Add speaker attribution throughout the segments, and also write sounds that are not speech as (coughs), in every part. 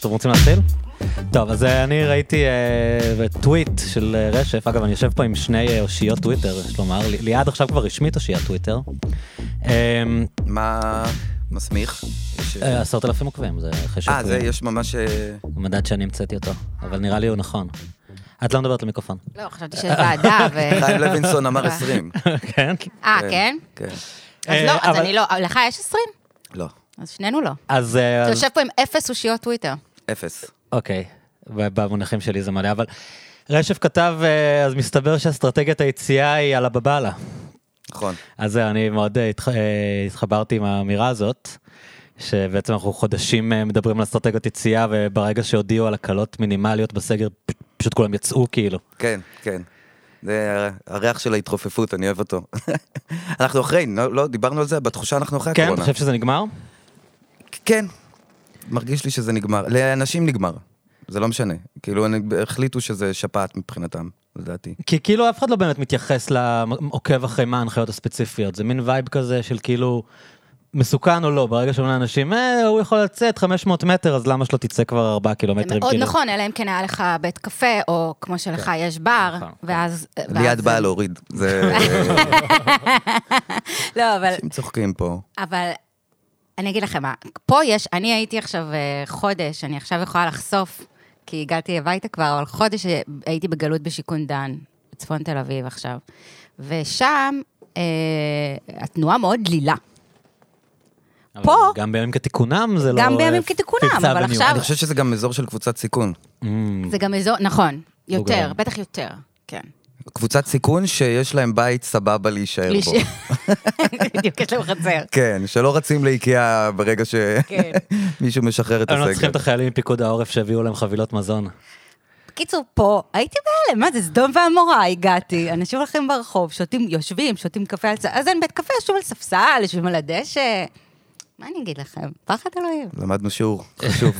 Speaker 1: אתם רוצים להתחיל? טוב, אז אה, אני ראיתי אה, טוויט של אה, רשף, אגב, אני יושב פה עם שני אה, אושיות טוויטר, יש לומר, לי- ליעד עכשיו כבר רשמית אושיית טוויטר. אמ,
Speaker 2: מה מסמיך? יש-
Speaker 1: אה, עשרת אלפים עוקבים, זה חשוב.
Speaker 2: אה, זה יש ממש... אה,
Speaker 1: מדד שאני המצאתי אותו, אבל נראה לי הוא נכון. את לא מדברת
Speaker 2: (laughs)
Speaker 1: למיקרופון.
Speaker 3: לא, חשבתי שיש ועדה ו...
Speaker 2: חיים לוינסון
Speaker 3: (laughs)
Speaker 2: אמר 20.
Speaker 1: כן?
Speaker 3: אה, כן?
Speaker 2: כן.
Speaker 3: אז
Speaker 1: אה,
Speaker 3: לא, אז
Speaker 1: אבל-
Speaker 3: אני לא, לך יש 20?
Speaker 2: לא,
Speaker 3: אז שנינו לא.
Speaker 1: אז... אה,
Speaker 3: אתה
Speaker 1: אז-
Speaker 3: יושב פה עם אפס אושיות טוויטר.
Speaker 2: אפס.
Speaker 1: אוקיי, ב- במונחים שלי זה מלא, אבל רשף כתב, אה, אז מסתבר שאסטרטגיית היציאה היא על הבבלה.
Speaker 2: נכון.
Speaker 1: אז זהו, אני מאוד אה, התח- אה, התחברתי עם האמירה הזאת, שבעצם אנחנו חודשים אה, מדברים על אסטרטגיות יציאה, וברגע שהודיעו על הקלות מינימליות בסגר, פ- פשוט כולם יצאו כאילו.
Speaker 2: כן, כן. זה הריח של ההתרופפות, אני אוהב אותו. (laughs) אנחנו אחרי, לא, לא, דיברנו על זה, בתחושה אנחנו אחרי
Speaker 1: כן, אתה
Speaker 2: הקורונה.
Speaker 1: חושב שזה נגמר?
Speaker 2: כן. מרגיש לי שזה נגמר. לאנשים נגמר. זה לא משנה. כאילו, הם החליטו שזה שפעת מבחינתם, לדעתי.
Speaker 1: כי כאילו אף אחד לא באמת מתייחס לעוקב אחרי מה ההנחיות הספציפיות, זה מין וייב כזה של כאילו מסוכן או לא, ברגע שאומרים לאנשים, אה, הוא יכול לצאת 500 מטר, אז למה שלא תצא כבר 4 קילומטרים?
Speaker 3: זה מאוד
Speaker 1: כאילו?"
Speaker 3: נכון, אלא אם כן היה לך בית קפה, או כמו שלך יש בר,
Speaker 1: נכון.
Speaker 3: ואז...
Speaker 2: ליעד
Speaker 3: ואז-
Speaker 2: באה להוריד.
Speaker 3: (laughs)
Speaker 2: זה...
Speaker 3: לא, אבל...
Speaker 2: אנשים צוחקים פה.
Speaker 3: אבל אני אגיד לכם מה, פה יש, אני הייתי עכשיו אה, חודש, אני עכשיו יכולה לחשוף, כי הגעתי הביתה כבר, אבל חודש אה, הייתי בגלות בשיכון דן, בצפון תל אביב עכשיו. ושם אה, התנועה מאוד דלילה.
Speaker 1: אבל
Speaker 3: פה-
Speaker 1: גם בימים כתיקונם זה לא...
Speaker 3: גם בימים
Speaker 1: אה,
Speaker 3: כתיקונם,
Speaker 1: פרצה
Speaker 3: אבל
Speaker 1: בניו.
Speaker 3: עכשיו-
Speaker 2: אני חושב שזה גם אזור של קבוצת סיכון.
Speaker 1: אמ,
Speaker 3: זה גם אזור, נכון, יותר,
Speaker 1: גם.
Speaker 3: בטח יותר, כן.
Speaker 2: קבוצת סיכון שיש להם בית סבבה להישאר
Speaker 3: לי
Speaker 2: בו.
Speaker 3: ש- (laughs) בדיוק, יש להם חצר.
Speaker 2: כן, שלא רצים לאיקאה ברגע
Speaker 3: כן.
Speaker 2: (laughs) שמישהו משחרר את
Speaker 1: הם לא צריכים
Speaker 2: הסגר.
Speaker 1: את החיילים מפיקוד העורף שהביאו להם חבילות מזון.
Speaker 3: בקיצור, פה הייתי בהלם, מה זה, סדום ועמורה הגעתי, אנשים הולכים ברחוב, שותים, יושבים, שותים קפה על צ... אז אין בית קפה, יושבים על ספסל, יושבים על הדשא. מה אני אגיד לכם? פחד אלוהים.
Speaker 2: למדנו שיעור
Speaker 1: (laughs)
Speaker 2: חשוב.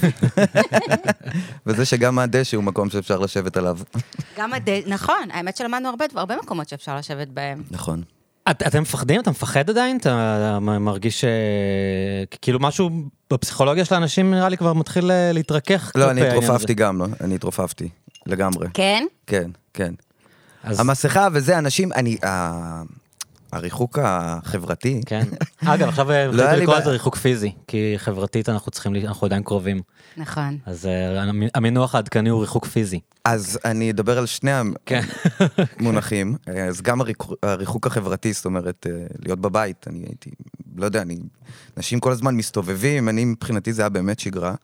Speaker 2: וזה שגם הדשא הוא מקום שאפשר לשבת עליו.
Speaker 3: גם הד... נכון, האמת שלמדנו הרבה, דבר- הרבה מקומות שאפשר לשבת בהם.
Speaker 2: נכון.
Speaker 1: את, אתם מפחדים? אתה מפחד עדיין? אתה מ- מרגיש ש... כאילו משהו בפסיכולוגיה של האנשים נראה לי כבר מתחיל אה, להתרכך.
Speaker 2: לא,
Speaker 1: כלפי
Speaker 2: אני
Speaker 1: העניין
Speaker 2: התרופפתי גם, לא? אני התרופפתי. לגמרי.
Speaker 3: כן?
Speaker 2: כן, כן.
Speaker 1: הזה. אז,
Speaker 2: המסכה וזה, אנשים, אני... ה- הריחוק החברתי,
Speaker 1: כן. (laughs) אגב, עכשיו אה,
Speaker 2: לא היה
Speaker 1: החליטו
Speaker 2: לי
Speaker 1: לקרוא
Speaker 2: בעיה.
Speaker 1: לזה ריחוק פיזי, כי חברתית אנחנו צריכים, ל- אנחנו עדיין קרובים.
Speaker 3: נכון.
Speaker 1: אז אה, המ- המינוח העדכני הוא ריחוק פיזי.
Speaker 2: אז אני אדבר על שני
Speaker 1: כן.
Speaker 2: המונחים. אה, אז גם הריק- הריחוק החברתי, זאת אומרת, אה, להיות בבית, אני הייתי, לא יודע, אני... אנשים כל הזמן מסתובבים, אני מבחינתי זה היה באמת שגרה.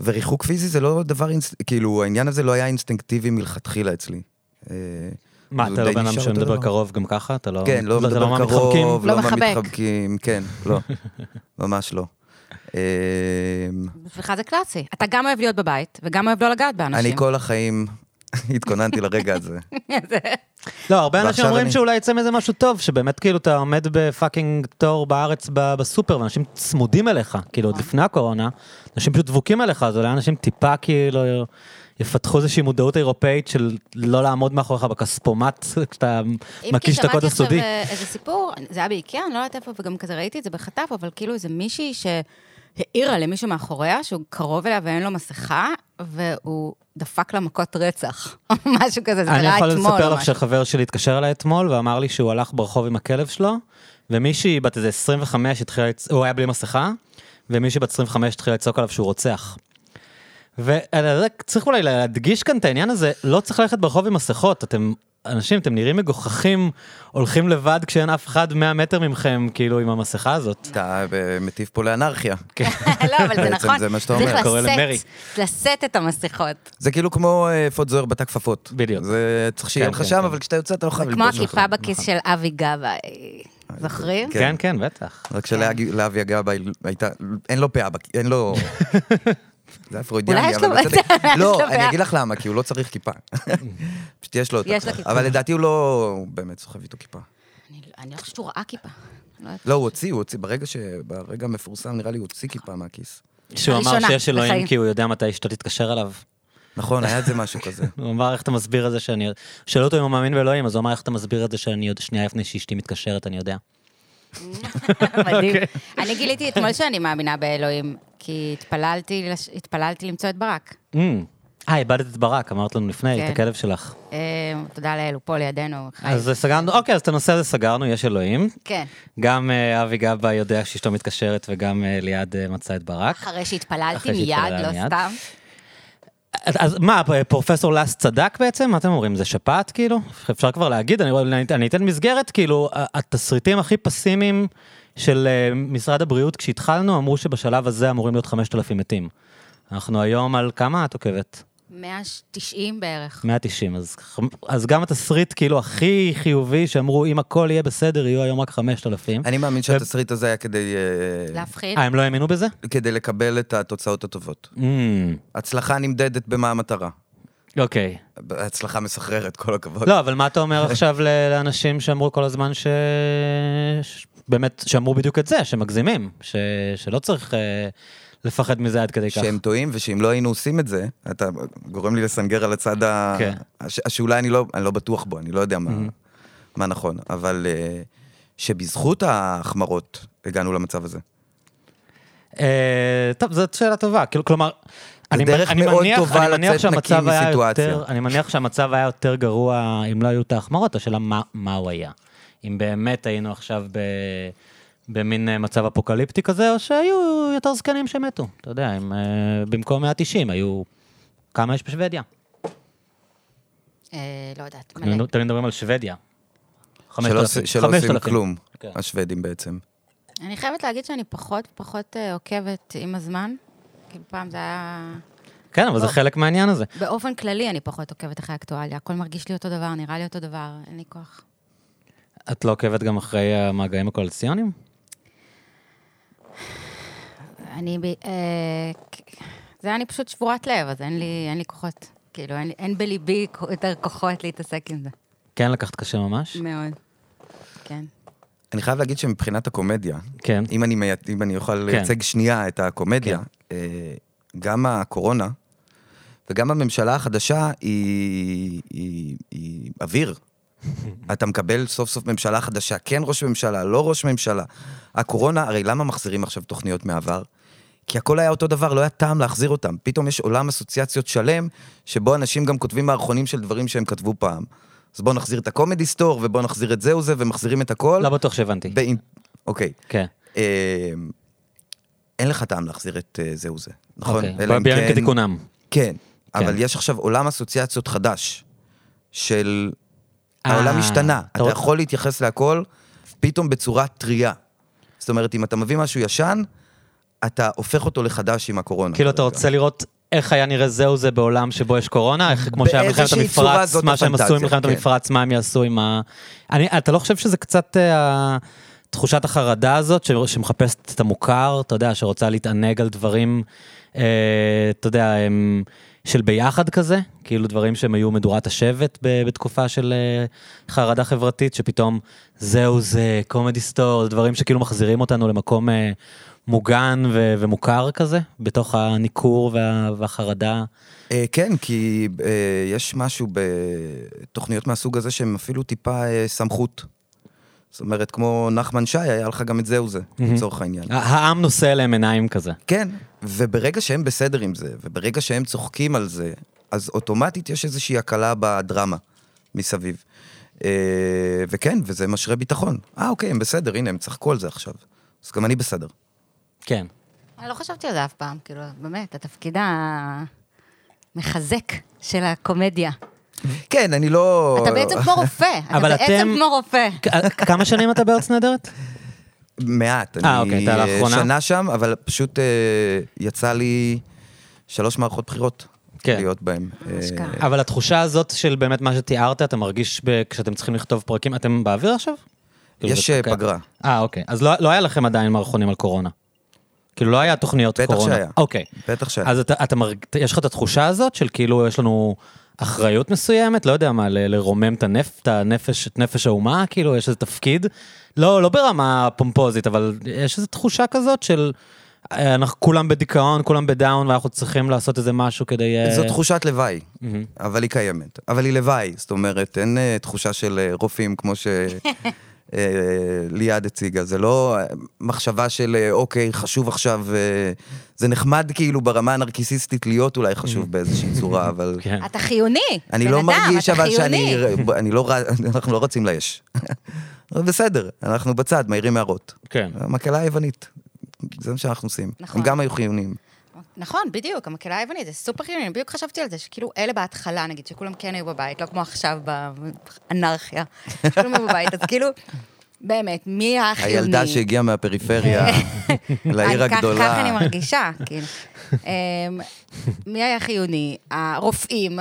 Speaker 2: וריחוק פיזי זה לא דבר, אינס... כאילו, העניין הזה לא היה אינסטינקטיבי מלכתחילה אצלי. אה,
Speaker 1: (laughs) מה,
Speaker 2: זה
Speaker 1: אתה לא
Speaker 2: די
Speaker 1: בן אדם
Speaker 2: נשאר אותו
Speaker 1: שמדבר
Speaker 2: דבר.
Speaker 1: קרוב גם ככה? אתה לא...
Speaker 2: כן, לא
Speaker 1: אתה
Speaker 2: מדבר
Speaker 1: מה מתחמקים?
Speaker 2: קרוב,
Speaker 3: לא
Speaker 2: לא מה
Speaker 3: מחבק.
Speaker 2: מתחבקים, כן,
Speaker 1: (laughs)
Speaker 2: לא, ממש לא. אה,
Speaker 3: בשבילך זה קלאסי. אתה גם אוהב להיות בבית, וגם אוהב לא לגעת באנשים.
Speaker 2: אני כל החיים (laughs) התכוננתי לרגע הזה.
Speaker 3: (laughs)
Speaker 1: לא, הרבה אנשים
Speaker 2: ועכשיו
Speaker 1: אומרים
Speaker 2: אני-
Speaker 1: שאולי יצא מזה משהו טוב, שבאמת כאילו אתה עומד בפאקינג תור בארץ ב- בסופר, ואנשים צמודים אליך, כאילו
Speaker 3: נכון.
Speaker 1: עוד לפני הקורונה, אנשים פשוט דבוקים אליך, אז אולי אנשים טיפה כאילו יפתחו איזושהי מודעות אירופאית של לא לעמוד מאחוריך בכספומט כשאתה
Speaker 3: אם כי
Speaker 1: מקיש את הקוד
Speaker 3: שמעתי עכשיו
Speaker 1: הסודי.
Speaker 3: אה, איזה סיפור, זה היה באיקאה, אני לא יודעת איפה, וגם כזה ראיתי את זה בחטף, אבל כאילו איזה מישהי שהעירה למישהו מאחוריה, שהוא קרוב אליה ואין לו מסכה, והוא דפק לה מכות רצח, (laughs) או משהו כזה, זה
Speaker 1: אני
Speaker 3: קרה
Speaker 1: יכול
Speaker 3: אתמול או
Speaker 1: לספר לך
Speaker 3: משהו.
Speaker 1: שחבר שלי התקשר אליי אתמול ואמר לי שהוא הלך ברחוב עם הכלב שלו, ומישהי בת איזה 25 התחילה, לצ- הוא היה בלי מסכה, ומישהי בת 25 התחילה לצעוק עליו שהוא רוצח. וצריך אולי להדגיש כאן את העניין הזה, לא צריך ללכת ברחוב עם מסכות, אתם... אנשים, אתם נראים מגוחכים, הולכים לבד כשאין אף אחד 100 מטר ממכם, כאילו, עם המסכה הזאת.
Speaker 2: אתה אה, מטיף פה לאנרכיה.
Speaker 3: (laughs) לא, אבל זה
Speaker 2: בעצם
Speaker 3: נכון,
Speaker 2: זה מה שאתה
Speaker 3: צריך
Speaker 2: אומר.
Speaker 1: קורא למרי.
Speaker 3: לשאת, לשאת את המסכות.
Speaker 2: זה כאילו כמו אה, אפוד זוהר בתא כפפות.
Speaker 1: בדיוק.
Speaker 2: זה צריך שיהיה
Speaker 1: כן,
Speaker 2: לך
Speaker 1: כן,
Speaker 2: שם,
Speaker 1: כן.
Speaker 2: אבל כשאתה יוצא אתה לא חייב
Speaker 3: כמו
Speaker 2: ללבוש
Speaker 3: הכיפה
Speaker 2: אותך.
Speaker 3: בכיס של אבי גבאי, זוכרים?
Speaker 2: נכון. כן.
Speaker 1: כן, כן, בטח.
Speaker 2: רק
Speaker 3: כן.
Speaker 2: שלאבי הגבאי הייתה, אין לו פאה, בכ- אין
Speaker 1: (laughs)
Speaker 2: לו... זה היה
Speaker 3: אולי
Speaker 2: פרוידיאני,
Speaker 3: יש לו-
Speaker 2: אבל בצדק.
Speaker 3: (laughs) יש לו
Speaker 2: לא,
Speaker 3: פאה.
Speaker 2: אני אגיד לך למה, כי הוא לא צריך
Speaker 1: (laughs)
Speaker 2: כיפה. פשוט יש לו אותה.
Speaker 3: יש לו כיפה.
Speaker 2: אבל לדעתי הוא לא הוא באמת סוחב איתו כיפה.
Speaker 3: אני לא- אני לא חושבת שהוא ראה כיפה. לא יודעת.
Speaker 2: לא, הוא הוציא, הוא הוציא, ברגע ש... ברגע המפורסם, נראה לי הוא הוציא כיפה מהכיס.
Speaker 1: שהוא אמר
Speaker 3: הראשונה
Speaker 1: שיש אלוהים
Speaker 3: בחיים.
Speaker 1: כי הוא יודע מתי אשתו תתקשר אליו. (laughs)
Speaker 2: נכון, היה איזה משהו כזה.
Speaker 1: הוא אמר, איך אתה מסביר את זה שאני... שאלו אותו אם הוא מאמין באלוהים, אז הוא אמר, איך אתה מסביר את זה שאני עוד שנייה לפני שאשתי מתקשרת, אני יודע.
Speaker 2: לא, אוקיי.
Speaker 3: מדהים. אני גיליתי אתמול שאני מאמינה באלוהים, כי התפללתי, לש- התפללתי למצוא את ברק.
Speaker 1: אמ. אה, איבדת את ברק, אמרת לנו לפני, את
Speaker 3: כן.
Speaker 1: הכלב שלך.
Speaker 3: אה, תודה לאל, הוא פה לידינו, חי.
Speaker 1: אז סגרנו, אוקיי, אז את הנושא הזה סגרנו, יש אלוהים.
Speaker 3: כן.
Speaker 1: גם אה, אבי גבאי יודע שאשתו מתקשרת וגם אה, ליעד אה, מצא את ברק.
Speaker 3: אחרי שהתפללתי
Speaker 1: אחרי
Speaker 3: מיד,
Speaker 1: שהתפלל
Speaker 3: לא
Speaker 1: מיד.
Speaker 3: סתם.
Speaker 1: אז- אז מה, פ- פרופסור לס צדק בעצם? מה אתם אומרים, זה שפעת כאילו? אפשר כבר להגיד, אני, אני, אני אתן מסגרת, כאילו, ה- התסריטים הכי פסימיים של אה, משרד הבריאות כשהתחלנו, אמרו שבשלב הזה אמורים להיות 5,000 מתים. אנחנו היום על כמה את עוקבת?
Speaker 3: 190 בערך.
Speaker 1: 190, אז, ח- אז גם התסריט כאילו הכי חיובי, שאמרו אם הכל יהיה בסדר, יהיו היום רק 5,000.
Speaker 2: אני מאמין שהתסריט הזה היה כדי... אה,
Speaker 3: להפחיד.
Speaker 1: אה, הם לא האמינו בזה?
Speaker 2: כדי לקבל את התוצאות הטובות.
Speaker 1: Mm,
Speaker 2: הצלחה נמדדת במה המטרה.
Speaker 1: אוקיי.
Speaker 2: הצלחה מסחררת, כל הכבוד.
Speaker 1: לא, אבל מה אתה
Speaker 2: (laughs)
Speaker 1: אומר עכשיו ל- לאנשים שאמרו כל הזמן ש... ש- באמת, שאמרו בדיוק את זה, שמגזימים, ש... שלא צריך אה, לפחד מזה עד כדי כך.
Speaker 2: שהם טועים, ושאם לא היינו עושים את זה, אתה גורם לי לסנגר על הצד ה...
Speaker 1: כן.
Speaker 2: הש... שאולי אני לא, אני לא בטוח בו, אני לא יודע מה, מה נכון, אבל אה, שבזכות ההחמרות הגענו למצב הזה.
Speaker 1: אה, טוב, זאת שאלה טובה. כאילו, כלומר, אני,
Speaker 2: דרך
Speaker 1: אני
Speaker 2: מאוד
Speaker 1: מניח,
Speaker 2: טובה
Speaker 1: אני מניח
Speaker 2: לצאת
Speaker 1: שהמצב
Speaker 2: נקי
Speaker 1: היה
Speaker 2: מסיטואציה.
Speaker 1: יותר, אני מניח שהמצב היה יותר גרוע אם לא היו את ההחמרות, השאלה מה, מה הוא היה. אם באמת היינו עכשיו ב... במין אה, מצב אפוקליפטי כזה, או שהיו יותר זקנים שמתו. אתה יודע, אם, אה, במקום 190 היו... כמה יש בשוודיה?
Speaker 3: אה, לא יודעת, מלא.
Speaker 1: תמיד כאילו, תמיד מדברים על שוודיה. חמשת
Speaker 2: שלא,
Speaker 1: אלפים.
Speaker 2: עוש- שלא עושים
Speaker 1: 5,000.
Speaker 2: כלום,
Speaker 1: כן.
Speaker 2: השוודים בעצם.
Speaker 3: אני חייבת להגיד שאני פחות פחות אה, עוקבת עם הזמן. כאילו פעם זה היה...
Speaker 1: כן, אבל זה חלק מהעניין הזה.
Speaker 3: באופן כללי אני פחות עוקבת אחרי האקטואליה. הכל מרגיש לי אותו דבר, נראה לי אותו דבר, אין לי כוח.
Speaker 1: את לא עוקבת גם אחרי המגעים הקואליציוניים?
Speaker 3: אני... ב- אה, כ- זה היה אני פשוט שבורת לב, אז אין לי, אין לי כוחות. כאילו, אין, לי- אין בליבי כ- יותר כוחות להתעסק עם זה.
Speaker 1: כן לקחת קשה ממש?
Speaker 3: מאוד. כן.
Speaker 2: אני חייב להגיד שמבחינת הקומדיה,
Speaker 1: כן.
Speaker 2: אם אני, מי- אם אני אוכל
Speaker 1: כן.
Speaker 2: לייצג שנייה את הקומדיה, אה, גם הקורונה וגם הממשלה החדשה היא, היא, היא
Speaker 1: (laughs)
Speaker 2: אוויר. אתה מקבל סוף סוף ממשלה חדשה, כן ראש ממשלה, לא ראש ממשלה. הקורונה, הרי למה מחזירים עכשיו תוכניות מהעבר? כי הכל היה אותו דבר, לא היה טעם להחזיר אותם. פתאום יש עולם אסוציאציות שלם, שבו אנשים גם כותבים מערכונים של דברים שהם כתבו פעם. אז בואו נחזיר את הקומדי סטור, ובואו נחזיר את זה וזה, ומחזירים את הכל.
Speaker 1: לא בטוח שהבנתי.
Speaker 2: באימ- אוקיי.
Speaker 1: כן.
Speaker 2: אה, אין לך טעם להחזיר את אה, זה וזה, נכון?
Speaker 1: אוקיי.
Speaker 2: אלא אם
Speaker 1: בימים
Speaker 2: כן-
Speaker 1: כתיקונם.
Speaker 2: כן, אבל יש עכשיו עולם אסוציאציות חדש של...
Speaker 1: אה,
Speaker 2: העולם השתנה,
Speaker 1: אתה
Speaker 2: אתה
Speaker 1: רוצ-
Speaker 2: יכול להתייחס להכל פתאום בצורה טרייה. זאת אומרת, אם אתה מביא משהו ישן, אתה הופך אותו לחדש עם הקורונה.
Speaker 1: כאילו, אתה רוצה לראות איך היה נראה זה או זה בעולם שבו יש קורונה, איך כמו שהיה מלחמת
Speaker 2: באיזושהי צורה
Speaker 1: המפרץ,
Speaker 2: זאת
Speaker 1: מה שהם עשו עם
Speaker 2: הפנטזיה,
Speaker 1: מלחמת
Speaker 2: כן.
Speaker 1: המפרץ, מה הם יעשו עם ה... אני, אתה לא חושב שזה קצת אה, תחושת החרדה הזאת, ש- שמחפשת את המוכר, אתה יודע, שרוצה להתענג על דברים, אה, אתה יודע, הם, של ביחד כזה, כאילו דברים שהם היו מדורת השבט ב- בתקופה של אה, חרדה חברתית, שפתאום זהו זה, קומדי סטור, דברים שכאילו מחזירים אותנו למקום... אה, מוגן ו- ומוכר כזה, בתוך הניכור וה- והחרדה.
Speaker 2: אה, כן, כי אה, יש משהו בתוכניות מהסוג הזה שהם אפילו טיפה אה, סמכות. זאת אומרת, כמו נחמן שי, היה לך גם את זה וזה, לצורך העניין.
Speaker 1: ה- העם נושא אליהם עיניים כזה.
Speaker 2: כן, וברגע שהם בסדר עם זה, וברגע שהם צוחקים על זה, אז אוטומטית יש איזושהי הקלה בדרמה מסביב. אה, וכן, וזה משרה ביטחון. אה, אוקיי, הם בסדר, הנה, הם צחקו על זה עכשיו. אז גם אני בסדר.
Speaker 1: כן.
Speaker 3: אני לא חשבתי על זה אף פעם, כאילו, באמת, התפקיד המחזק של הקומדיה.
Speaker 2: כן, אני לא...
Speaker 3: אתה בעצם כמו
Speaker 2: (laughs)
Speaker 3: רופא, אתה
Speaker 1: אבל
Speaker 3: בעצם
Speaker 1: אתם-
Speaker 3: כמו רופא.
Speaker 2: כן.
Speaker 1: כ- כמה שנים אתה בארץ נהדרת?
Speaker 2: מעט.
Speaker 1: אה,
Speaker 2: אני
Speaker 1: אוקיי, אתה לאחרונה?
Speaker 2: שנה שם, אבל פשוט אה, יצא לי שלוש מערכות בחירות
Speaker 1: כן.
Speaker 2: להיות בהן. אה,
Speaker 3: אשכרה.
Speaker 1: אבל התחושה הזאת של באמת מה שתיארת, אתה מרגיש ב- כשאתם צריכים לכתוב פרקים, אתם באוויר עכשיו? כאילו,
Speaker 2: יש
Speaker 1: זה-
Speaker 2: אה,
Speaker 1: כן.
Speaker 2: פגרה.
Speaker 1: אה, אוקיי. אז לא לא היה לכם עדיין מערכונים על קורונה. כאילו, לא היה תוכניות
Speaker 2: בטח
Speaker 1: קורונה.
Speaker 2: שהיה.
Speaker 1: אוקיי.
Speaker 2: בטח שהיה.
Speaker 1: אז אתה, אתה מרג... יש לך את התחושה הזאת של כאילו, יש לנו אחריות מסוימת, לא יודע מה, ל- לרומם את, הנפ... את הנפש, את נפש האומה, כאילו, יש איזה תפקיד. לא, לא ברמה פומפוזית, אבל יש איזו תחושה כזאת של... אה, אנחנו כולם בדיכאון, כולם בדאון, ואנחנו צריכים לעשות איזה משהו כדי... אה,
Speaker 2: זו תחושת לוואי,
Speaker 3: (laughs)
Speaker 2: אבל היא קיימת. אבל היא לוואי, זאת אומרת, אין אה, תחושה של אה, רופאים כמו ש... אה, ליעד הציגה. זה לא אה, מחשבה של אה, אוקיי, חשוב עכשיו, אה, זה נחמד כאילו ברמה הנרקיסיסטית להיות אולי חשוב באיזושהי צורה, אבל...
Speaker 1: כן.
Speaker 3: אתה חיוני,
Speaker 2: אני
Speaker 3: בן
Speaker 2: לא
Speaker 3: אדם,
Speaker 2: מרגיש
Speaker 3: אתה
Speaker 2: אבל שאני...
Speaker 3: חיוני.
Speaker 2: בוא, אני לא, ר- (laughs) אנחנו לא רצים
Speaker 3: (laughs)
Speaker 2: לאש. בסדר, אנחנו בצד, מעירים הערות.
Speaker 1: כן.
Speaker 2: המקהלה היוונית, זה מה שאנחנו עושים.
Speaker 3: נכון.
Speaker 2: הם גם היו חיוניים.
Speaker 3: נכון, בדיוק, המקהלה היוונית, זה סופר חיוני, בדיוק חשבתי על זה, שכאילו אלה בהתחלה, נגיד, שכולם כן היו בבית, לא כמו עכשיו
Speaker 2: (laughs)
Speaker 3: באנרכיה, כולם היו בבית, אז כאילו, באמת, מי החיוני?
Speaker 2: הילדה שהגיעה
Speaker 3: (laughs)
Speaker 2: מהפריפריה לעיר
Speaker 3: אני- כך-
Speaker 2: הגדולה.
Speaker 3: כך אני מרגישה, כאילו. אמ, מי היה חיוני? הרופאים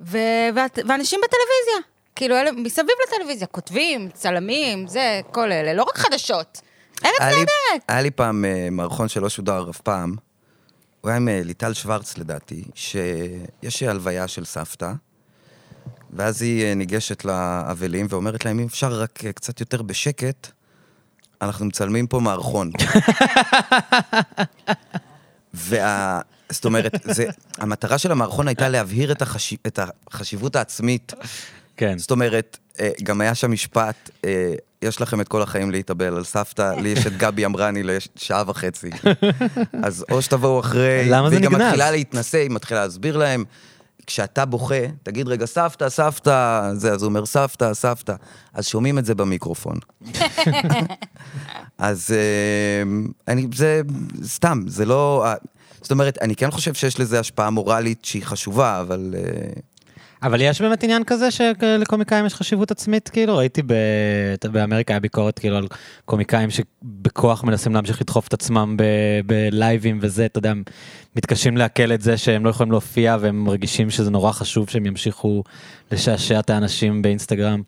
Speaker 3: ו- וה- ואנשים בטלוויזיה. כאילו, אלה מסביב לטלוויזיה, כותבים, צלמים, זה, כל אלה, לא רק חדשות. ארץ
Speaker 2: היה לי-
Speaker 3: נהדרת.
Speaker 2: היה לי פעם אה, מערכון שלא שודר אף פעם, הוא היה עם אה, ליטל שוורץ לדעתי, שיש הלוויה של סבתא, ואז היא אה, ניגשת לאבלים ואומרת להם, אם אפשר רק אה, קצת יותר בשקט, אנחנו מצלמים פה מערכון. (laughs) וה... זאת אומרת, זה, המטרה של המערכון הייתה להבהיר את, החשיב, את החשיבות העצמית.
Speaker 1: כן.
Speaker 2: זאת אומרת, אה, גם היה שם משפט, אה, יש לכם את כל החיים להתאבל על סבתא, לי יש את גבי אמרני לשעה
Speaker 1: (laughs)
Speaker 2: וחצי. אז או שתבואו אחרי,
Speaker 1: למה זה
Speaker 2: והיא גם
Speaker 1: נגנז?
Speaker 2: מתחילה להתנשא, היא מתחילה להסביר להם. כשאתה בוכה, תגיד רגע, סבתא, סבתא, זה, אז הוא אומר, סבתא, סבתא. אז שומעים את זה
Speaker 1: (laughs)
Speaker 2: במיקרופון. אז אה, אני, זה סתם, זה לא... אה, זאת אומרת, אני כן חושב שיש לזה השפעה מורלית שהיא חשובה, אבל... אה,
Speaker 1: אבל יש באמת עניין כזה שלקומיקאים יש חשיבות עצמית, כאילו, ראיתי ב... באמריקה היה ביקורת כאילו על קומיקאים שבכוח מנסים להמשיך לדחוף את עצמם ב... בלייבים וזה, אתה יודע, הם מתקשים לעכל את זה שהם לא יכולים להופיע והם מרגישים שזה נורא חשוב שהם ימשיכו לשעשע את האנשים באינסטגרם.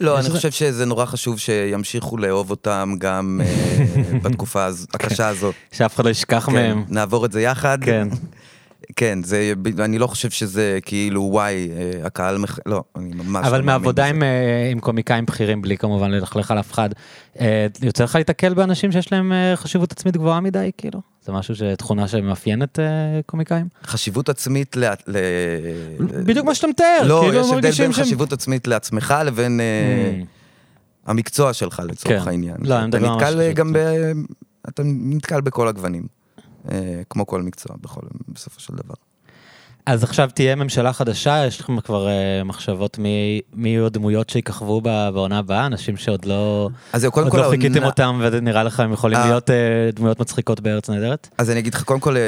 Speaker 2: לא,
Speaker 1: יש
Speaker 2: אני
Speaker 1: איזה-
Speaker 2: חושב שזה נורא חשוב שימשיכו לאהוב אותם גם
Speaker 1: (laughs)
Speaker 2: אה, בתקופה הז- הקשה הזאת.
Speaker 1: שאף אחד לא ישכח כן.
Speaker 2: כן,
Speaker 1: מהם.
Speaker 2: נעבור את זה יחד.
Speaker 1: כן.
Speaker 2: (laughs) כן, זה, אני לא חושב שזה כאילו, וואי, אה, הקהל מח... לא, אני ממש לא מאמין.
Speaker 1: אבל מעבודה
Speaker 2: בזה.
Speaker 1: עם, אה, עם קומיקאים בכירים, בלי כמובן ללכלך על אף אחד, אה, יוצא לך להתקל באנשים שיש להם אה, חשיבות עצמית גבוהה מדי, כאילו? זה משהו, ש- תכונה שמאפיינת אה, קומיקאים?
Speaker 2: חשיבות עצמית ל... ל...
Speaker 1: בדיוק מה שאתה מתאר,
Speaker 2: לא,
Speaker 1: כאילו
Speaker 2: יש
Speaker 1: הם
Speaker 2: הבדל בין
Speaker 1: מרגישים שהם... Mm.
Speaker 2: חשיבות עצמית לעצמך לבין אה, המקצוע שלך לצורך
Speaker 1: כן.
Speaker 2: העניין.
Speaker 1: לא, אני
Speaker 2: אתה
Speaker 1: מדבר ממש
Speaker 2: נתקל אה,
Speaker 1: חשיבות
Speaker 2: גם ב... אתה נתקל בכל הגוונים, אה, כמו כל מקצוע, בכל... בסופו של דבר.
Speaker 1: אז עכשיו תהיה ממשלה חדשה, יש לכם כבר אה, מחשבות מי- מי יהיו הדמויות שיככבו ב- בעונה הבאה? אנשים שעוד לא...
Speaker 2: אז זהו, קודם
Speaker 1: עוד
Speaker 2: כל
Speaker 1: לא חיכיתם
Speaker 2: העונה-
Speaker 1: אותם ונראה לך הם יכולים
Speaker 2: אה.
Speaker 1: להיות אה, דמויות מצחיקות בארץ נהדרת?
Speaker 2: אז אני אגיד לך, קודם כל, אה,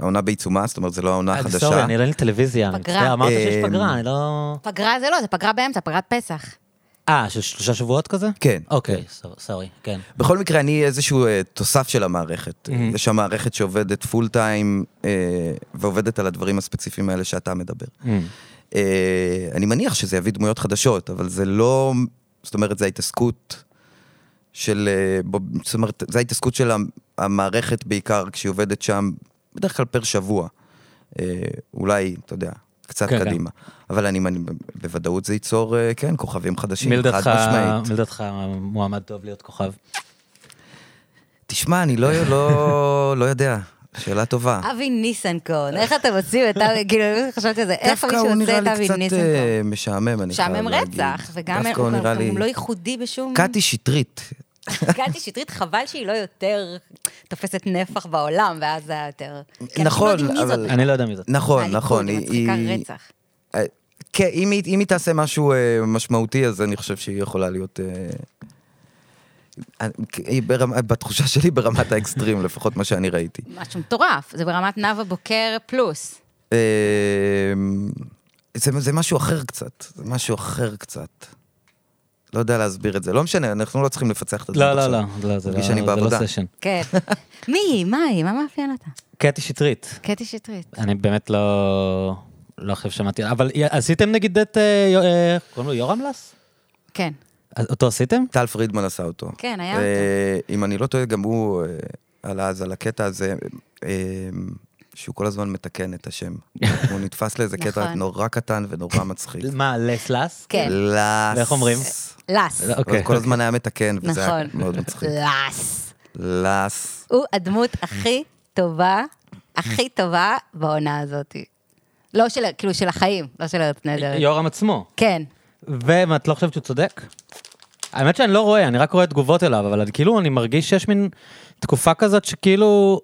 Speaker 2: העונה בעיצומה, זאת אומרת, זו לא העונה
Speaker 1: אה,
Speaker 2: החדשה.
Speaker 1: סורי, אני אין לי טלוויזיה, אני
Speaker 3: פגרה.
Speaker 1: מצטער, אמרת שיש
Speaker 2: אה,
Speaker 1: פגרה, אני לא...
Speaker 3: פגרה זה לא, זה פגרה באמצע, פגרת פסח.
Speaker 1: אה, של שלושה שבועות כזה?
Speaker 2: כן.
Speaker 1: אוקיי, סור- סורי, כן.
Speaker 2: בכל מקרה, אני איזשהו אה, תוסף של המערכת.
Speaker 1: Mhm.
Speaker 2: יש שם מערכת שעובדת פול טיים, אה, ועובדת על הדברים הספציפיים האלה שאתה מדבר. אה, אני מניח שזה יביא דמויות חדשות, אבל זה לא... זאת אומרת, זו ההתעסקות של... אה, בו- זאת אומרת, זו ההתעסקות של המ- המערכת בעיקר, כשהיא עובדת שם, בדרך כלל פר שבוע. אה, אולי, אתה יודע, קצת
Speaker 1: כן, כן.
Speaker 2: קדימה. אבל אני מנ- בוודאות זה ייצור, אה, כן, כוכבים חדשים,
Speaker 1: מי
Speaker 2: חד
Speaker 1: לדעתך-
Speaker 2: משמעית.
Speaker 1: מי לדעתך מועמד טוב להיות כוכב?
Speaker 2: תשמע, אני לא, לא, לא יודע. שאלה טובה.
Speaker 3: אבי ניסנקורן, איך אתם עושים את אבי, כאילו, אני חושבת על זה, איך
Speaker 2: דווקא
Speaker 3: מישהו
Speaker 2: הוא
Speaker 3: עושה
Speaker 2: נראה
Speaker 3: את
Speaker 2: לי
Speaker 3: אבי
Speaker 2: קצת
Speaker 3: ניסנקורן?
Speaker 2: אה, משעמם, אני חייב
Speaker 3: משעמם
Speaker 2: להגיד.
Speaker 3: רצח, וגם
Speaker 2: דווקא
Speaker 3: הוא
Speaker 2: הוא נראה
Speaker 3: גם
Speaker 2: לי...
Speaker 3: לא ייחודי בשום...
Speaker 2: קטי שטרית.
Speaker 3: קטי שטרית, חבל שהיא לא יותר תופסת נפח בעולם, ואז זה היה יותר... כי
Speaker 2: נכון,
Speaker 3: אנשים לא יודעים מי זאת
Speaker 2: אבל-
Speaker 1: אני לא יודע מי זאת.
Speaker 2: נכון,
Speaker 3: מהליכוד,
Speaker 2: נכון.
Speaker 3: היא מצחיקה רצח.
Speaker 2: אה, כן, אם היא, אם היא תעשה משהו אה, משמעותי, אז אני חושב שהיא יכולה להיות... אה, אה, היא ברמה, בתחושה שלי ברמת האקסטרים, (laughs) לפחות מה שאני ראיתי.
Speaker 3: משהו מטורף, זה ברמת נאוה בוקר פלוס.
Speaker 2: אה, זה, זה משהו אחר קצת, זה משהו אחר קצת. לא יודע להסביר את זה, לא משנה, אנחנו לא צריכים לפצח את זה.
Speaker 1: לא, לא, לא, לא, זה לא-
Speaker 2: מרגיש שאני
Speaker 1: זה לא
Speaker 2: בעבודה.
Speaker 1: סשן.
Speaker 3: כן. (laughs) מי היא? מה היא? מה מאפיין אותה?
Speaker 1: קטי שטרית,
Speaker 3: קטי שטרית.
Speaker 1: אני באמת לא... לא עכשיו שמעתי, אבל עשיתם נגיד את... אה, יו- אה, קוראים לו יורם לס?
Speaker 3: כן.
Speaker 1: אז אותו עשיתם?
Speaker 2: טל פרידמן עשה אותו.
Speaker 3: כן, היה
Speaker 2: אה, אם אני לא טועה, גם הוא אה, עלה אז על הקטע הזה, אה, שהוא כל הזמן מתקן את השם.
Speaker 1: (laughs)
Speaker 2: הוא נתפס לאיזה קטע
Speaker 3: נכון.
Speaker 2: נורא קטן ונורא
Speaker 1: (laughs)
Speaker 2: מצחיק.
Speaker 1: מה, לס לס?
Speaker 3: כן.
Speaker 2: לס.
Speaker 1: ואיך אומרים?
Speaker 3: לס.
Speaker 1: לא,
Speaker 2: הוא
Speaker 1: אוקיי.
Speaker 2: כל הזמן היה מתקן, וזה היה
Speaker 3: נכון.
Speaker 2: מאוד
Speaker 3: (laughs)
Speaker 2: מצחיק.
Speaker 3: לס.
Speaker 2: לס.
Speaker 3: הוא הדמות הכי טובה, הכי טובה בעונה הזאת. לא של, כאילו, של החיים, לא של ארץ נהדרת.
Speaker 1: יורם עצמו.
Speaker 3: כן.
Speaker 1: ואת לא חושבת שהוא צודק? האמת שאני לא רואה, אני רק רואה תגובות אליו, אבל אני, כאילו אני מרגיש שיש מין תקופה כזאת שכאילו...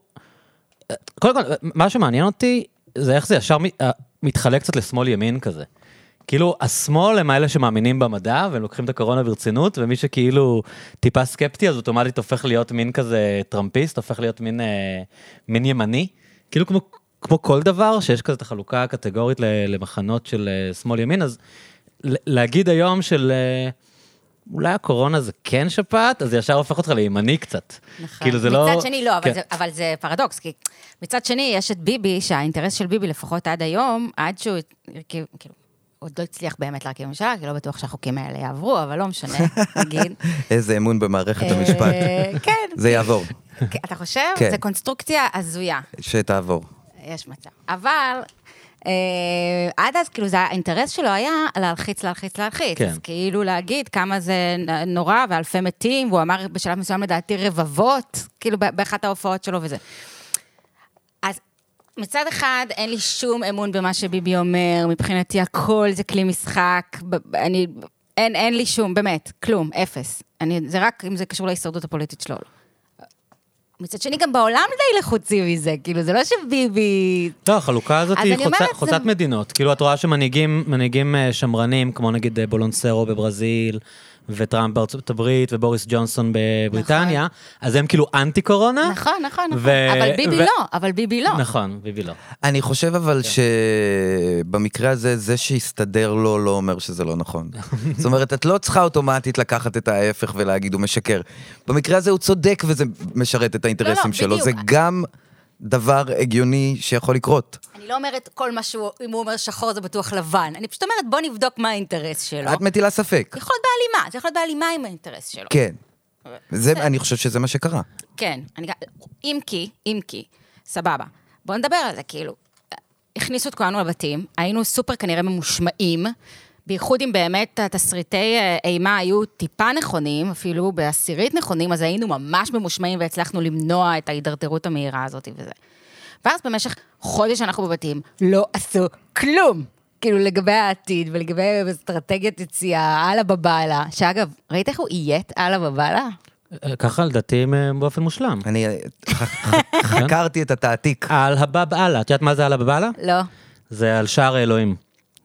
Speaker 1: קודם כל, מה שמעניין אותי זה איך זה ישר מ- אה, מתחלק קצת לשמאל-ימין כזה. כאילו, השמאל הם האלה שמאמינים במדע, והם לוקחים את הקורונה ברצינות, ומי שכאילו טיפה סקפטי, אז אוטומטית הופך להיות מין כזה טראמפיסט, הופך להיות מין, אה, מין ימני. כאילו כמו, כמו כל דבר, שיש כזה את החלוקה הקטגורית ל- למחנות של אה, שמאל-ימין, אז ל- להגיד היום של... אה, אולי הקורונה זה כן שפעת, אז זה ישר הופך אותך לימני קצת.
Speaker 3: נכון.
Speaker 1: כאילו זה לא...
Speaker 3: מצד שני, לא, אבל,
Speaker 1: כן.
Speaker 3: זה, אבל זה פרדוקס, כי מצד שני, יש את ביבי, שהאינטרס של ביבי, לפחות עד היום, עד שהוא הרכיב, כאילו, עוד לא הצליח באמת להרכיב ממשלה, כי לא בטוח שהחוקים האלה יעברו, אבל לא
Speaker 1: (laughs)
Speaker 3: משנה, נגיד.
Speaker 2: איזה אמון במערכת המשפט.
Speaker 3: אה, כן,
Speaker 2: זה יעבור,
Speaker 3: כן, אתה חושב?
Speaker 2: כן.
Speaker 3: זה קונסטרוקציה הזויה.
Speaker 2: שתעבור.
Speaker 3: יש מצב. אבל אה, עד אז, כאילו, זה האינטרס שלו היה להלחיץ, להלחיץ, להלחיץ.
Speaker 1: כן.
Speaker 3: כן. אז כאילו להגיד כמה זה נ- נורא ואלפי מתים, והוא אמר בשלב מסוים לדעתי רבבות, כאילו ב- באחת ההופעות שלו וזה. אז מצד אחד, אין לי שום אמון במה שביבי אומר, מבחינתי הכל זה כלי משחק, ב- ב- אני, אין, אין לי שום, באמת, כלום, אפס. אני, זה רק אם זה קשור להישרדות הפוליטית שלו. מצד שני, גם בעולם די לחוצים מזה, כאילו, זה לא שביבי...
Speaker 1: לא, החלוקה הזאת
Speaker 3: אז
Speaker 1: היא
Speaker 3: אני
Speaker 1: חוצה,
Speaker 3: אומרת, זה-
Speaker 1: חוצת מדינות. כאילו, את רואה שמנהיגים מנהיגים אה, שמרנים, כמו נגיד אה, בולונסרו בברזיל, וטראמפ בארצות הברית, ובוריס ג'ונסון בבריטניה, אז הם כאילו אנטי קורונה.
Speaker 3: נכון, נכון, נכון.
Speaker 1: ו-
Speaker 3: אבל ביבי
Speaker 1: ו-
Speaker 3: לא, אבל ביבי לא.
Speaker 1: נכון, ביבי לא.
Speaker 2: אני חושב אבל
Speaker 3: כן.
Speaker 2: שבמקרה הזה, זה שהסתדר לו לא אומר שזה לא
Speaker 3: (laughs)
Speaker 2: נכון. זאת אומרת, את לא צריכה אוטומטית לקחת את ההפך ולהגיד הוא משקר. במקרה הזה הוא צודק וזה משרת את
Speaker 3: לא,
Speaker 2: האינטרסים
Speaker 3: לא,
Speaker 2: שלו. זה
Speaker 3: בדיוק.
Speaker 2: גם דבר הגיוני שיכול לקרות.
Speaker 3: אני לא אומרת כל מה שהוא, אם הוא אומר שחור זה בטוח לבן. אני פשוט אומרת, בוא נבדוק מה האינטרס שלו.
Speaker 2: את מטילה ספק.
Speaker 3: לא. יכול להיות בהלימה, זה יכול להיות בהלימה עם האינטרס שלו.
Speaker 2: כן. זה, אני חושב שזה מה שקרה.
Speaker 3: כן, אני... גם- אם כי, אם כי, סבבה. בואו נדבר על זה, כאילו. הכניסו את כולנו לבתים, היינו סופר כנראה ממושמעים, בייחוד אם באמת התסריטי אה, אימה היו טיפה נכונים, אפילו בעשירית נכונים, אז היינו ממש ממושמעים והצלחנו למנוע את ההידרדרות המהירה הזאת וזה. ואז במשך חודש אנחנו בבתים, לא עשו כלום. כאילו, לגבי העתיד ולגבי אסטרטגיית יציאה, אללה בבאללה. שאגב, ראית איך הוא איית אללה בבאללה?
Speaker 1: אה, ככה לדעתי הם, אה, באופן מושלם.
Speaker 3: (laughs)
Speaker 2: אני אה, ח- ח- חקרתי את התעתיק.
Speaker 1: על הבבעלה, את יודעת מה זה על הבבעלה?
Speaker 3: לא.
Speaker 1: זה על שער האלוהים.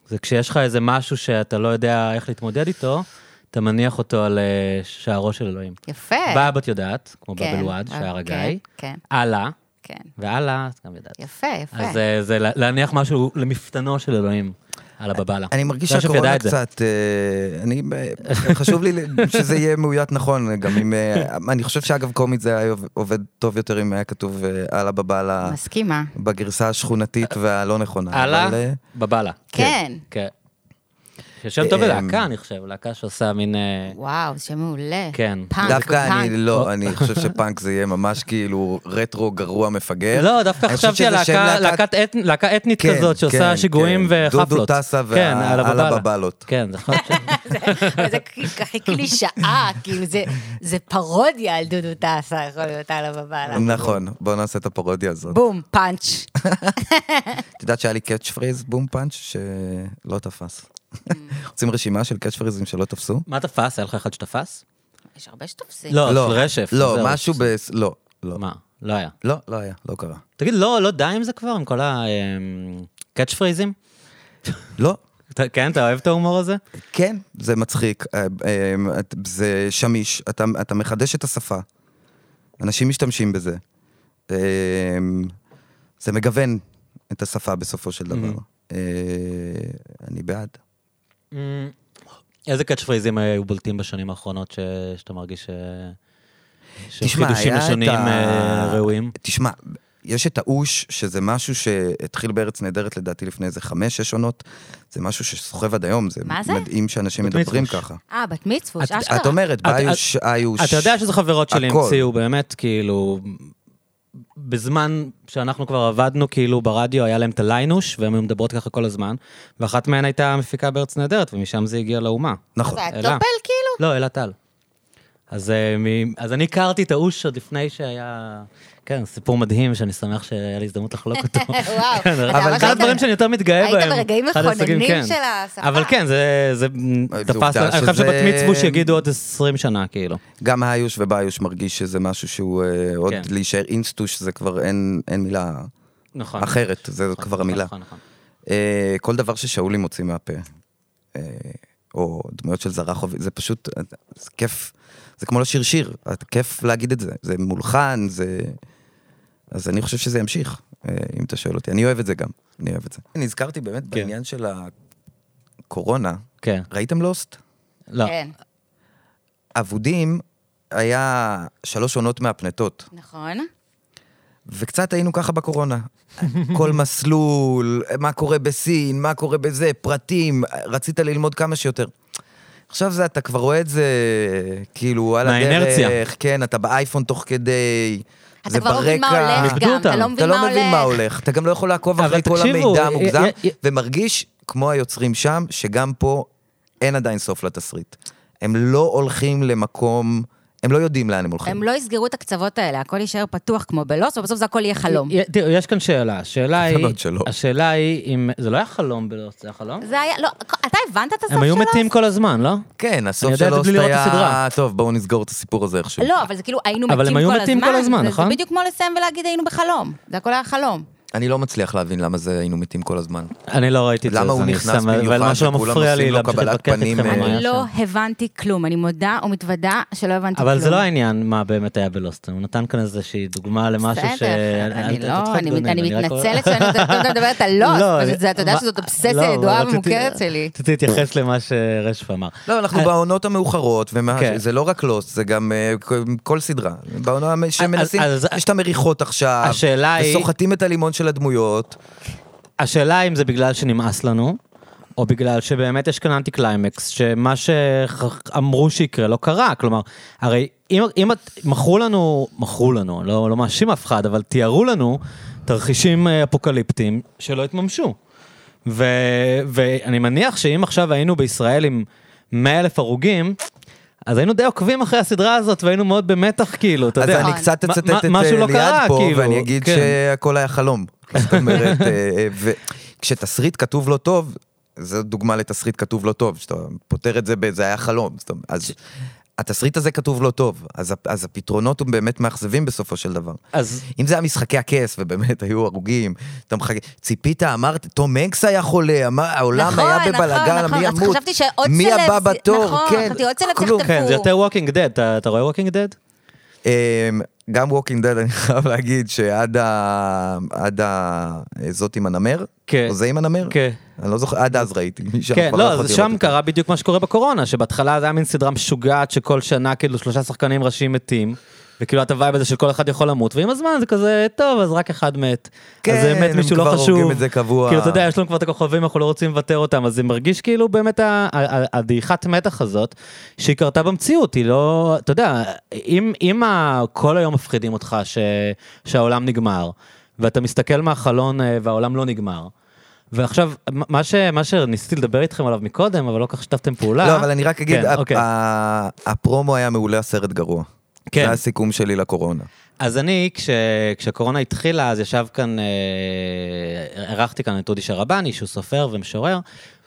Speaker 1: זה כשיש לך איזה משהו שאתה לא יודע איך להתמודד איתו, אתה מניח אותו על אה, שערו של אלוהים.
Speaker 3: יפה.
Speaker 1: בב את יודעת, כמו
Speaker 3: כן,
Speaker 1: בבלוואד,
Speaker 3: אה,
Speaker 1: שער
Speaker 3: כן,
Speaker 1: הגיא.
Speaker 3: כן.
Speaker 1: אללה,
Speaker 3: כן.
Speaker 1: ואללה, את גם יודעת.
Speaker 3: יפה, יפה.
Speaker 1: אז אה, זה לה- להניח משהו למפתנו של אלוהים על הבבלה.
Speaker 2: אני מרגיש
Speaker 1: זה שידע
Speaker 2: שהקורונה
Speaker 1: את זה.
Speaker 2: קצת, אה, אני, אה, חשוב לי (laughs) ל- שזה יהיה מאוית נכון, גם אם, אה, אני חושב שאגב קומית זה היה עובד- עובד טוב יותר אם היה כתוב אה, אללה בבעלה
Speaker 3: מסכימה.
Speaker 2: בגרסה השכונתית והלא נכונה.
Speaker 1: אללה,
Speaker 2: אבל, אה,
Speaker 1: בבלה.
Speaker 3: כן.
Speaker 1: כן. שיושב טוב בלהקה,
Speaker 2: אה,
Speaker 1: אני חושב, להקה שעושה מין... אה,
Speaker 3: וואו, שם מעולה.
Speaker 1: כן.
Speaker 3: פאנק,
Speaker 2: דווקא אני
Speaker 3: פאנק.
Speaker 2: לא, אני חושב שפאנק זה יהיה ממש כאילו רטרו גרוע מפגר.
Speaker 1: לא, דווקא
Speaker 2: אני חושב
Speaker 1: חשבתי על
Speaker 2: שזה שם
Speaker 1: להקה-
Speaker 2: להקת-
Speaker 1: להקת אתנ- להקה אתנית
Speaker 2: כן,
Speaker 1: כזאת
Speaker 2: כן,
Speaker 1: שעושה שיגועים
Speaker 2: כן.
Speaker 1: וחפלות.
Speaker 2: דודו טסה
Speaker 1: כן, על
Speaker 2: והאללה
Speaker 1: הבבלה.
Speaker 2: בבלות.
Speaker 1: כן, זה יכול להיות ש- לא-
Speaker 3: אבל זה כ- הכי קלישאה, כאילו, זה- זה פרודיה על דודו טסה, יכול להיות עליו בבעלה.
Speaker 2: נכון, בוא נעשה את הפרודיה הזאת.
Speaker 3: בום, פאנץ'.
Speaker 2: את יודעת שהיה לי קאץ' פריז בום פאנץ' שלא תפס.
Speaker 3: Mm.
Speaker 2: רוצים רשימה של קאץ' פריזים שלא תפסו?
Speaker 1: מה תפס? היה לך אחד שתפס?
Speaker 3: יש הרבה שתופסים.
Speaker 1: לא, של רשף.
Speaker 2: לא,
Speaker 1: זהו.
Speaker 2: משהו ב... לא, לא.
Speaker 1: מה? לא היה.
Speaker 2: לא, לא היה, לא קרה.
Speaker 1: תגיד, לא לא די עם זה כבר? עם כל הקאץ' פרייזים?
Speaker 2: לא.
Speaker 1: אתה- כן, אתה אוהב את ההומור הזה?
Speaker 2: כן, זה מצחיק, אה, אה, את- זה שמיש, אתה, אתה מחדש את השפה. אנשים משתמשים בזה. אה, זה מגוון את השפה בסופו
Speaker 1: Mm-hmm.
Speaker 2: של דבר. אה, אני בעד.
Speaker 1: אמ, איזה קאץ' פרייזים היו בולטים בשנים האחרונות ש... שאתה מרגיש ש... שהם
Speaker 2: תשמע,
Speaker 1: חידושים
Speaker 2: היה את
Speaker 1: לשוניים
Speaker 2: ה-
Speaker 1: אה, ראויים?
Speaker 2: תשמע, יש את האוש, שזה משהו שהתחיל בארץ נהדרת לדעתי לפני איזה חמש-שש עונות. זה משהו שסוחב עד היום, זה
Speaker 3: מה זה?
Speaker 2: מדהים שאנשים
Speaker 1: בת
Speaker 2: מדברים
Speaker 1: מצווש.
Speaker 2: ככה.
Speaker 3: אה, בת
Speaker 2: את-
Speaker 3: מצווש, אשכרה.
Speaker 2: את אומרת,
Speaker 1: את-
Speaker 2: באיוש, איוש.
Speaker 1: אתה יודע שזה חברות שלי
Speaker 2: הכל.
Speaker 1: המציאו, באמת, כאילו... בזמן שאנחנו כבר עבדנו, כאילו, ברדיו, היה להם את הליינוש, והן היו מדברות ככה כל הזמן, ואחת מהן הייתה מפיקה בארץ נהדרת, ומשם זה הגיע לאומה.
Speaker 2: נכון.
Speaker 3: זה היה
Speaker 1: אלה.
Speaker 3: טופל, כאילו?
Speaker 1: לא, אלה טל. אז, אה, מ- אז אני הכרתי את האוש עוד לפני שהיה כן, סיפור מדהים שאני שמח שהיה לי הזדמנות לחלוק אותו.
Speaker 3: (laughs) וואו,
Speaker 1: כן,
Speaker 3: אתה ממש
Speaker 1: אבל אחד
Speaker 3: היית-
Speaker 1: הדברים שאני יותר מתגאה
Speaker 3: היית
Speaker 1: בהם.
Speaker 3: ברגעים
Speaker 1: אחד ההישגים,
Speaker 3: מכוננים
Speaker 1: כן.
Speaker 3: של השפה.
Speaker 1: אבל כן, זה זה
Speaker 2: זה
Speaker 1: תפס,
Speaker 2: עובדה
Speaker 1: אני חושב
Speaker 2: שזה-
Speaker 1: שבת מצוו שיגידו עוד 20 שנה, כאילו.
Speaker 2: גם האיוש ובאיוש מרגיש שזה משהו שהוא אה, עוד
Speaker 1: כן.
Speaker 2: להישאר אינסטוש, זה כבר אין אין מילה
Speaker 1: נכון.
Speaker 2: אחרת, זה
Speaker 1: נכון,
Speaker 2: כבר
Speaker 1: נכון,
Speaker 2: המילה.
Speaker 1: נכון, נכון.
Speaker 2: אה, כל דבר ששאולי מוציא מהפה, אה, או דמויות של זרחוב, זה פשוט, אה, זה כיף, זה כמו לשיר שיר, אה, כיף להגיד את זה, זה מולחן, זה... אז אני חושב שזה ימשיך, אה, אם אתה שואל אותי. אני אוהב את זה גם, אני אוהב את זה. נזכרתי באמת
Speaker 1: כן.
Speaker 2: בעניין של הקורונה,
Speaker 1: כן,
Speaker 2: ראיתם לוסט?
Speaker 1: לא.
Speaker 3: כן,
Speaker 2: אבודים היה שלוש עונות מהפנטות.
Speaker 3: נכון.
Speaker 2: וקצת היינו ככה בקורונה. כל מסלול, מה קורה בסין, מה קורה בזה, פרטים, רצית ללמוד כמה שיותר. עכשיו זה, אתה כבר רואה את זה, כאילו, על הדרך.
Speaker 1: מהאינרציה.
Speaker 2: כן, אתה באייפון תוך כדי,
Speaker 3: אתה
Speaker 2: זה
Speaker 3: כבר לא מבין מה
Speaker 2: ברקע.
Speaker 3: הולך
Speaker 1: לימדו
Speaker 3: גם, אתה
Speaker 1: אותנו.
Speaker 3: לא
Speaker 2: אתה
Speaker 3: מבין
Speaker 2: לא
Speaker 3: מה
Speaker 2: מבין מה
Speaker 3: הולך.
Speaker 2: הולך, אתה גם לא יכול לעקוב
Speaker 1: אבל
Speaker 2: אחרי כל
Speaker 1: תקשיבו,
Speaker 2: המידע
Speaker 1: י-
Speaker 2: המוגזם,
Speaker 1: י- י-
Speaker 2: ומרגיש, כמו היוצרים שם, שגם פה אין עדיין סוף לתסריט. הם לא הולכים למקום, הם לא יודעים לאן הם הולכים.
Speaker 3: הם לא יסגרו את הקצוות האלה, הכל יישאר פתוח כמו בלוס, ובסוף זה הכל יהיה חלום.
Speaker 1: י- תראו, יש כאן שאלה. השאלה
Speaker 2: יכול
Speaker 1: היא...
Speaker 2: להיות שלא.
Speaker 1: השאלה היא אם... זה לא היה חלום בלוס, זה היה חלום?
Speaker 3: זה היה, לא, אתה הבנת את הסוף שלו?
Speaker 1: הם היו מתים כל הזמן, לא?
Speaker 2: כן, הסוף
Speaker 1: אני יודע את
Speaker 2: של
Speaker 1: זה
Speaker 2: אוסט
Speaker 1: בלי לראות את
Speaker 2: היה...
Speaker 1: הסדרה.
Speaker 2: טוב, בואו נסגור את הסיפור הזה איכשהו.
Speaker 3: לא, אבל זה כאילו, היינו מתים
Speaker 1: אבל
Speaker 3: כל
Speaker 1: הם
Speaker 3: הזמן.
Speaker 1: היו מתים כל הזמן,
Speaker 3: זה-
Speaker 1: נכון?
Speaker 3: זה בדיוק כמו לסיים ולהגיד היינו בחלום. זה הכל היה חלום.
Speaker 2: אני לא מצליח להבין למה זה היינו מתים כל הזמן.
Speaker 1: אני לא ראיתי את זה,
Speaker 2: למה
Speaker 1: אז
Speaker 2: הוא
Speaker 1: אני
Speaker 2: נכנס
Speaker 1: סתם- אבל
Speaker 2: במיוחד
Speaker 1: מה שלא
Speaker 2: וכולם
Speaker 1: מפריע לי לא
Speaker 2: עושים לו
Speaker 1: להמשיך
Speaker 2: קבלת
Speaker 1: להתווכח
Speaker 2: פנים,
Speaker 1: איתכם
Speaker 2: אה,
Speaker 1: על מה
Speaker 3: אני
Speaker 1: היה
Speaker 3: לא
Speaker 1: שם.
Speaker 3: הבנתי כלום, אני מודה ומתוודה שלא הבנתי כלום.
Speaker 1: אבל זה לא העניין מה באמת היה בלוסט, הוא נתן כאן איזושהי דוגמה למשהו ש...
Speaker 3: בסדר,
Speaker 1: אל-
Speaker 3: אני
Speaker 1: אל- אל
Speaker 3: לא,
Speaker 1: תצחק,
Speaker 3: אני
Speaker 1: דודי,
Speaker 3: אני
Speaker 1: רק-
Speaker 3: מתנצלת שאני דווקא
Speaker 1: (laughs)
Speaker 3: מדברת על לוס,
Speaker 1: לא,
Speaker 3: פשוט זה- אתה יודע
Speaker 1: מה-
Speaker 3: שזאת אובססיה
Speaker 1: לא,
Speaker 3: ידועה
Speaker 1: אבל רציתי-
Speaker 3: ומוכרת שלי.
Speaker 1: רציתי להתייחס למה שרשף אמר.
Speaker 2: לא, אנחנו בעונות המאוחרות,
Speaker 1: כן.
Speaker 2: וזה לא רק לוסט, זה גם אה, כ- כל סדרה. בעונה המ- שמנסים,
Speaker 1: אז- אז-
Speaker 2: יש את המריחות עכשיו,
Speaker 1: השאלה היא-
Speaker 2: וסוחטים את הלימון של הדמויות.
Speaker 1: השאלה אם זה בגלל שנמאס לנו, או בגלל שבאמת יש כאן אנטי קליימקס, שמה שאמרו שיקרה לא קרה, כלומר, הרי אם, אם את, מכרו לנו, מכרו לנו, לא, לא מאשים אף אחד, אבל תיארו לנו תרחישים אה, אפוקליפטיים שלא התממשו. ו, ואני מניח שאם עכשיו היינו בישראל עם 100 אלף הרוגים, אז היינו די עוקבים אחרי הסדרה הזאת, והיינו מאוד במתח, כאילו, אתה
Speaker 2: אז
Speaker 1: יודע.
Speaker 2: אני קצת
Speaker 1: מה-
Speaker 2: אצטט
Speaker 1: מה-
Speaker 2: את אה,
Speaker 1: משהו לא
Speaker 2: ליעד
Speaker 1: קרה,
Speaker 2: פה,
Speaker 1: כאילו,
Speaker 2: ואני אגיד
Speaker 1: כן.
Speaker 2: שהכל היה חלום. זאת אומרת, אה, ו- כשתסריט כתוב לא טוב, זו דוגמה לתסריט כתוב לא טוב, שאתה פותר את זה ב"זה היה חלום". זאת אומרת, אז התסריט הזה כתוב לא טוב, אז ה- אז הפתרונות הם באמת מאכזבים בסופו של דבר.
Speaker 1: אז
Speaker 2: אם זה היה משחקי הכס, ובאמת היו הרוגים, אתה מחכה, ציפית, אמרת, תום הנקס היה חולה, אמר, העולם
Speaker 3: נכון,
Speaker 2: היה
Speaker 3: נכון,
Speaker 2: בבלאגן,
Speaker 3: נכון.
Speaker 2: מי
Speaker 3: אז
Speaker 2: ימות,
Speaker 3: חשבתי שעוד
Speaker 2: מי
Speaker 3: סלב
Speaker 2: הבא
Speaker 3: זה-
Speaker 2: בתור,
Speaker 3: נכון,
Speaker 2: כן,
Speaker 3: חשבתי, עוד סלב
Speaker 2: כלום.
Speaker 3: תחטפו.
Speaker 1: כן, זה יותר ווקינג דד, אתה אתה רואה ווקינג דד?
Speaker 2: אמ, גם ווקינג דד, (laughs) אני חייב להגיד שעד ה... עד ה... זאת עם הנמר,
Speaker 1: כן.
Speaker 2: או זה עם הנמר,
Speaker 1: כן.
Speaker 2: אני לא זוכר, עד אז ראיתי, משם
Speaker 1: כן,
Speaker 2: כבר
Speaker 1: לא,
Speaker 2: יכולתי
Speaker 1: אז
Speaker 2: לראות
Speaker 1: שם
Speaker 2: את זה.
Speaker 1: קרה בדיוק מה שקורה בקורונה, שבהתחלה זה היה מין סדרה משוגעת שכל שנה כאילו שלושה שחקנים ראשיים מתים, וכאילו את הווייב הזה של כל אחד יכול למות, ועם הזמן זה כזה, טוב, אז רק אחד מת.
Speaker 2: כן,
Speaker 1: אז באמת
Speaker 2: הם
Speaker 1: מישהו
Speaker 2: כבר
Speaker 1: לא
Speaker 2: הורגים
Speaker 1: חשוב.
Speaker 2: את זה קבוע.
Speaker 1: כאילו, אתה יודע, יש לנו כבר את הכוכבים, אנחנו לא רוצים לוותר אותם, אז זה מרגיש כאילו באמת ה- ה- ה- הדעיכת מתח הזאת, שהיא קרתה במציאות, היא לא, אתה יודע, אם, אם ה- כל היום מפחידים אותך ש, שהעולם נגמר, ואתה מסתכל מהחלון אה, והעולם לא נגמר, ועכשיו, מה- מה, ש, מה שניסיתי לדבר איתכם עליו מקודם, אבל לא כל כך שיתפתם פעולה.
Speaker 2: לא, אבל אני רק אגיד,
Speaker 1: כן,
Speaker 2: ה-
Speaker 1: אוקיי.
Speaker 2: ה- הפרומו היה מעולה, הסרט גרוע.
Speaker 1: כן.
Speaker 2: זה הסיכום שלי לקורונה.
Speaker 1: אז אני, כש, כשקורונה התחילה, אז ישב כאן, אה, אירחתי כאן את אודי שרבני, שהוא סופר ומשורר,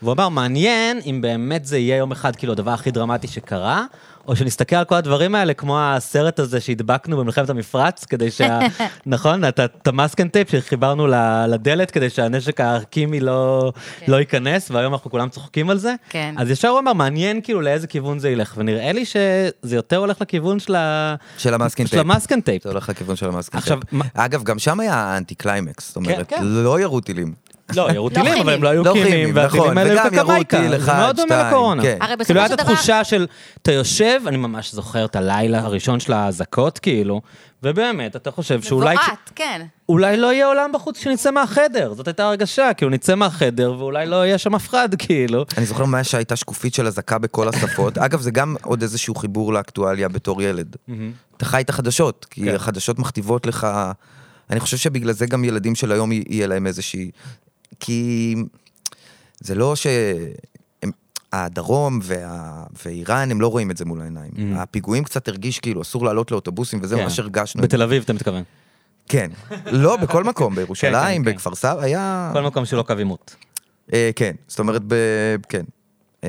Speaker 1: והוא אמר, מעניין אם באמת זה יהיה יום אחד כאילו הדבר הכי דרמטי שקרה, או שנסתכל על כל הדברים האלה כמו הסרט הזה שהדבקנו במלחמת המפרץ, כדי שה... נכון? את ה- את המאסק אנד טייפ שחיברנו ל- לדלת כדי שהנשק הכימי לא, לא ייכנס, והיום אנחנו כולם צוחקים על זה.
Speaker 3: כן.
Speaker 1: אז ישר הוא אמר, מעניין כאילו לאיזה כיוון זה ילך, ונראה לי שזה יותר הולך לכיוון של ה...
Speaker 2: של המאסקינג
Speaker 1: של
Speaker 2: טייפ.
Speaker 1: המאסק טייפ.
Speaker 2: זה הולך לכיוון של המאסקינג
Speaker 1: עכשיו,
Speaker 2: טייפ.
Speaker 1: מה-
Speaker 2: אגב, גם שם היה אנטי קליימקס, זאת אומרת,
Speaker 1: כן.
Speaker 2: לא ירו טילים.
Speaker 1: לא, ירו טילים, אבל
Speaker 3: כימיים.
Speaker 1: הם לא היו
Speaker 2: לא
Speaker 1: כימיים,
Speaker 2: כימיים, נכון,
Speaker 1: והטילים האלה
Speaker 2: וגם
Speaker 1: היו
Speaker 2: ירו
Speaker 1: קקמייקה.
Speaker 2: טיל
Speaker 1: זה
Speaker 2: אחד,
Speaker 1: מאוד דומה
Speaker 2: שתיים,
Speaker 1: לקורונה.
Speaker 2: כן.
Speaker 3: הרי בסופו
Speaker 1: כאילו, הייתה את
Speaker 3: של דבר-
Speaker 1: התחושה של, אתה יושב, אני ממש זוכר את הלילה הראשון של האזעקות, כאילו, ובאמת, אתה חושב שאולי...
Speaker 3: מבועת, כן.
Speaker 1: אולי לא יהיה עולם בחוץ כשנצא מהחדר, זאת הייתה הרגשה, כאילו נצא מהחדר ואולי לא יהיה שם אף אחד, כאילו.
Speaker 2: אני זוכר מה שהייתה שקופית של אזעקה בכל
Speaker 1: (coughs)
Speaker 2: השפות. אגב, זה גם עוד איזשהו חיבור לאקטואליה בתור ילד. אתה חי את החדשות, כי
Speaker 1: כן.
Speaker 2: החדשות מכתיבות לך... אני חושב שבגלל זה גם ילדים של היום יה- יהיה להם איזושהי... כי זה לא ש... הם- הדרום וה... ואיראן, הם לא רואים את זה מול העיניים. הפיגועים קצת הרגיש כאילו, אסור לעלות לאוטובוסים וזה,
Speaker 1: כן.
Speaker 2: ממש הרגשנו את זה.
Speaker 1: בתל אביב, אתה מתכוון.
Speaker 2: כן. לא, בכל מקום, בירושלים,
Speaker 1: (laughs) כן, כן.
Speaker 2: בכפר סבא, היה...
Speaker 1: כל מקום שלא קו עימות.
Speaker 2: אה, כן, זאת אומרת, ב... כן. אה,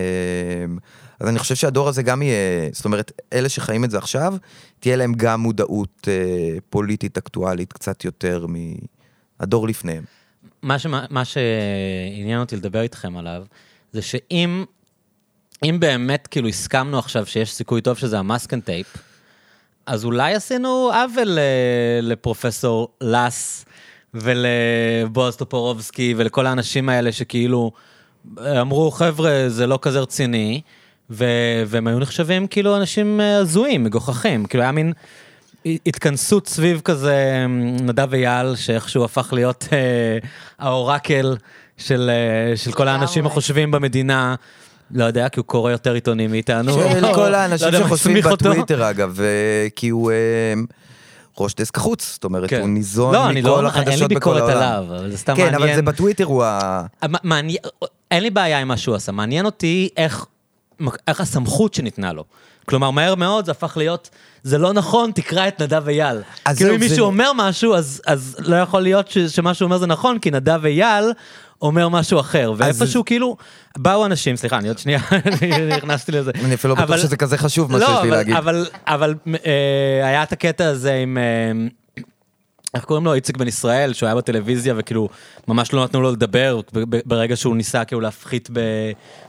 Speaker 2: אז אני חושב שהדור הזה גם יהיה, זאת אומרת, אלה שחיים את זה עכשיו, תהיה להם גם מודעות אה, פוליטית אקטואלית קצת יותר מהדור לפניהם.
Speaker 1: מה, ש... מה שעניין אותי לדבר איתכם עליו, זה שאם אם באמת כאילו הסכמנו עכשיו שיש סיכוי טוב שזה המאסק אנד טייפ, אז אולי עשינו עוול אה, לפרופסור לס ולבועז טופורובסקי ולכל האנשים האלה שכאילו אה, אמרו, חבר'ה, זה לא כזה רציני, ו- והם היו נחשבים כאילו אנשים אה, הזויים, מגוחכים, כאילו היה מין... התכנסות סביב כזה אמ, נדב אייל, שאיכשהו הפך להיות אה, האורקל של, אה, של כל האנשים
Speaker 3: לגמרי.
Speaker 1: החושבים במדינה. לא יודע, כי הוא קורא יותר עיתונים מאיתנו.
Speaker 2: של
Speaker 1: או-
Speaker 2: כל
Speaker 1: לא
Speaker 2: האנשים
Speaker 1: יודע מה
Speaker 2: שחושבים
Speaker 1: הסמיך אותו.
Speaker 2: בטוויטר, אגב, אה, כי הוא אה, ראש דסק החוץ, זאת אומרת,
Speaker 1: כן.
Speaker 2: הוא ניזון
Speaker 1: לא, אני לא-
Speaker 2: מכל
Speaker 1: אין לי
Speaker 2: החדשות בכל
Speaker 1: ביקורת עליו,
Speaker 2: העולם.
Speaker 1: אבל זה סתם
Speaker 2: כן, אבל זה
Speaker 1: מעניין.
Speaker 2: בטוויטר הוא ה...
Speaker 1: מה- מעניין, אין לי בעיה עם מה שהוא עשה, מעניין אותי איך, איך הסמכות שניתנה לו. כלומר, מהר מאוד זה הפך להיות, זה לא נכון, תקרא את נדב אייל.
Speaker 2: אז
Speaker 1: כאילו
Speaker 2: זהו,
Speaker 1: אם
Speaker 2: זה-
Speaker 1: מישהו אומר משהו, אז, אז לא יכול להיות ש, שמה שהוא אומר זה נכון, כי נדב אייל אומר משהו אחר. ואיפשהו כאילו, באו אנשים, סליחה, אני עוד שנייה (laughs) אני נכנסתי לזה.
Speaker 2: אני אפילו לא
Speaker 1: אבל-
Speaker 2: בטוח שזה כזה חשוב מה
Speaker 1: לא,
Speaker 2: שיש לי
Speaker 1: אבל-
Speaker 2: להגיד.
Speaker 1: אבל, אבל אה, היה את הקטע הזה עם... אה, איך קוראים לו? איציק בן ישראל, שהוא היה בטלוויזיה וכאילו ממש לא נתנו לו לדבר ב- ב- ברגע שהוא ניסה כאילו להפחית ב,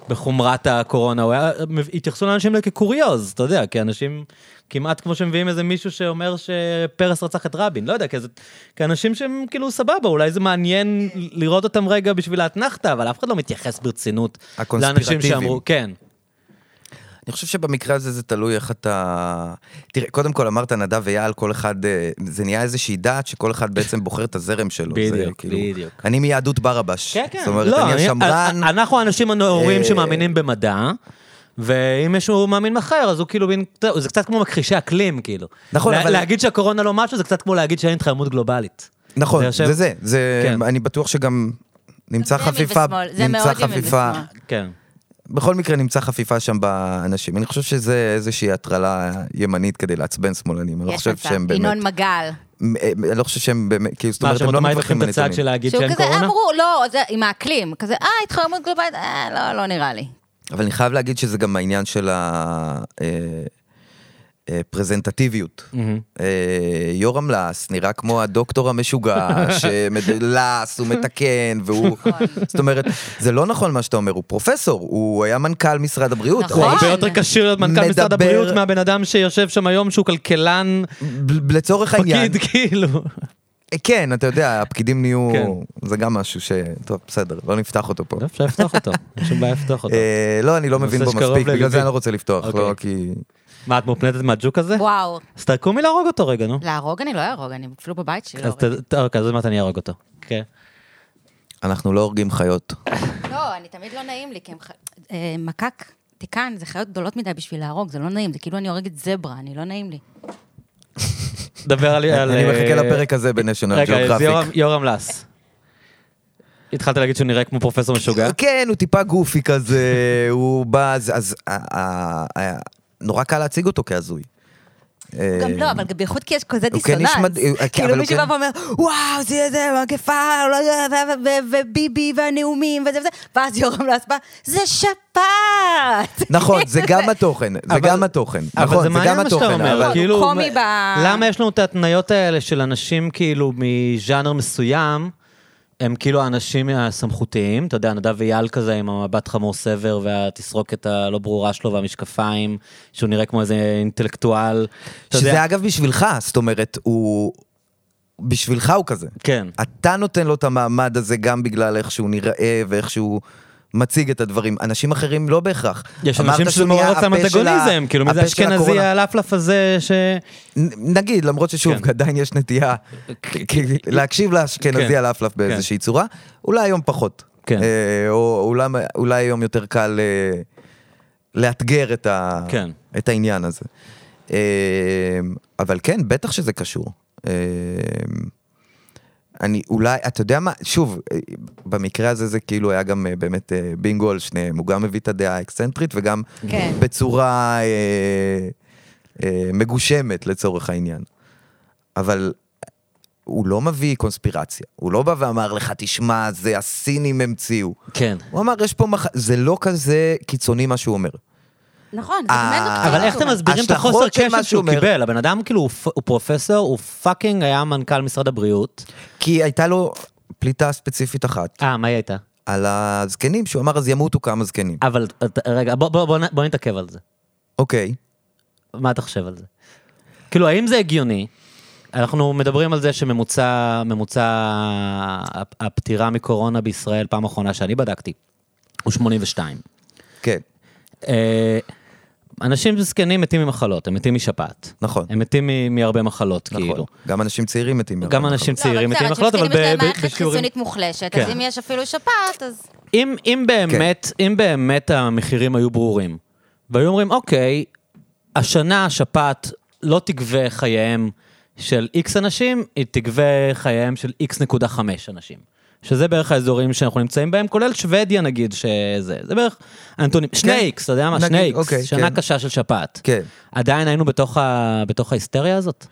Speaker 1: בחומרת הקורונה. הוא היה, אה, התייחסו לאנשים האלה כקוריוז, אתה יודע, כאנשים כמעט כמו שמביאים איזה מישהו שאומר שפרס רצח את רבין, לא יודע, כאיזה, כאנשים שהם כאילו סבבה, אולי זה מעניין לראות אותם רגע בשביל האתנחתא, אבל אף אחד לא מתייחס ברצינות לאנשים
Speaker 2: הקונספירטיביים.
Speaker 1: שאמרו, כן.
Speaker 2: אני חושב שבמקרה הזה זה תלוי איך אתה... תראה, קודם כל אמרת נדב אייל, כל אחד, אה, זה נהיה איזושהי דת שכל אחד בעצם בוחר את הזרם שלו. זה
Speaker 1: בדיוק,
Speaker 2: כאילו-
Speaker 1: בדיוק.
Speaker 2: אני מיהדות ברבש.
Speaker 1: כן, אה, כן.
Speaker 2: זאת אומרת, אני השמרן,
Speaker 1: אנ- אנחנו האנשים הנאורים
Speaker 2: אה,
Speaker 1: שמאמינים במדע, ואם מישהו מאמין אחר, אז הוא כאילו מין... זה קצת כמו מכחישי אקלים, כאילו.
Speaker 2: נכון,
Speaker 1: לה-
Speaker 2: אבל-
Speaker 1: להגיד שהקורונה לא משהו, זה קצת כמו להגיד שאין התחממות גלובלית.
Speaker 2: נכון,
Speaker 1: יושב-
Speaker 2: זה זה, זה,
Speaker 1: כן.
Speaker 2: אני בטוח שגם נמצא
Speaker 3: זה ימין
Speaker 2: חפיפה,
Speaker 3: ושמאל, זה
Speaker 2: נמצא
Speaker 3: מאוד ימין
Speaker 2: חפיפה,
Speaker 3: ושמאל.
Speaker 1: כן.
Speaker 2: בכל מקרה נמצא חפיפה שם באנשים. אני חושב שזה איזושהי הטרלה ימנית כדי לעצבן שמאלנים, אני לא
Speaker 3: יש
Speaker 2: חושב
Speaker 3: מצב.
Speaker 2: שהם באמת,
Speaker 3: ינון מגל.
Speaker 2: מ- אני לא חושב שהם באמת, כאילו, זאת
Speaker 1: מה,
Speaker 2: אומרת, הם
Speaker 1: שמות
Speaker 2: לא
Speaker 1: מה התחיל
Speaker 2: מברכים
Speaker 1: את הצעד
Speaker 2: בנתונים.
Speaker 1: של להגיד
Speaker 3: שהוא
Speaker 1: שאין
Speaker 3: כזה
Speaker 1: קורונה?
Speaker 3: אמרו, לא, זה עם האקלים. כזה, אה, התחממות גלובלית, אה, לא, לא נראה לי.
Speaker 2: אבל אני חייב להגיד שזה גם העניין של אה, הפרזנטטיביות. אה, יורם לס נראה כמו הדוקטור
Speaker 1: (laughs)
Speaker 2: המשוגע, שלס, הוא מתקן, והוא...
Speaker 1: נכון.
Speaker 2: זאת אומרת, זה לא נכון מה שאתה אומר, הוא פרופסור, הוא היה מנכ"ל משרד הבריאות.
Speaker 1: הוא הרבה
Speaker 3: נכון.
Speaker 1: יותר כשיר להיות מנכ"ל משרד
Speaker 2: מדבר-
Speaker 1: הבריאות מהבן אדם שיושב שם היום שהוא כלכלן,
Speaker 2: ב- לצורך העניין,
Speaker 1: פקיד, כאילו.
Speaker 2: כן, אתה יודע, הפקידים נהיו,
Speaker 1: כן.
Speaker 2: זה גם משהו ש... טוב, בסדר, לא נפתח אותו פה.
Speaker 1: לא, אפשר לפתוח אותו, אין שום בעיה לפתוח אותו.
Speaker 2: אה, לא, אני לא מבין
Speaker 1: נושא
Speaker 2: בו
Speaker 1: שקרוב
Speaker 2: מספיק, בגלל
Speaker 1: לליבי.
Speaker 2: זה אני לא רוצה לפתוח, לא
Speaker 1: אוקיי.
Speaker 2: כי...
Speaker 1: מה, את מופנטת מהג'וק הזה?
Speaker 3: וואו.
Speaker 1: אז תקומי להרוג אותו רגע, נו.
Speaker 3: להרוג אני לא אהרוג, אני אפילו בבית שלי לא
Speaker 1: אז
Speaker 3: אהרוג.
Speaker 1: ת- ת- אוקיי, אז עוד מעט אני אהרוג אותו. כן.
Speaker 2: אנחנו לא הורגים חיות.
Speaker 3: לא, אני תמיד לא נעים לי, כי הם ח... אה, מקק, תיקן, זה חיות גדולות מדי בשביל להרוג, זה לא נעים, זה כאילו אני הורגת זברה, אני לא נעים לי.
Speaker 1: דבר על... על-
Speaker 2: אני מחכה לפרק הזה בנשיונל
Speaker 1: רגע, אז יורם-
Speaker 2: ג'אוגרפיק.
Speaker 1: יורם לס. התחלת להגיד שהוא נראה כמו פרופסור משוגע?
Speaker 2: כן, הוא טיפה גופי כזה, (laughs) הוא בא, אז- אז ה- ה- ה- נורא קל להציג אותו כהזוי.
Speaker 3: גם
Speaker 2: אה,
Speaker 3: לא, אבל גם בייחוד כי יש כזה
Speaker 2: הוא כן
Speaker 3: דיסוננס.
Speaker 2: איש מד- אה, כן, אבל
Speaker 3: כאילו
Speaker 2: הוא
Speaker 3: מישהו
Speaker 2: כן-
Speaker 3: בא ואומר, וואו, זה זה, מגפה, לא יודע, ו- ו- ו- וביבי והנאומים וזה וזה, ואז יורם לאס בא, זה שפעת.
Speaker 2: נכון, זה
Speaker 3: (laughs)
Speaker 2: גם התוכן, זה
Speaker 1: אבל-
Speaker 2: גם התוכן.
Speaker 1: אבל
Speaker 2: נכון,
Speaker 1: זה
Speaker 2: זה
Speaker 1: מעניין
Speaker 2: גם
Speaker 1: מה שאתה
Speaker 2: התוכן.
Speaker 1: אומר,
Speaker 2: אבל-
Speaker 3: נכון,
Speaker 1: כאילו...
Speaker 3: הוא קומי
Speaker 1: מ-
Speaker 3: ב-
Speaker 1: למה יש לנו את ההתניות האלה של אנשים כאילו מז'אנר מסוים, הם כאילו האנשים הסמכותיים, אתה יודע, נדב אייל כזה עם המבט חמור סבר והתסרוקת הלא ברורה שלו והמשקפיים, שהוא נראה כמו איזה אינטלקטואל. אתה יודע-
Speaker 2: שזה אגב בשבילך, זאת אומרת, הוא... בשבילך הוא כזה.
Speaker 1: כן.
Speaker 2: אתה נותן לו את המעמד הזה גם בגלל איך שהוא נראה ואיך שהוא מציג את הדברים. אנשים אחרים לא בהכרח.
Speaker 1: יש
Speaker 2: אמרת
Speaker 1: אנשים שזה
Speaker 2: שהוא
Speaker 1: מעורר
Speaker 2: נהיה
Speaker 1: אצלם
Speaker 2: הפה של ה-
Speaker 1: אנטגוניזם, כאילו מי זה
Speaker 2: הפה של
Speaker 1: האשכנזי
Speaker 2: הקורונה.
Speaker 1: הלפלף הזה ש...
Speaker 2: נ- נגיד, למרות ששוב,
Speaker 1: כן.
Speaker 2: עדיין יש נטייה כ- כ- להקשיב
Speaker 1: כן.
Speaker 2: לאשכנזי הלפלף באיזושהי צורה, אולי היום פחות.
Speaker 1: כן.
Speaker 2: אה, או אולי- אולי היום יותר קל אה, לאתגר את ה-
Speaker 1: כן.
Speaker 2: את העניין הזה. אה, אבל כן, בטח שזה קשור. אה, אני אולי, אתה יודע מה, שוב, אה, במקרה הזה זה כאילו היה גם אה, באמת אה, בינגו על שניהם, הוא גם הביא את הדעה האקסצנטרית וגם
Speaker 3: כן.
Speaker 2: בצורה אה, אה, מגושמת לצורך העניין. אבל הוא לא מביא קונספירציה. הוא לא בא ואמר לך, תשמע, זה הסינים המציאו.
Speaker 1: כן.
Speaker 2: הוא אמר, יש פה מח... זה לא כזה קיצוני מה שהוא אומר.
Speaker 3: נכון, זה לא, באמת
Speaker 2: אה,
Speaker 1: אבל איך אתם מסבירים את
Speaker 2: ההשלכות
Speaker 1: החוסר
Speaker 2: של מה
Speaker 1: קשב
Speaker 2: שהוא
Speaker 1: שהוא
Speaker 2: אומר-
Speaker 1: קיבל? הבן אדם כאילו הוא פ- הוא פרופסור, הוא פאקינג היה מנכ"ל משרד הבריאות.
Speaker 2: כי הייתה לו פליטה ספציפית אחת
Speaker 1: אה, מה היא הייתה?
Speaker 2: על הזקנים, שהוא אמר, אז ימותו כמה זקנים.
Speaker 1: אבל אה, רגע, בוא- בוא- בוא נ- בוא נתעכב על זה.
Speaker 2: אוקיי.
Speaker 1: מה אתה חושב על זה? כאילו, האם זה הגיוני? אנחנו מדברים על זה שממוצע ממוצע הפ- הפטירה מקורונה בישראל, פעם אחרונה שאני בדקתי, הוא 82.
Speaker 2: כן,
Speaker 1: אה, אנשים זקנים מתים ממחלות, הם מתים משפעת.
Speaker 2: נכון.
Speaker 1: הם מתים מ- מהרבה מחלות,
Speaker 2: נכון. לא,
Speaker 1: כאילו.
Speaker 2: גם אנשים צעירים מתים.
Speaker 1: גם
Speaker 2: מהרבה
Speaker 1: אנשים
Speaker 2: מחלות.
Speaker 1: צעירים מתים ממחלות, אבל ב-
Speaker 3: בשיעורים...
Speaker 1: ב-
Speaker 3: מערכת
Speaker 1: בשיעורים...
Speaker 3: חיסונית מוחלשת,
Speaker 1: כן.
Speaker 3: אז אם יש אפילו שפעת, אז...
Speaker 1: אם, אם, באמת,
Speaker 2: כן.
Speaker 1: אם באמת המחירים היו ברורים, והיו אומרים, אוקיי, השנה השפעת לא תגבה חייהם של איקס אנשים, היא תגבה חייהם של איקס נקודה חמש אנשים. שזה בערך האזורים שאנחנו נמצאים בהם, כולל שוודיה נגיד, שזה, זה בערך הנתונים, שני איקס, אתה יודע מה,
Speaker 2: כן. נגיד,
Speaker 1: שני איקס,
Speaker 2: אוקיי,
Speaker 1: שנה
Speaker 2: כן.
Speaker 1: קשה של שפעת.
Speaker 2: כן.
Speaker 1: עדיין היינו בתוך, ה, בתוך ההיסטריה הזאת?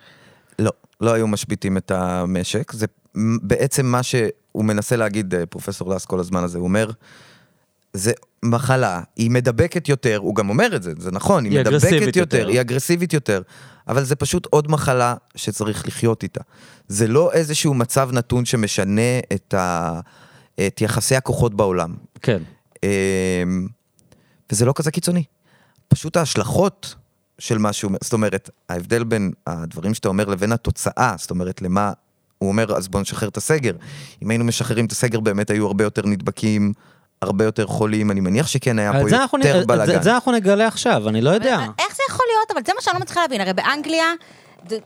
Speaker 2: לא, לא היו משביתים את המשק. זה מ- בעצם מה שהוא מנסה להגיד, אה, פרופסור לס, כל הזמן הזה. הוא אומר, זה מחלה, היא מדבקת יותר, הוא גם אומר את זה, זה נכון, היא,
Speaker 1: היא אגרסיבית
Speaker 2: מדבקת יותר,
Speaker 1: יותר.
Speaker 2: היא אגרסיבית יותר, אבל זה פשוט עוד מחלה שצריך לחיות איתה. זה לא איזשהו מצב נתון שמשנה את, ה... את יחסי הכוחות בעולם.
Speaker 1: כן.
Speaker 2: אמ, וזה לא כזה קיצוני. פשוט ההשלכות של מה שהוא אומר, זאת אומרת, ההבדל בין הדברים שאתה אומר לבין התוצאה, זאת אומרת, למה הוא אומר, אז בוא נשחרר את הסגר. אם היינו משחררים את הסגר, באמת היו הרבה יותר נדבקים, הרבה יותר חולים, אני מניח שכן היה
Speaker 1: את
Speaker 2: פה
Speaker 1: זה, אנחנו, נ-
Speaker 2: יותר
Speaker 1: את- את, זה-
Speaker 2: בלאגן.
Speaker 1: את זה אנחנו נגלה עכשיו, אני לא יודע.
Speaker 3: איך זה יכול להיות? אבל זה מה שאני לא מצליחה להבין. הרי באנגליה, זה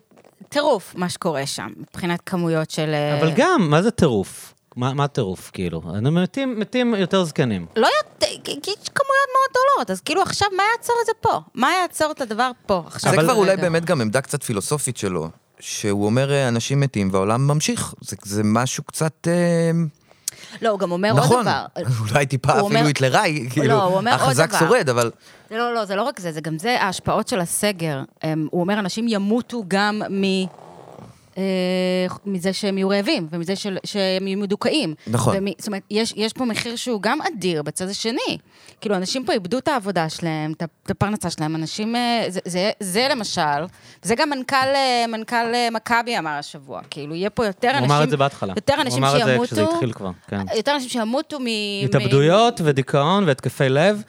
Speaker 3: טירוף מה שקורה שם, מבחינת כמויות של... אה,
Speaker 1: אבל גם, מה זה טירוף? מה, מה טירוף, כאילו? אני- מתים, מתים יותר זקנים.
Speaker 3: לא יודע, כי כי יש כמויות מאוד גדולות, אז כאילו עכשיו, מה יעצור את זה פה? מה יעצור את הדבר פה? עכשיו
Speaker 2: זה
Speaker 1: אבל-
Speaker 2: כבר אולי
Speaker 3: רגע.
Speaker 2: באמת גם עמדה קצת פילוסופית שלו, שהוא אומר, "אה, אנשים מתים והעולם ממשיך. זה, זה משהו קצת... אה,
Speaker 3: לא, הוא גם אומר עוד
Speaker 2: נכון,
Speaker 3: דבר.
Speaker 2: (laughs) אולי טיפה
Speaker 3: הוא אומר- לא,
Speaker 2: אפילו היטלראי,
Speaker 3: הוא
Speaker 2: כאילו,
Speaker 3: אומר עוד
Speaker 2: החזק
Speaker 3: דבר.
Speaker 2: שורד, אבל...
Speaker 3: זה לא, לא, זה לא רק זה, זה גם זה ההשפעות של הסגר. הם, הוא אומר, אנשים ימותו גם מ... אה, מזה שהם יהיו רעבים, ומזה של, שהם יהיו מדוכאים.
Speaker 2: נכון.
Speaker 3: ומ, זאת אומרת, יש, יש פה מחיר שהוא גם אדיר בצד השני. כאילו, אנשים פה איבדו את העבודה שלהם, את ה- את הפרנסה שלהם, אנשים... אה, זה, זה, זה למשל, זה גם מנכ"ל, אה, מנכ"ל אה, מכבי אמר השבוע, כאילו, יהיה פה יותר
Speaker 1: הוא
Speaker 3: אנשים...
Speaker 1: אמר את זה בהתחלה.
Speaker 3: יותר אנשים
Speaker 1: הוא אמר את זה
Speaker 3: שימותו...
Speaker 1: כשזה התחיל כבר, כן.
Speaker 3: יותר אנשים שימותו מ...
Speaker 1: התאבדויות ודיכאון והתקפי לב.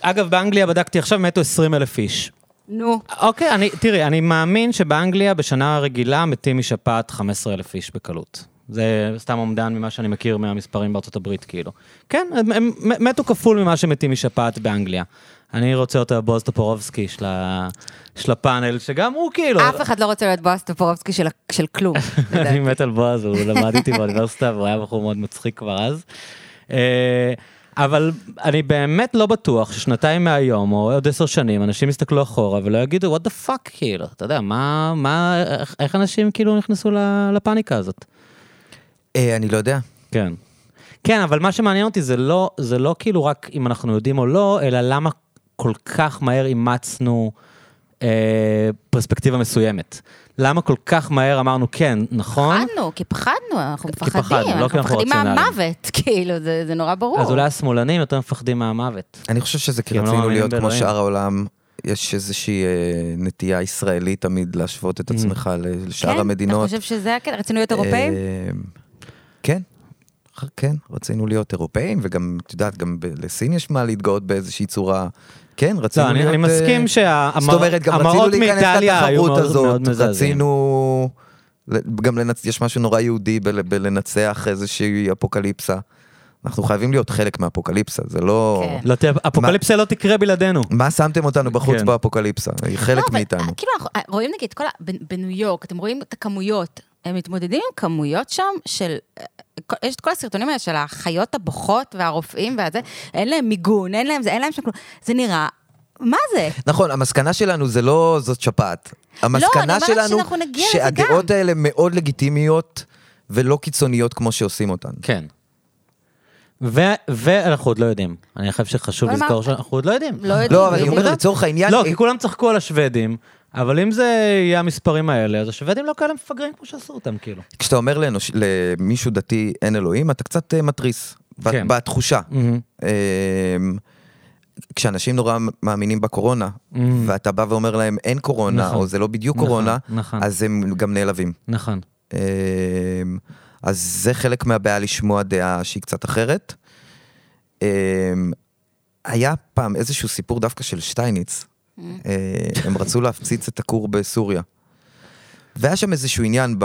Speaker 1: אגב, באנגליה בדקתי עכשיו, מתו 20 אלף איש.
Speaker 3: מ... נו.
Speaker 1: אוקיי, אני, תראי, אני מאמין שבאנגליה בשנה רגילה מתים משפעת 15 אלף איש בקלות. זה סתם אומדן ממה שאני מכיר מהמספרים בארצות הברית, כאילו. כן, הם, הם מ- מתו כפול ממה שמתים משפעת באנגליה. אני רוצה אותו בועז טופורובסקי של, ה, של הפאנל, שגם הוא כאילו...
Speaker 3: אף אחד לא רוצה להיות בועז טופורובסקי של- של
Speaker 1: (laughs)
Speaker 3: כלום.
Speaker 1: אני מת על בועז, הוא למד איתי באוניברסיטה, והוא היה בחור מאוד מצחיק כבר אז. אה, אבל אני באמת לא בטוח ששנתיים מהיום, או עוד עשר שנים, אנשים יסתכלו אחורה ולא יגידו, what the fuck, כאילו, אתה יודע, מה, מה, איך- איך אנשים כאילו נכנסו ל- לפאניקה הזאת?
Speaker 2: אה, אני לא יודע.
Speaker 1: כן. כן, אבל מה שמעניין אותי זה לא, זה לא כאילו רק אם אנחנו יודעים או לא, אלא למה כל כך מהר אימצנו אה, פרספקטיבה מסוימת. למה כל כך מהר אמרנו, כן, נכון?
Speaker 3: פחדנו, כי פחדנו, אנחנו
Speaker 1: פחדנו,
Speaker 3: מפחדים,
Speaker 1: לא כי
Speaker 3: אנחנו
Speaker 1: אנחנו
Speaker 3: מפחדים
Speaker 1: רציונליים.
Speaker 3: מהמוות, (laughs) כאילו, זה זה נורא ברור.
Speaker 1: אז אולי השמאלנים יותר מפחדים מהמוות.
Speaker 2: אני חושב שזה כי
Speaker 1: כי הם לא
Speaker 2: רצינו
Speaker 1: מאמינים
Speaker 2: להיות כמו
Speaker 1: באלוהים.
Speaker 2: שאר העולם. יש איזושהי אה, נטייה ישראלית תמיד להשוות
Speaker 1: Mm.
Speaker 2: את עצמך ל- לשאר
Speaker 3: כן,
Speaker 2: המדינות.
Speaker 3: אתה חושב שזה הקטע? רצינו להיות אירופאים?
Speaker 2: אה, כן, ח- כן, רצינו להיות אירופאים, וגם, את יודעת, גם ב- לסין יש מה להתגאות באיזושהי צורה. כן,
Speaker 1: לא,
Speaker 2: רצינו
Speaker 1: אני
Speaker 2: להיות...
Speaker 1: אני
Speaker 2: אה,
Speaker 1: מסכים
Speaker 2: זאת אומרת, גם רצינו
Speaker 1: שהמראות
Speaker 2: להיכנס
Speaker 1: מאיטליה היו
Speaker 2: לתחרות
Speaker 1: מאוד
Speaker 2: הזאת.
Speaker 1: מאוד מזעזעים.
Speaker 2: רצינו... ל- גם לנצ... יש משהו נורא יהודי בל... בלנצח איזושהי אפוקליפסה. אנחנו חייבים להיות חלק מאפוקליפסה, זה לא...
Speaker 3: כן.
Speaker 1: לא תהיה- אפוקליפסה לא תקרה בלעדינו.
Speaker 2: מה שמתם אותנו בחוץ
Speaker 1: כן.
Speaker 2: באפוקליפסה? היא חלק
Speaker 3: לא, אבל,
Speaker 2: מאיתנו.
Speaker 3: אה, כאילו, אנחנו אה, רואים נגיד, כל ה- בנ- בניו יורק, אתם רואים את הכמויות, הם מתמודדים עם כמויות שם של... אה, כל- יש את כל הסרטונים האלה של החיות הבוכות והרופאים והזה, אין להם מיגון, אין להם זה, אין להם שם כלום. זה נראה... מה זה?
Speaker 2: נכון, המסקנה שלנו זה לא זאת שפעת.
Speaker 3: לא, אני
Speaker 2: המסקנה
Speaker 3: אומרת
Speaker 2: שלנו,
Speaker 3: שאנחנו נגיע לזה גם.
Speaker 2: שהדעות האלה מאוד לגיטימיות ולא קיצוניות כמו שעושים אותן.
Speaker 1: כן. ו- ואנחנו עוד לא יודעים. אני חושב שחשוב
Speaker 3: אבל מה-
Speaker 1: לזכור שאנחנו עוד לא יודעים.
Speaker 3: לא יודעים.
Speaker 2: לא, אבל אני
Speaker 3: בדיוק.
Speaker 2: אומר, לצורך העניין...
Speaker 1: לא,
Speaker 2: אה,
Speaker 1: כי כולם צחקו על השוודים, אבל אם זה יהיה המספרים האלה, אז השוודים לא כאלה מפגרים כמו שעשו אותם, כאילו.
Speaker 2: כשאתה אומר לאנוש, למישהו דתי אין אלוהים, אתה קצת אה, מתריס.
Speaker 1: כן. Mm-hmm.
Speaker 2: כן. בתחושה. אה, כשאנשים נורא מאמינים בקורונה, ואתה בא ואומר להם אין קורונה,
Speaker 1: Mm-hmm. נכון.
Speaker 2: או זה לא בדיוק
Speaker 1: נכון,
Speaker 2: קורונה,
Speaker 1: נכון.
Speaker 2: אז הם גם נעלבים.
Speaker 1: נכון.
Speaker 2: אה, אז זה חלק מהבעיה לשמוע דעה שהיא קצת אחרת. אה, היה פעם איזשהו סיפור דווקא של שטייניץ, אה, הם רצו להפציץ את הכור בסוריה. והיה שם איזשהו עניין ב...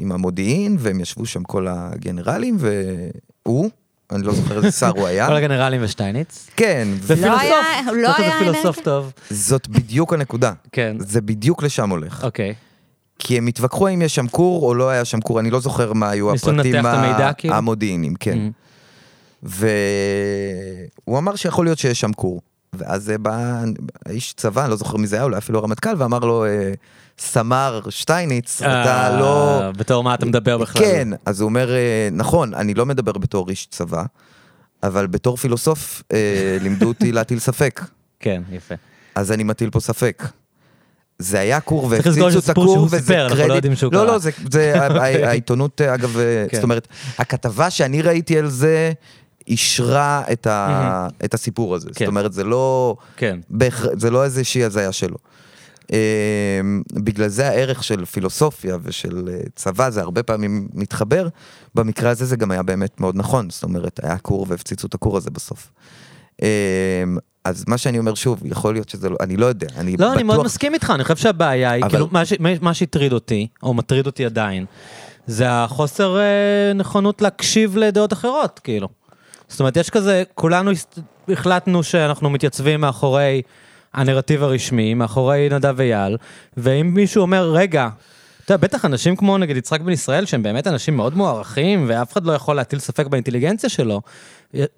Speaker 2: עם המודיעין, והם ישבו שם כל הגנרלים, והוא, אני לא זוכר איזה שר הוא היה.
Speaker 1: (laughs) כל הגנרלים ושטייניץ.
Speaker 2: כן,
Speaker 1: זה
Speaker 2: ו-
Speaker 1: פילוסוף.
Speaker 3: היה- הוא לא
Speaker 1: זאת
Speaker 3: היה
Speaker 1: פילוסוף
Speaker 3: אנרגיה.
Speaker 1: טוב.
Speaker 2: זאת בדיוק הנקודה.
Speaker 1: כן.
Speaker 2: זה בדיוק לשם הולך.
Speaker 1: אוקיי.
Speaker 2: כי הם התווכחו האם יש שם כור או לא היה שם כור, אני לא זוכר מה היו
Speaker 1: ניסו
Speaker 2: הפרטים
Speaker 1: לנתח את המידע,
Speaker 2: ה-
Speaker 1: כאילו? Mm.
Speaker 2: המודיעיניים, כן. והוא אמר שיכול להיות שיש שם כור. ואז אה, בא האיש צבא, אני לא זוכר מי זה היה, אולי אפילו הרמטכ"ל, ואמר לו, אה, סמ"ר שטייניץ, אתה
Speaker 1: אה,
Speaker 2: לא...
Speaker 1: בתור מה אתה מדבר בכלל?
Speaker 2: כן, אז הוא אומר, אה, נכון, אני לא מדבר בתור איש צבא, אבל בתור פילוסוף אה, לימדו אותי להטיל ספק,
Speaker 1: כן, יפה.
Speaker 2: אז אני מטיל פה ספק. זה היה כור
Speaker 1: צריך לזכור
Speaker 2: והפציצו את
Speaker 1: שזה סיפור
Speaker 2: הכור,
Speaker 1: שהוא
Speaker 2: וזה
Speaker 1: סיפר, אנחנו לא
Speaker 2: קרדיט-
Speaker 1: יודעים שהוא
Speaker 2: לא,
Speaker 1: קרא.
Speaker 2: לא, זה- זה
Speaker 1: (laughs)
Speaker 2: ה- ה- העיתונות, אה, אגב, אה,
Speaker 1: כן.
Speaker 2: זאת אומרת, הכתבה שאני ראיתי על זה, אישרה את ה- את הסיפור הזה.
Speaker 1: כן.
Speaker 2: זאת אומרת, זה לא...
Speaker 1: כן.
Speaker 2: בהכר- זה לא איזושהי הזיה שלו. אמ, בגלל זה הערך של פילוסופיה ושל אה, צבא זה הרבה פעמים מתחבר, במקרה הזה זה גם היה באמת מאוד נכון, זאת אומרת היה כור והפציצו את הכור הזה בסוף. אמ, אז מה שאני אומר שוב, יכול להיות שזה לא, אני לא יודע, אני
Speaker 1: לא, אני מאוד
Speaker 2: בטוח,
Speaker 1: מסכים איתך, אני חושב שהבעיה היא,
Speaker 2: אבל-
Speaker 1: כאילו, מה ש- מה- מה שהטריד אותי, או מטריד אותי עדיין, זה החוסר אה, נכונות להקשיב לדעות אחרות, כאילו. זאת אומרת, יש כזה, כולנו הס- החלטנו שאנחנו מתייצבים מאחורי הנרטיב הרשמי, מאחורי נדב אייל, ואם מישהו אומר, רגע, אתה יודע, בטח אנשים כמו נגיד יצחק בן ישראל, שהם באמת אנשים מאוד מוערכים, ואף אחד לא יכול להטיל ספק באינטליגנציה שלו,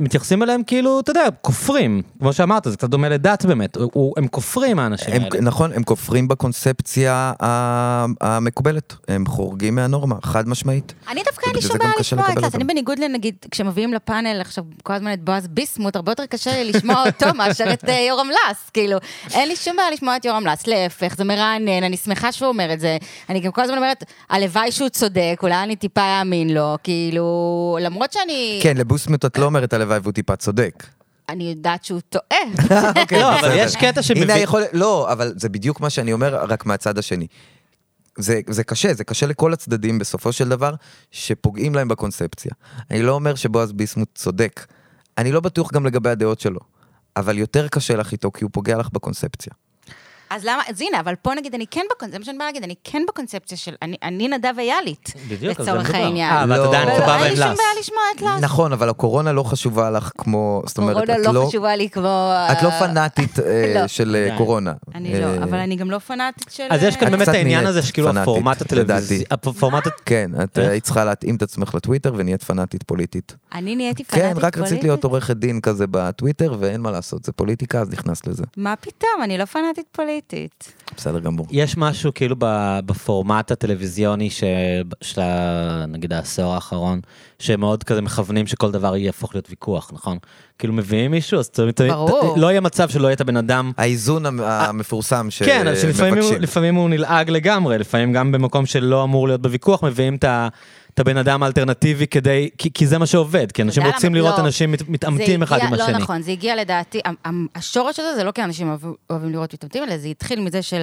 Speaker 1: מתייחסים אליהם כאילו, אתה יודע, כופרים. כמו שאמרת, זה קצת דומה לדת באמת. הוא- הוא- הם כופרים, האנשים
Speaker 2: הם,
Speaker 1: האלה.
Speaker 2: נכון, הם כופרים בקונספציה ה- המקובלת, הם חורגים מהנורמה, חד משמעית.
Speaker 3: אני דווקא אין לי
Speaker 2: ובגלל
Speaker 3: שום
Speaker 2: זה
Speaker 3: בעיה
Speaker 2: גם קשה
Speaker 3: לשמוע את
Speaker 2: לקבל
Speaker 3: זה, אז
Speaker 2: אותם.
Speaker 3: אני בניגוד לנגיד, כשמביאים לפאנל עכשיו כל הזמן את בועז ביסמוט, הרבה יותר קשה לי
Speaker 2: (laughs)
Speaker 3: לשמוע אותו מאשר את אה, יורם לס, כאילו. אין לי שום בעיה לשמוע את יורם לס, להפך, זה מרענן, אני שמחה שהוא אומר את זה. אני גם כל הזמן אומרת, הלוואי שהוא צודק, אולי אני טיפה אאמין לו, כאילו, למרות שאני...
Speaker 2: כן, לבוסמוט את לא אומרת הלוואי והוא טיפה צודק.
Speaker 3: אני יודעת שהוא טועה.
Speaker 2: (laughs) אוקיי,
Speaker 1: לא, אבל
Speaker 2: בסדר.
Speaker 1: יש קטע שמביא-
Speaker 2: הנה היכול... לא, אבל זה בדיוק מה שאני אומר, רק מהצד השני. זה, זה קשה, זה קשה לכל הצדדים בסופו של דבר, שפוגעים להם בקונספציה. אני לא אומר שבועז ביסמוט צודק. אני לא בטוח גם לגבי הדעות שלו. אבל יותר קשה לך איתו, כי הוא פוגע לך בקונספציה.
Speaker 3: אז למה, אז הנה, אבל פה נגיד אני כן בקונספציה, זה מה שאני באה להגיד, אני כן בקונספציה של, אני, אני נדב איילית,
Speaker 1: בדיוק, על זה
Speaker 3: לצורך
Speaker 1: מדובר.
Speaker 3: העניין.
Speaker 1: אה, ואת
Speaker 2: לא.
Speaker 1: עדיין
Speaker 2: אבל
Speaker 1: סבבה עם
Speaker 3: אין לי שום
Speaker 1: לס.
Speaker 3: בעיה לשמוע את לס.
Speaker 2: נכון, אבל הקורונה לא חשובה לך כמו... זאת אומרת,
Speaker 3: קורונה
Speaker 2: את
Speaker 3: לא חשובה לי כמו...
Speaker 2: את לא פנאטית אה,
Speaker 3: (laughs) לא.
Speaker 2: של אה,
Speaker 1: עדיין.
Speaker 2: קורונה.
Speaker 3: אני לא,
Speaker 2: אה,
Speaker 3: אבל אני גם לא פנאטית של... אה,
Speaker 1: אז יש כאן
Speaker 2: את
Speaker 1: באמת
Speaker 2: קצת
Speaker 1: העניין
Speaker 2: נהיית
Speaker 1: הזה שכאילו
Speaker 2: פנאטית,
Speaker 1: הפורמט הטלוויזי,
Speaker 2: לדעתי.
Speaker 1: הפורמט, הט-
Speaker 2: כן, את
Speaker 1: איך?
Speaker 2: אה, היית צריכה להתאים את עצמך לטוויטר ונהיית פנאטית פוליטית.
Speaker 3: אני נהייתי פנאטית
Speaker 2: כן,
Speaker 3: פוליטית.
Speaker 2: רק רצית להיות עורכת דין כזה בטוויטר, ואין מה לעשות, זה פוליטיקה, אז נכנסת לזה.
Speaker 3: מה פתאום, אני לא פנאטית פוליטית.
Speaker 2: בסדר גמור.
Speaker 1: יש משהו כאילו ב- בפורמט הטלוויזיוני ש- של ה- נגיד העשור האחרון, שמאוד כזה מכוונים שכל דבר יהפוך להיות ויכוח, נכון? כאילו מביאים מישהו, אז תמיד, תמיד-
Speaker 3: ברור.
Speaker 1: ת- לא יהיה מצב שלא יהיה את הבן אדם.
Speaker 2: האיזון המ- המפורסם
Speaker 1: אה, כן, אבל שלפעמים הוא-
Speaker 2: שמבקשים.
Speaker 1: לפעמים הוא נלעג לגמרי, לפעמים גם במקום שלא אמור להיות בוויכוח, מביאים את ה... את הבן אדם האלטרנטיבי כדי, כי, כי זה מה שעובד, כי אנשים
Speaker 3: למה-
Speaker 1: רוצים לראות
Speaker 3: לא.
Speaker 1: אנשים מת, מתעמתים
Speaker 3: זה
Speaker 1: אחד
Speaker 3: הגיע-
Speaker 1: עם השני.
Speaker 3: לא נכון, זה הגיע לדעתי, ה- ה- השורש הזה זה לא כי אנשים אוהב- אוהבים לראות מתאמתים, אלא זה התחיל מזה של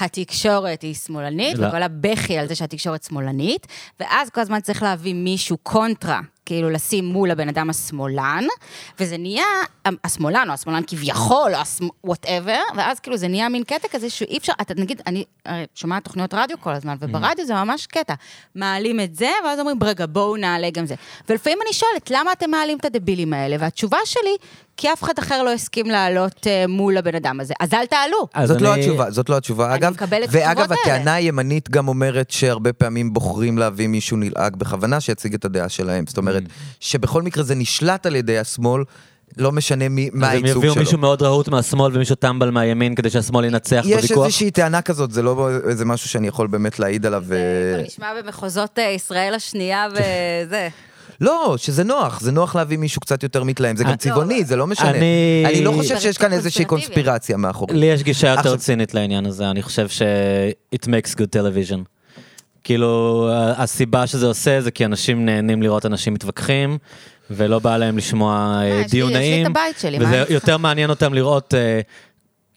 Speaker 3: התקשורת היא שמאלנית,
Speaker 1: לא.
Speaker 3: וכל הבכי על זה שהתקשורת שמאלנית, ואז כל הזמן צריך להביא מישהו קונטרה. כאילו לשים מול הבן אדם השמאלן, וזה נהיה, ה- השמאלן או השמאלן כביכול, או וואטאבר, ואז כאילו זה נהיה מין קטע כזה שאי אפשר, אתה נגיד, אני הרי שומעת תוכניות רדיו כל הזמן, וברדיו זה ממש קטע. מעלים את זה, ואז אומרים, רגע, בואו נעלה גם זה. ולפעמים אני שואלת, למה אתם מעלים את הדבילים האלה? והתשובה שלי, כי אף אחד אחר לא הסכים לעלות אה, מול הבן אדם הזה. אז אל תעלו.
Speaker 1: אז
Speaker 2: זאת לא
Speaker 1: אני-
Speaker 2: התשובה, זאת לא התשובה,
Speaker 3: אני
Speaker 2: אגב.
Speaker 3: מקבלת
Speaker 2: ואגב,
Speaker 3: תשובות האלה.
Speaker 2: הטענה הימנית גם אומרת שהרבה פעמים בוחרים להביא מישהו נלעג בכוונה שיציג את הדעה שלהם. זאת אומרת,
Speaker 1: Mm.
Speaker 2: שבכל מקרה זה נשלט על ידי השמאל, לא משנה מי- מה
Speaker 1: אז הם
Speaker 2: הייצוג
Speaker 1: יביאו מישהו
Speaker 2: שלו.
Speaker 1: מאוד רהוט מהשמאל ומישהו טמבל מהימין כדי שהשמאל ינצח
Speaker 2: יש
Speaker 1: בוויכוח.
Speaker 2: איזושהי טענה כזאת, זה לא איזה משהו שאני יכול באמת להעיד עליו. אה,
Speaker 3: כבר נשמע במחוזות אה, ישראל השנייה וזה.
Speaker 2: לא, שזה נוח, זה נוח להביא מישהו קצת יותר מתלהם, זה גם
Speaker 1: אני-
Speaker 2: צבעוני, זה לא משנה.
Speaker 1: אה, אני-
Speaker 2: אני לא חושב שיש כאן איזושהי
Speaker 3: קונספירטיבי.
Speaker 2: קונספירציה מאחורי.
Speaker 1: לי יש גישה יותר
Speaker 2: עכשיו-
Speaker 1: צינית לעניין הזה, אני חושב ש- it makes good television. כאילו, ה- הסיבה שזה עושה זה כי אנשים נהנים לראות אנשים מתווכחים, ולא בא להם לשמוע אה,
Speaker 3: יש לי- יש לי
Speaker 1: דיון
Speaker 3: את
Speaker 1: נעים.
Speaker 3: הבית שלי, מה
Speaker 1: וזה
Speaker 3: אני צריכה?
Speaker 1: יותר מעניין אותם לראות אה,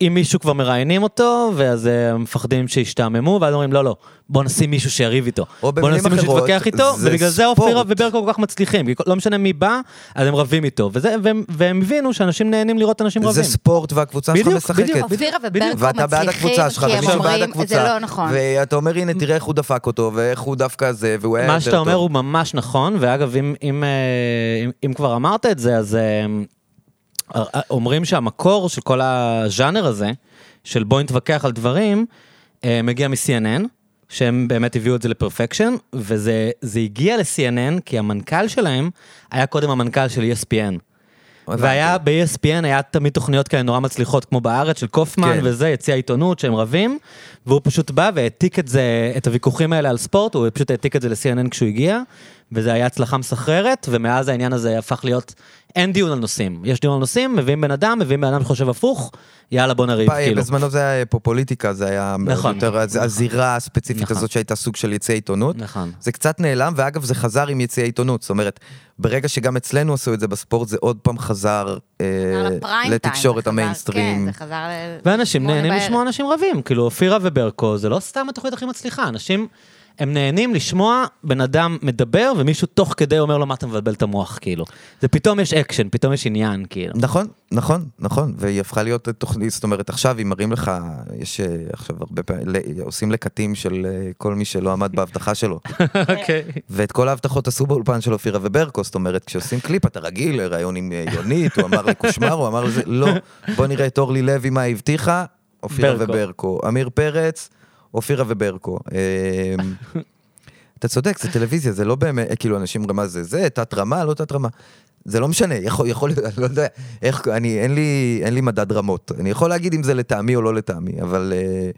Speaker 1: אם מישהו כבר מראיינים אותו, ואז אה, הם מפחדים שישתעממו, ואז אומרים, לא, לא, בוא נשים מישהו שיריב איתו. בוא
Speaker 2: או במילים
Speaker 1: נשים מישהו
Speaker 2: אחרות,
Speaker 1: שיתווכח איתו,
Speaker 2: זה
Speaker 1: ובגלל זה
Speaker 2: ספורט.
Speaker 1: אופירה וברקו כל כך מצליחים. כי כל- לא משנה מי בא, אז הם רבים איתו. וזה- והם- והם הבינו שאנשים נהנים לראות אנשים רבים.
Speaker 2: זה ספורט והקבוצה שלך
Speaker 1: בדיוק,
Speaker 2: משחקת.
Speaker 1: בדיוק.
Speaker 4: אוקיי,
Speaker 3: אופירה וברקו
Speaker 1: בדיוק.
Speaker 2: כן, ואתה בעד
Speaker 3: מצליחים,
Speaker 2: הקבוצה שלך,
Speaker 3: כי הם
Speaker 2: ומישהו בעד
Speaker 3: אומרים,
Speaker 2: הקבוצה.
Speaker 3: זה לא נכון.
Speaker 2: ואתה אומר, הנה, תראה איך הוא דפק אותו, ואיך הוא דווקא זה, והוא היה יותר טוב.
Speaker 1: מה שאתה אומר הוא ממש נכון, ואגב, אם, אם, אה, אם, אם כבר אמרת את זה, אז אה, אה, אומרים שהמקור של כל הז'אנר הזה, של בוא נתווכח על דברים, אה, מגיע מ-CNN, שהם באמת הביאו את זה לפרפקשן, וזה זה הגיע ל-CNN כי המנכ"ל שלהם היה קודם המנכ"ל של E ESPN.
Speaker 2: הבנתי.
Speaker 1: והיה ב-ESPN, היה תמיד תוכניות כאלה נורא מצליחות, כמו בארץ, של קופמן
Speaker 2: כן.
Speaker 1: וזה, יציע עיתונות, שהם רבים, והוא פשוט בא והעתיק את זה, את הוויכוחים האלה על ספורט, הוא פשוט העתיק את זה ל-CNN כשהוא הגיע, וזה היה הצלחה מסחררת, ומאז העניין הזה הפך להיות, אין דיון על נושאים. יש דיון על נושאים, מביאים בן אדם, מביאים בן אדם שחושב הפוך, יאללה בוא נריב,
Speaker 2: פעם,
Speaker 1: כאילו.
Speaker 2: בזמנו זה היה אה, פופוליטיקה, זה היה
Speaker 1: נכון.
Speaker 2: יותר הז- הזירה הספציפית
Speaker 1: נכון.
Speaker 2: הזאת שהייתה סוג של יציעי עיתונות.
Speaker 1: נכון.
Speaker 2: זה קצת נעלם, ואגב, זה חזר עם יציעי עיתונות. זאת אומרת, ברגע שגם אצלנו עשו את זה בספורט, זה עוד פעם חזר אה,
Speaker 3: לפריים טיים,
Speaker 2: לתקשורת
Speaker 3: זה חזר-
Speaker 2: המיינסטרים.
Speaker 3: כן, זה חזר ל...
Speaker 1: ואנשים
Speaker 3: שמונה
Speaker 1: נהנים
Speaker 3: בערב.
Speaker 1: לשמוע אנשים רבים, כאילו אופירה וברקו, זה לא סתם התוכנית הכי מצליחה, אנשים, הם נהנים לשמוע בן אדם מדבר, ומישהו תוך כדי אומר לו, מה אתה מבלבל את המוח, כאילו. זה פתאום יש אקשן, פתאום יש עניין,
Speaker 2: (laughs)
Speaker 1: כאילו.
Speaker 2: נכון, נכון, נכון, והיא הפכה להיות תוכנית, זאת אומרת, עכשיו אם מראים לך, יש אה, עכשיו הרבה פעמים, ל- עושים לקטים של אה, כל מי שלא עמד בהבטחה שלו,
Speaker 1: אוקיי.
Speaker 2: ואת כל ההבטחות עשו באולפן של אופירה וברקו, זאת אומרת, כשעושים קליפ, אתה רגיל לראיון עם אה, יונית, הוא אמר לקושמר, הוא אמר לזה, לא, בוא נראה את אורלי לוי, מה היא הבטיחה, אופירה
Speaker 1: ברקו.
Speaker 2: וברקו, עמיר פרץ, אופירה וברקו. אמ, אתה צודק, זה טלוויזיה, זה לא באמת, כאילו, אנשים אומרים, מה זה זה, תת רמה, לא תת רמה. זה לא משנה, יכול, יכול (laughs) להיות, אני לא יודע, איך, אני, אין לי, אין לי מדד רמות. אני יכול להגיד אם זה לטעמי או לא לטעמי, אבל אה,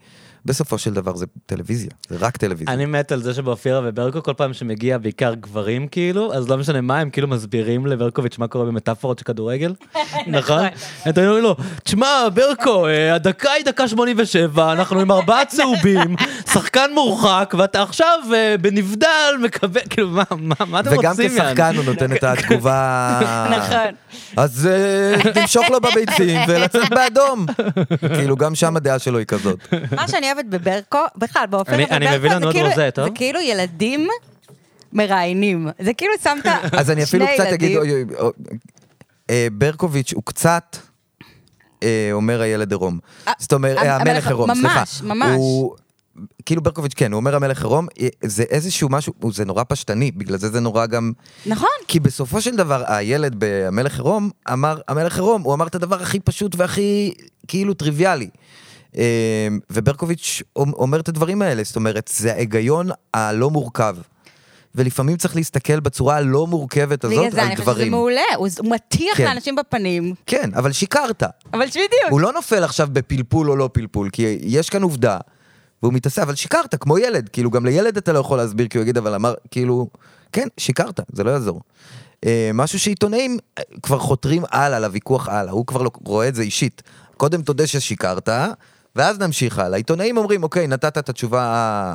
Speaker 2: בסופו של דבר זה טלוויזיה, זה רק טלוויזיה.
Speaker 1: אני מת על זה שבאופירה וברקו, כל פעם שמגיע בעיקר גברים, כאילו, אז לא משנה מה, הם כאילו מסבירים לברקוביץ' מה קורה במטאפורות של כדורגל, (laughs) נכון? אתה אומר לו, תשמע, ברקו, אה, הדקה היא דקה 87, אנחנו עם ארבעה צהובים, שחקן מורחק, ואתה עכשיו אה, בנבדל מקבל, כאילו, מה- מה מה אתם
Speaker 2: וגם
Speaker 1: רוצים? יעני?
Speaker 2: כשחקן הוא נותן את התגובה...
Speaker 4: (laughs)
Speaker 3: נכון.
Speaker 2: אז אה, תמשוך לו בביצים ולצאת באדום. כאילו, גם שם הדעה שלו היא כזאת.
Speaker 4: מה שאני אוהבת בברקו, בכלל, באופן
Speaker 1: אני- אני מביא לנו עוד רוזה, טוב?
Speaker 4: זה כאילו ילדים מראיינים. זה כאילו שמת שני ילדים.
Speaker 2: (laughs) אז אני אפילו קצת אגיד, אוי, אוי, אוי, אה, ברקוביץ' הוא קצת... אה, אומר הילד עירום.
Speaker 4: אה,
Speaker 2: זאת אומרת,
Speaker 4: המ-
Speaker 2: אה, המלך
Speaker 4: המלך-
Speaker 2: עירום,
Speaker 4: ממש,
Speaker 2: סליחה.
Speaker 4: ממש.
Speaker 2: הוא- כאילו ברקוביץ', כן, הוא אומר המלך עירום, אה, זה איזשהו משהו, הוא- זה נורא פשטני, בגלל זה זה נורא גם...
Speaker 4: נכון.
Speaker 2: כי בסופו של דבר, הילד ב"המלך עירום" אמר, המלך עירום, הוא אמר את הדבר הכי פשוט והכי כאילו טריוויאלי. אמ, וברקוביץ' אומ- אומר את הדברים האלה, זאת אומרת, זה ההיגיון הלא מורכב. ולפעמים צריך להסתכל בצורה הלא מורכבת
Speaker 4: בגלל
Speaker 2: הזאת
Speaker 4: זה
Speaker 2: על
Speaker 4: אני חושבת שזה
Speaker 2: דברים.
Speaker 4: מעולה, הוא הוא מטיח
Speaker 2: כן.
Speaker 4: לאנשים בפנים,
Speaker 2: כן, אבל שיקרת.
Speaker 4: אבל בדיוק.
Speaker 2: הוא לא נופל עכשיו בפלפול או לא פלפול, כי יש כאן עובדה, והוא מתעשה, אבל שיקרת, כמו ילד, כאילו גם לילד אתה לא יכול להסביר, כי הוא יגיד, אבל אמר, כאילו, כן, שיקרת, זה לא יעזור. אה, משהו שעיתונאים אה, כבר חותרים הלאה, לוויכוח הלאה, הוא כבר לא, רואה את זה אישית. קודם תודה ששיקרת, ואז נמשיך הלאה. עיתונאים אומרים, אוקיי, נתת את התשובה
Speaker 3: אה,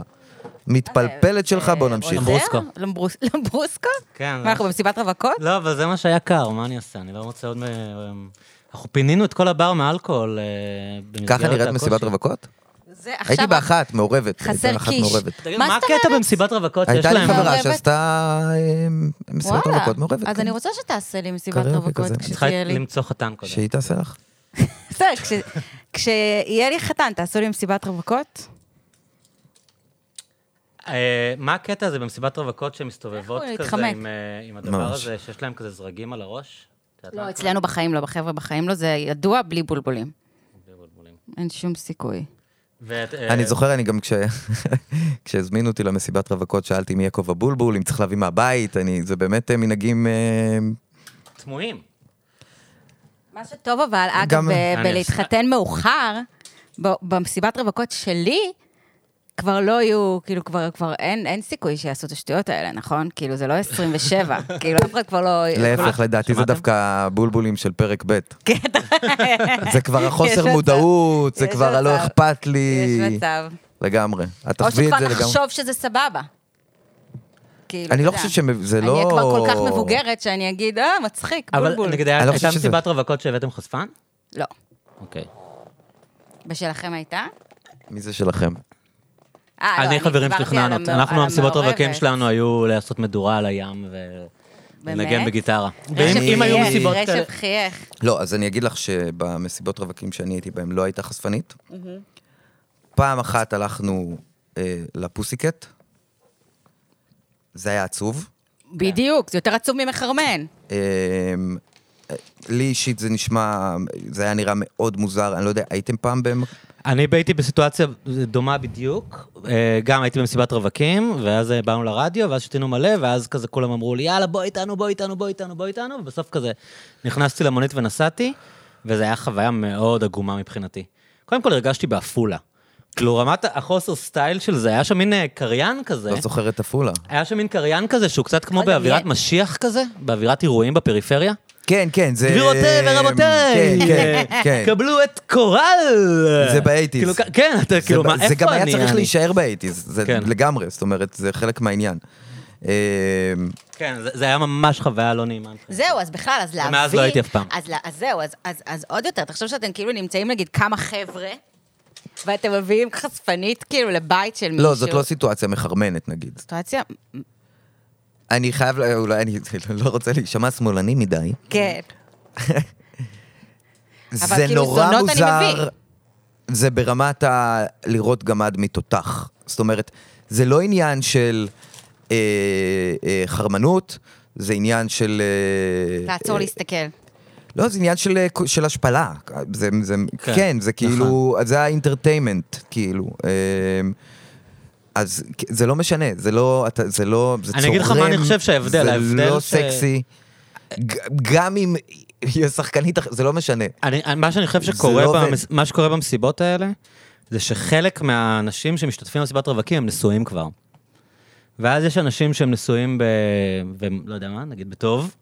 Speaker 2: המתפלפלת שלך, בוא נמשיך.
Speaker 3: אוקיי.
Speaker 1: אוי, למברוסקו.
Speaker 4: זה? אה, למברוס- (laughs) למברוסקו?
Speaker 1: כן,
Speaker 4: מה, אנחנו במסיבת רווקות?
Speaker 1: לא, אבל זה מה שהיה קר, מה אני אעשה? אני לא רוצה עוד... מ- אמ, אנחנו פינינו את כל הבר מאלכוהול. אה, במסגרת
Speaker 2: ככה נראית
Speaker 1: הקושי.
Speaker 2: מסיבת רווקות?
Speaker 1: לא.
Speaker 4: זה
Speaker 2: הייתי
Speaker 4: עכשיו...
Speaker 2: באחת, מעורבת.
Speaker 4: חסר
Speaker 2: הייתי באחת
Speaker 4: קיש.
Speaker 2: מעורבת.
Speaker 1: תגיד,
Speaker 4: מה
Speaker 1: מה
Speaker 4: זאת
Speaker 1: הקטע במסיבת רווקות שיש
Speaker 2: הייתה לי
Speaker 1: להם?
Speaker 2: חברה
Speaker 4: מעורבת?
Speaker 2: שעשתה אה, מסיבת
Speaker 3: וואלה.
Speaker 2: רווקות מעורבת. אוקיי,
Speaker 3: אז
Speaker 2: כן.
Speaker 3: אני רוצה שתעשה לי מסיבת
Speaker 2: קריוקי
Speaker 3: רווקות
Speaker 2: כזה.
Speaker 1: צריכה
Speaker 3: כשתהיה לי.
Speaker 1: למצוא חתן קודם.
Speaker 2: שהיא תעשה לך.
Speaker 4: בסדר, כש- כשיהיה לי חתן, תעשו לי מסיבת רווקות?
Speaker 1: אה, מה הקטע הזה במסיבת רווקות שמסתובבות
Speaker 3: איך הוא
Speaker 1: כזה
Speaker 3: להתחמק?
Speaker 1: עם, אה, עם הדבר
Speaker 2: ממש.
Speaker 1: הזה, שיש להם כזה זרגים על הראש? את
Speaker 3: לא,
Speaker 1: יודעת
Speaker 3: אצלנו בחיים לא, בחבר'ה בחיים לא, זה ידוע בלי בולבולים.
Speaker 1: מה? בלי בולבולים.
Speaker 3: אין שום סיכוי.
Speaker 1: ואת, אה,
Speaker 2: אני זוכר, אני גם כש... (laughs) כשהזמינו אותי למסיבת רווקות, שאלתי מי יעקב הבולבול, אם צריך להביא מהבית, אני... זה באמת אה, מנהגים... אה,
Speaker 1: תמוהים.
Speaker 4: מה שטוב אבל, אגב, אה,
Speaker 2: גם-
Speaker 4: ב-
Speaker 1: אני-
Speaker 4: בלהתחתן מאוחר, ב- במסיבת רווקות שלי, כבר לא יהיו, כאילו, כבר, כבר אין, אין סיכוי שיעשו את השטויות האלה, נכון? כאילו, זה לא 27,
Speaker 2: (laughs)
Speaker 4: כאילו, אף אחד כבר לא...
Speaker 3: אה,
Speaker 2: להפך, לדעתי זה
Speaker 1: שמעתם?
Speaker 2: דווקא הבולבולים של פרק ב'.
Speaker 4: (laughs) כן, אתה-
Speaker 2: זה
Speaker 3: (laughs)
Speaker 2: כבר
Speaker 4: יש
Speaker 2: החוסר
Speaker 4: מצב.
Speaker 2: מודעות, זה
Speaker 4: יש
Speaker 2: כבר הלא
Speaker 4: מצב.
Speaker 2: אכפת לי.
Speaker 4: יש מצב.
Speaker 2: לגמרי. את
Speaker 3: או
Speaker 2: תחווי את
Speaker 3: שכבר
Speaker 2: זה לגמרי.
Speaker 3: נחשוב שזה סבבה. כאילו,
Speaker 2: אני
Speaker 3: אתה
Speaker 2: לא
Speaker 3: יודע.
Speaker 2: חושב שזה לא...
Speaker 3: אני אהיה כבר כל כך מבוגרת שאני אגיד, אה, מצחיק,
Speaker 1: אבל
Speaker 3: בולבול.
Speaker 1: נגיד,
Speaker 2: אני לא
Speaker 1: הייתה
Speaker 2: חושב שזה-
Speaker 1: מסיבת רווקות שהבאתם חשפן?
Speaker 3: לא.
Speaker 1: אוקיי.
Speaker 3: בשלכם הייתה?
Speaker 2: מי זה שלכם?
Speaker 3: אה, לא,
Speaker 1: אני חברים
Speaker 3: דיברתי על
Speaker 1: שתכננות.
Speaker 3: המע-
Speaker 1: אנחנו
Speaker 3: על
Speaker 1: המסיבות רווקים
Speaker 3: המעורבת.
Speaker 1: שלנו היו לעשות מדורה על הים ו...
Speaker 3: באמת?
Speaker 1: לנגן בגיטרה.
Speaker 3: רשף
Speaker 1: ואם אם היו
Speaker 3: חייך,
Speaker 1: מסיבות כאלה...
Speaker 3: רשף חייך.
Speaker 2: לא, אז אני אגיד לך שבמסיבות רווקים שאני הייתי בהן לא הייתה חשפנית. פעם אחת הלכנו אה, לפוסיקט. זה היה עצוב.
Speaker 3: בדיוק, זה יותר עצוב ממחרמן.
Speaker 2: אמ, אה, לי אישית זה נשמע, זה היה נראה מאוד מוזר, אני לא יודע, הייתם פעם במ...
Speaker 1: אני הייתי בסיטואציה דומה בדיוק, אה, גם הייתי במסיבת רווקים, ואז אה, באנו לרדיו, ואז שתינו מלא, ואז כזה כולם אמרו לי, יאללה, בוא איתנו, בוא איתנו, בוא איתנו, בוא איתנו, ובסוף כזה נכנסתי למונית ונסעתי, וזו הייתה חוויה מאוד עגומה מבחינתי. קודם כל הרגשתי בעפולה. כאילו, רמת החוסר סטייל של זה, היה שם מין אה, קריין כזה.
Speaker 2: לא זוכר את עפולה.
Speaker 1: היה שם מין קריין כזה, שהוא קצת כמו
Speaker 3: לא יודעת,
Speaker 1: באווירת
Speaker 3: מי-
Speaker 1: משיח כזה, באווירת אירועים בפריפריה.
Speaker 2: כן, כן, זה...
Speaker 1: גבירותיי ורבותיי,
Speaker 2: כן, כן,
Speaker 1: (laughs)
Speaker 2: כן.
Speaker 1: קבלו את קורל.
Speaker 2: זה באייטיז.
Speaker 1: כאילו, כ- כן, אתה כאילו, מה, איפה אני?
Speaker 2: זה גם היה צריך
Speaker 1: אני?
Speaker 2: להישאר באייטיז, זה
Speaker 1: כן.
Speaker 2: לגמרי, זאת אומרת, זה חלק מהעניין. אמ,
Speaker 1: כן, זה- זה היה ממש חוויה לא נעימה.
Speaker 3: זהו, אז בכלל, אז להביא...
Speaker 1: ומאז לא הייתי אף פעם.
Speaker 3: אז, לה- אז זהו, אז, אז, אז עוד יותר, תחשוב שאתם כאילו נמצאים, נגיד, כמה חבר'ה, ואתם מביאים חשפנית כאילו לבית של מישהו.
Speaker 2: לא, זאת לא סיטואציה מחרמנת, נגיד.
Speaker 3: סיטואציה.
Speaker 2: אני חייב, ל- אולי אני (laughs) לא רוצה להישמע שמאלני מדי.
Speaker 3: כן.
Speaker 2: זה
Speaker 3: כאילו
Speaker 2: נורא
Speaker 3: זונות אני
Speaker 2: מוזר.
Speaker 3: מבין.
Speaker 2: זה ברמת ה... לראות גמד מתותח. זאת אומרת, זה לא עניין של אה, אה, חרמנות, זה עניין של... אה,
Speaker 3: לעצור
Speaker 2: אה,
Speaker 3: להסתכל.
Speaker 2: לא, זה עניין של, של השפלה. זה, זה,
Speaker 1: כן,
Speaker 2: כן, כן, זה
Speaker 1: נכון.
Speaker 2: כאילו, זה האינטרטיימנט, כאילו. אמ, אז כ- זה לא משנה, זה לא, אתה, זה לא, זה צורם,
Speaker 1: אני אגיד לך מה אני חושב שההבדל,
Speaker 2: זה
Speaker 1: ההבדל
Speaker 2: לא
Speaker 1: ש-
Speaker 2: סקסי. ג- גם אם היא שחקנית, אח- זה לא משנה.
Speaker 1: אני, אני- מה שאני חושב
Speaker 2: זה
Speaker 1: שקורה,
Speaker 2: לא
Speaker 1: לא
Speaker 2: עובד.
Speaker 1: במס... מה שקורה במסיבות האלה, זה שחלק מהאנשים שמשתתפים במסיבת רווקים הם נשואים כבר. ואז יש אנשים שהם נשואים ב... והם, לא יודע מה, נגיד בטוב,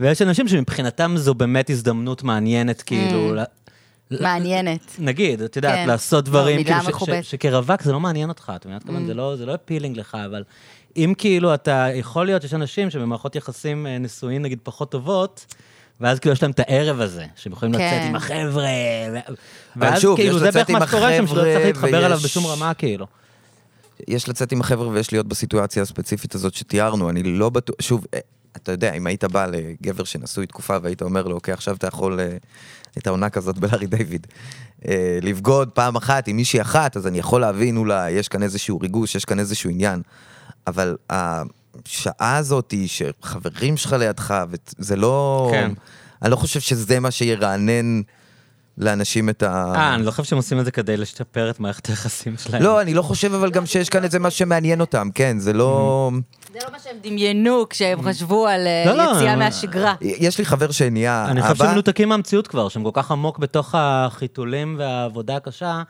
Speaker 1: ויש אנשים שמבחינתם זו באמת הזדמנות מעניינת, כאילו, ל...
Speaker 2: אה,
Speaker 3: מעניינת.
Speaker 1: נגיד, את יודעת,
Speaker 3: כן.
Speaker 1: לעשות
Speaker 3: לא,
Speaker 1: דברים,
Speaker 3: מילה
Speaker 1: כאילו, ש- ש-
Speaker 3: מכובדת.
Speaker 1: שכרווק זה לא מעניין אותך, אתה מבין? Mm. זה לא, זה לא אפילינג לך, אבל אם כאילו אתה, יכול להיות שיש אנשים שבמערכות יחסים אה, נשואים, נגיד, פחות טובות, ואז כאילו יש להם את הערב הזה, שהם יכולים
Speaker 3: כן.
Speaker 1: לצאת עם החבר'ה, ו-
Speaker 2: אבל
Speaker 1: ואז
Speaker 2: שוב,
Speaker 1: כאילו
Speaker 2: יש
Speaker 1: זה
Speaker 2: לצאת
Speaker 1: בערך מה
Speaker 2: עם
Speaker 1: שקורה שם, שלא
Speaker 2: החבר'ה,
Speaker 1: צריך להתחבר
Speaker 2: ויש-
Speaker 1: אליו בשום רמה, כאילו.
Speaker 2: יש לצאת עם החבר'ה ויש להיות בסיטואציה הספציפית הזאת שתיארנו, אני לא בטוח, שוב, אה, אתה יודע, אם היית בא לגבר שנשוי תקופה והיית אומר לו, אוקיי, עכשיו אתה יכול, אה, הייתה עונה כזאת בלארי דיוויד, אה, לבגוד פעם אחת עם מישהי אחת, אז אני יכול להבין, אולי, יש כאן איזשהו ריגוש, יש כאן איזשהו עניין, אבל השעה הזאת היא שחברים שלך לידך, וזה לא...
Speaker 1: כן.
Speaker 2: אני לא חושב שזה מה שירענן לאנשים את ה...
Speaker 1: אה, אני לא חושב שהם עושים את זה כדי לשפר את מערכת היחסים שלהם.
Speaker 2: לא, אני לא חושב אבל גם שיש כאן איזה משהו שמעניין אותם, כן, זה לא...
Speaker 1: Mm-hmm.
Speaker 3: זה לא מה שהם דמיינו כשהם חשבו על אה,
Speaker 1: לא, לא,
Speaker 3: יציאה
Speaker 1: אני-
Speaker 3: מהשגרה.
Speaker 2: יש לי חבר שנהיה
Speaker 1: אני חושב שהם
Speaker 2: אבא,
Speaker 1: מנותקים מהמציאות כבר, שהם כל כך עמוק בתוך החיתולים והעבודה הקשה,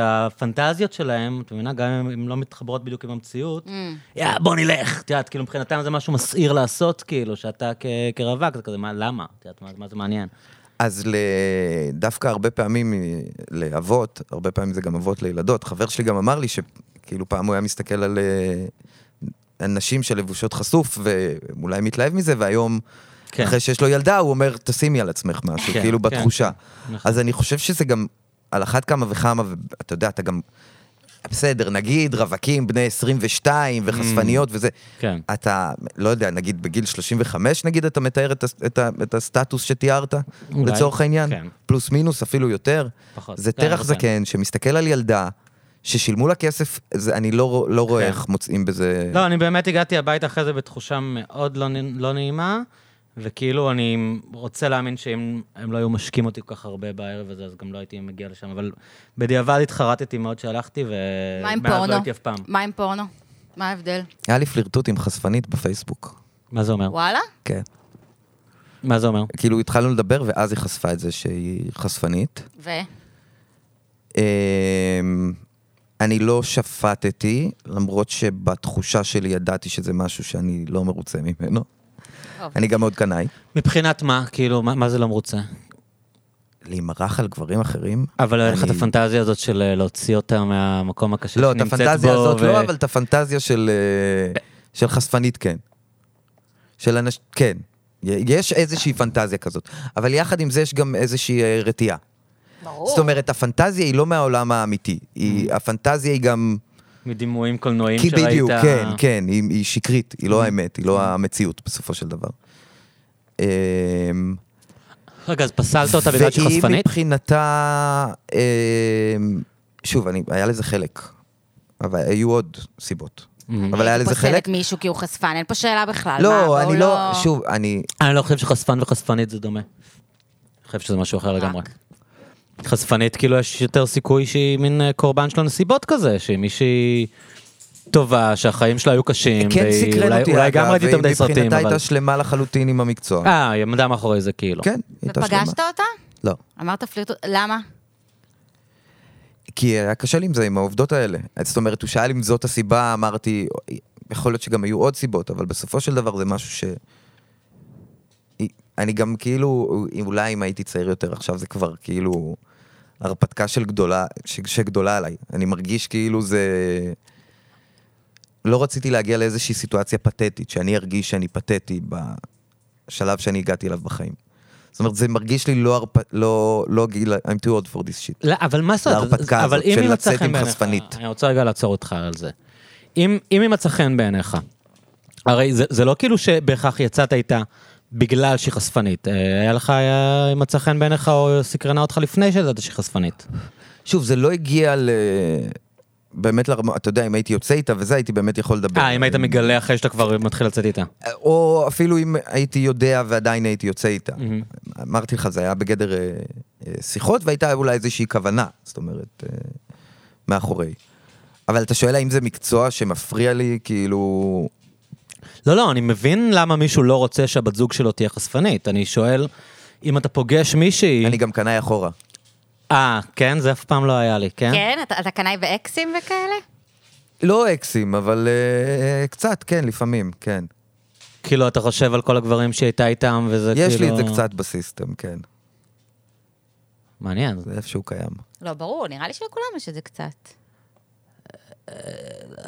Speaker 1: שהפנטזיות שלהם, את מבינה, גם אם הן לא מתחברות בדיוק עם המציאות,
Speaker 3: Mm.
Speaker 1: יא, בוא נלך, את יודעת, כאילו מבחינתם זה משהו מסעיר לעשות, כאילו, שאתה כ- כרווק, זה כזה, מה, למה? את יודעת, מה- מה זה מעניין?
Speaker 2: אז ל- דווקא הרבה פעמים אה, לאבות, הרבה פעמים זה גם אבות לילדות, חבר שלי גם אמר לי שכאילו פעם הוא היה מסתכל על אה, על נשים שלבושות חשוף, ואולי מתלהב מזה, והיום,
Speaker 1: כן.
Speaker 2: אחרי שיש לו ילדה, הוא אומר, תשימי על עצמך משהו,
Speaker 1: כן,
Speaker 2: כאילו
Speaker 1: כן,
Speaker 2: בתחושה.
Speaker 1: נכון.
Speaker 2: אז אני חושב שזה גם על אחת כמה וכמה, ואתה יודע, אתה גם... בסדר, נגיד רווקים בני 22 וחשפניות וזה.
Speaker 1: כן.
Speaker 2: אתה, לא יודע, נגיד בגיל 35 נגיד אתה מתאר את, ה- את, ה- את הסטטוס שתיארת,
Speaker 1: אולי,
Speaker 2: לצורך העניין?
Speaker 1: כן.
Speaker 2: פלוס מינוס, אפילו יותר.
Speaker 1: פחות,
Speaker 2: זה
Speaker 1: כן,
Speaker 2: טרח
Speaker 1: כן.
Speaker 2: זקן שמסתכל על ילדה, ששילמו לה כסף, זה, אני לא, רוא- לא רואה
Speaker 1: כן.
Speaker 2: איך מוצאים בזה...
Speaker 1: לא, אני באמת הגעתי הביתה אחרי זה בתחושה מאוד לא נ- לא נעימה, וכאילו אני רוצה להאמין שאם הם לא היו משקים אותי כל כך הרבה בערב הזה, אז גם לא הייתי מגיע לשם, אבל בדיעבד התחרטתי מאוד שהלכתי,
Speaker 3: מה עם
Speaker 1: ומאז
Speaker 3: פורנו?
Speaker 1: לא הייתי אף פעם.
Speaker 3: מה עם פורנו? מה ההבדל?
Speaker 2: היה לי פלירטוט עם חשפנית בפייסבוק.
Speaker 1: מה זה אומר?
Speaker 3: וואלה?
Speaker 2: כן.
Speaker 1: מה זה אומר?
Speaker 2: כאילו התחלנו לדבר, ואז היא חשפה את זה שהיא חשפנית.
Speaker 3: ו?
Speaker 2: אמ, אני לא שפטתי, למרות שבתחושה שלי ידעתי שזה משהו שאני לא מרוצה ממנו.
Speaker 3: טוב.
Speaker 2: אני גם מאוד קנאי.
Speaker 1: מבחינת מה? כאילו, מה, מה זה לא מרוצה?
Speaker 2: להימרח על גברים אחרים?
Speaker 1: אבל היה לך את
Speaker 2: אני-
Speaker 1: הפנטזיה הזאת של אה, להוציא אותה מהמקום הקשה
Speaker 2: לא, את
Speaker 1: שנמצאת בו.
Speaker 2: הפנטזיה הזאת
Speaker 1: ו-
Speaker 2: לא, אבל את הפנטזיה של אה, של חשפנית כן. של אנשים, כן. י- יש איזושהי פנטזיה כזאת. אבל יחד עם זה יש גם איזושהי אה, רתיעה.
Speaker 3: ברור.
Speaker 2: זאת אומרת, הפנטזיה היא לא מהעולם האמיתי. היא- הפנטזיה היא גם...
Speaker 1: מדימויים קולנועיים
Speaker 2: כי
Speaker 1: Mm-hmm. שראית. Mm-hmm.
Speaker 2: בדיוק, כן, כן, היא, היא שקרית, היא לא האמת, היא לא המציאות בסופו של דבר. אמ,
Speaker 1: רגע, אז פסלת אותה בגלל שהיא
Speaker 2: והיא
Speaker 1: חשפנית?
Speaker 2: מבחינתה, אמ, שוב, אני, היה לזה חלק, אבל היו עוד סיבות. אבל היה לזה
Speaker 3: פוסלת
Speaker 2: חלק.
Speaker 3: מישהו כי הוא חשפן, אין פה שאלה בכלל. מה,
Speaker 2: לא,
Speaker 3: בואו
Speaker 2: אני לא, שוב, אני,
Speaker 1: אני לא חושב שחשפן וחשפנית זה דומה. אני חושב שזה משהו אחר לגמרי. חשפנית, כאילו יש יותר סיכוי שהיא מין אה, קורבן של הנסיבות כזה, שהיא מישהי טובה, שהחיים שלה היו קשים,
Speaker 2: כן
Speaker 1: והיא-
Speaker 2: סקרן
Speaker 1: אולי-
Speaker 2: אותי,
Speaker 1: אולי
Speaker 2: אגב,
Speaker 1: גם ראיתי
Speaker 2: והיא
Speaker 1: יותר מדי סרטים,
Speaker 2: מבחינתה
Speaker 1: אבל...
Speaker 2: הייתה שלמה לחלוטין עם המקצוע.
Speaker 1: אה, היא עמדה מאחורי זה כאילו.
Speaker 2: כן, היא הייתה שלמה.
Speaker 3: ופגשת אותה?
Speaker 2: לא.
Speaker 3: אמרת פלירטות, למה?
Speaker 2: כי היה קשה לי עם זה, עם העובדות האלה. אז זאת אומרת, הוא שאל אם זאת הסיבה, אמרתי, יכול להיות שגם היו עוד סיבות, אבל בסופו של דבר זה משהו ש... אני גם כאילו, אולי אם הייתי צעיר יותר, עכשיו זה כבר כאילו הרפתקה של גדולה, ש... שגדולה עליי. אני מרגיש כאילו זה... לא רציתי להגיע לאיזושהי סיטואציה פתטית, שאני ארגיש שאני פתטי בשלב שאני הגעתי אליו בחיים. זאת אומרת, זה מרגיש לי לא הרפ... לא, לא גיל... I'm too old for this shit.
Speaker 1: לא, אבל מה זאת?
Speaker 2: להרפתקה
Speaker 1: אבל
Speaker 2: הזאת
Speaker 1: אם
Speaker 2: של
Speaker 1: ימצא
Speaker 2: לצאת
Speaker 1: חן
Speaker 2: עם
Speaker 1: בעיניך-
Speaker 2: חשפנית.
Speaker 1: אני רוצה רגע לעצור אותך על זה. אם אם ימצא חן בעיניך, הרי זה- זה לא כאילו שבהכרח יצאת איתה בגלל שהיא חשפנית. אה, היה לך, היה מצא חן בעיניך או סקרנה אותך לפני שידעת שהיא חשפנית.
Speaker 2: שוב, זה לא הגיע ל... באמת לרמה, אתה יודע, אם הייתי יוצא איתה וזה, הייתי באמת יכול לדבר.
Speaker 1: אה, אם היית מגלה אחרי שאתה כבר מתחיל לצאת איתה.
Speaker 2: או אפילו אם הייתי יודע ועדיין הייתי יוצא איתה.
Speaker 1: Mm-hmm.
Speaker 2: אמרתי לך, זה היה בגדר אה, אה, שיחות, והייתה אולי איזושהי כוונה, זאת אומרת, אה, מאחורי. אבל אתה שואל האם זה מקצוע שמפריע לי, כאילו...
Speaker 1: לא, לא, אני מבין למה מישהו לא רוצה שהבת זוג שלו תהיה חשפנית. אני שואל, אם אתה פוגש מישהי...
Speaker 2: אני גם קנאי אחורה.
Speaker 1: אה, כן? זה אף פעם לא היה לי, כן?
Speaker 3: כן? אתה- אתה קנאי באקסים וכאלה?
Speaker 2: לא אקסים, אבל אה, קצת, כן, לפעמים, כן.
Speaker 1: כאילו, אתה חושב על כל הגברים שהיא הייתה איתם, וזה כאילו...
Speaker 2: יש לי את זה קצת בסיסטם, כן.
Speaker 1: מעניין.
Speaker 2: זה איפשהו קיים.
Speaker 3: לא, ברור, נראה לי שלכולם יש את זה קצת.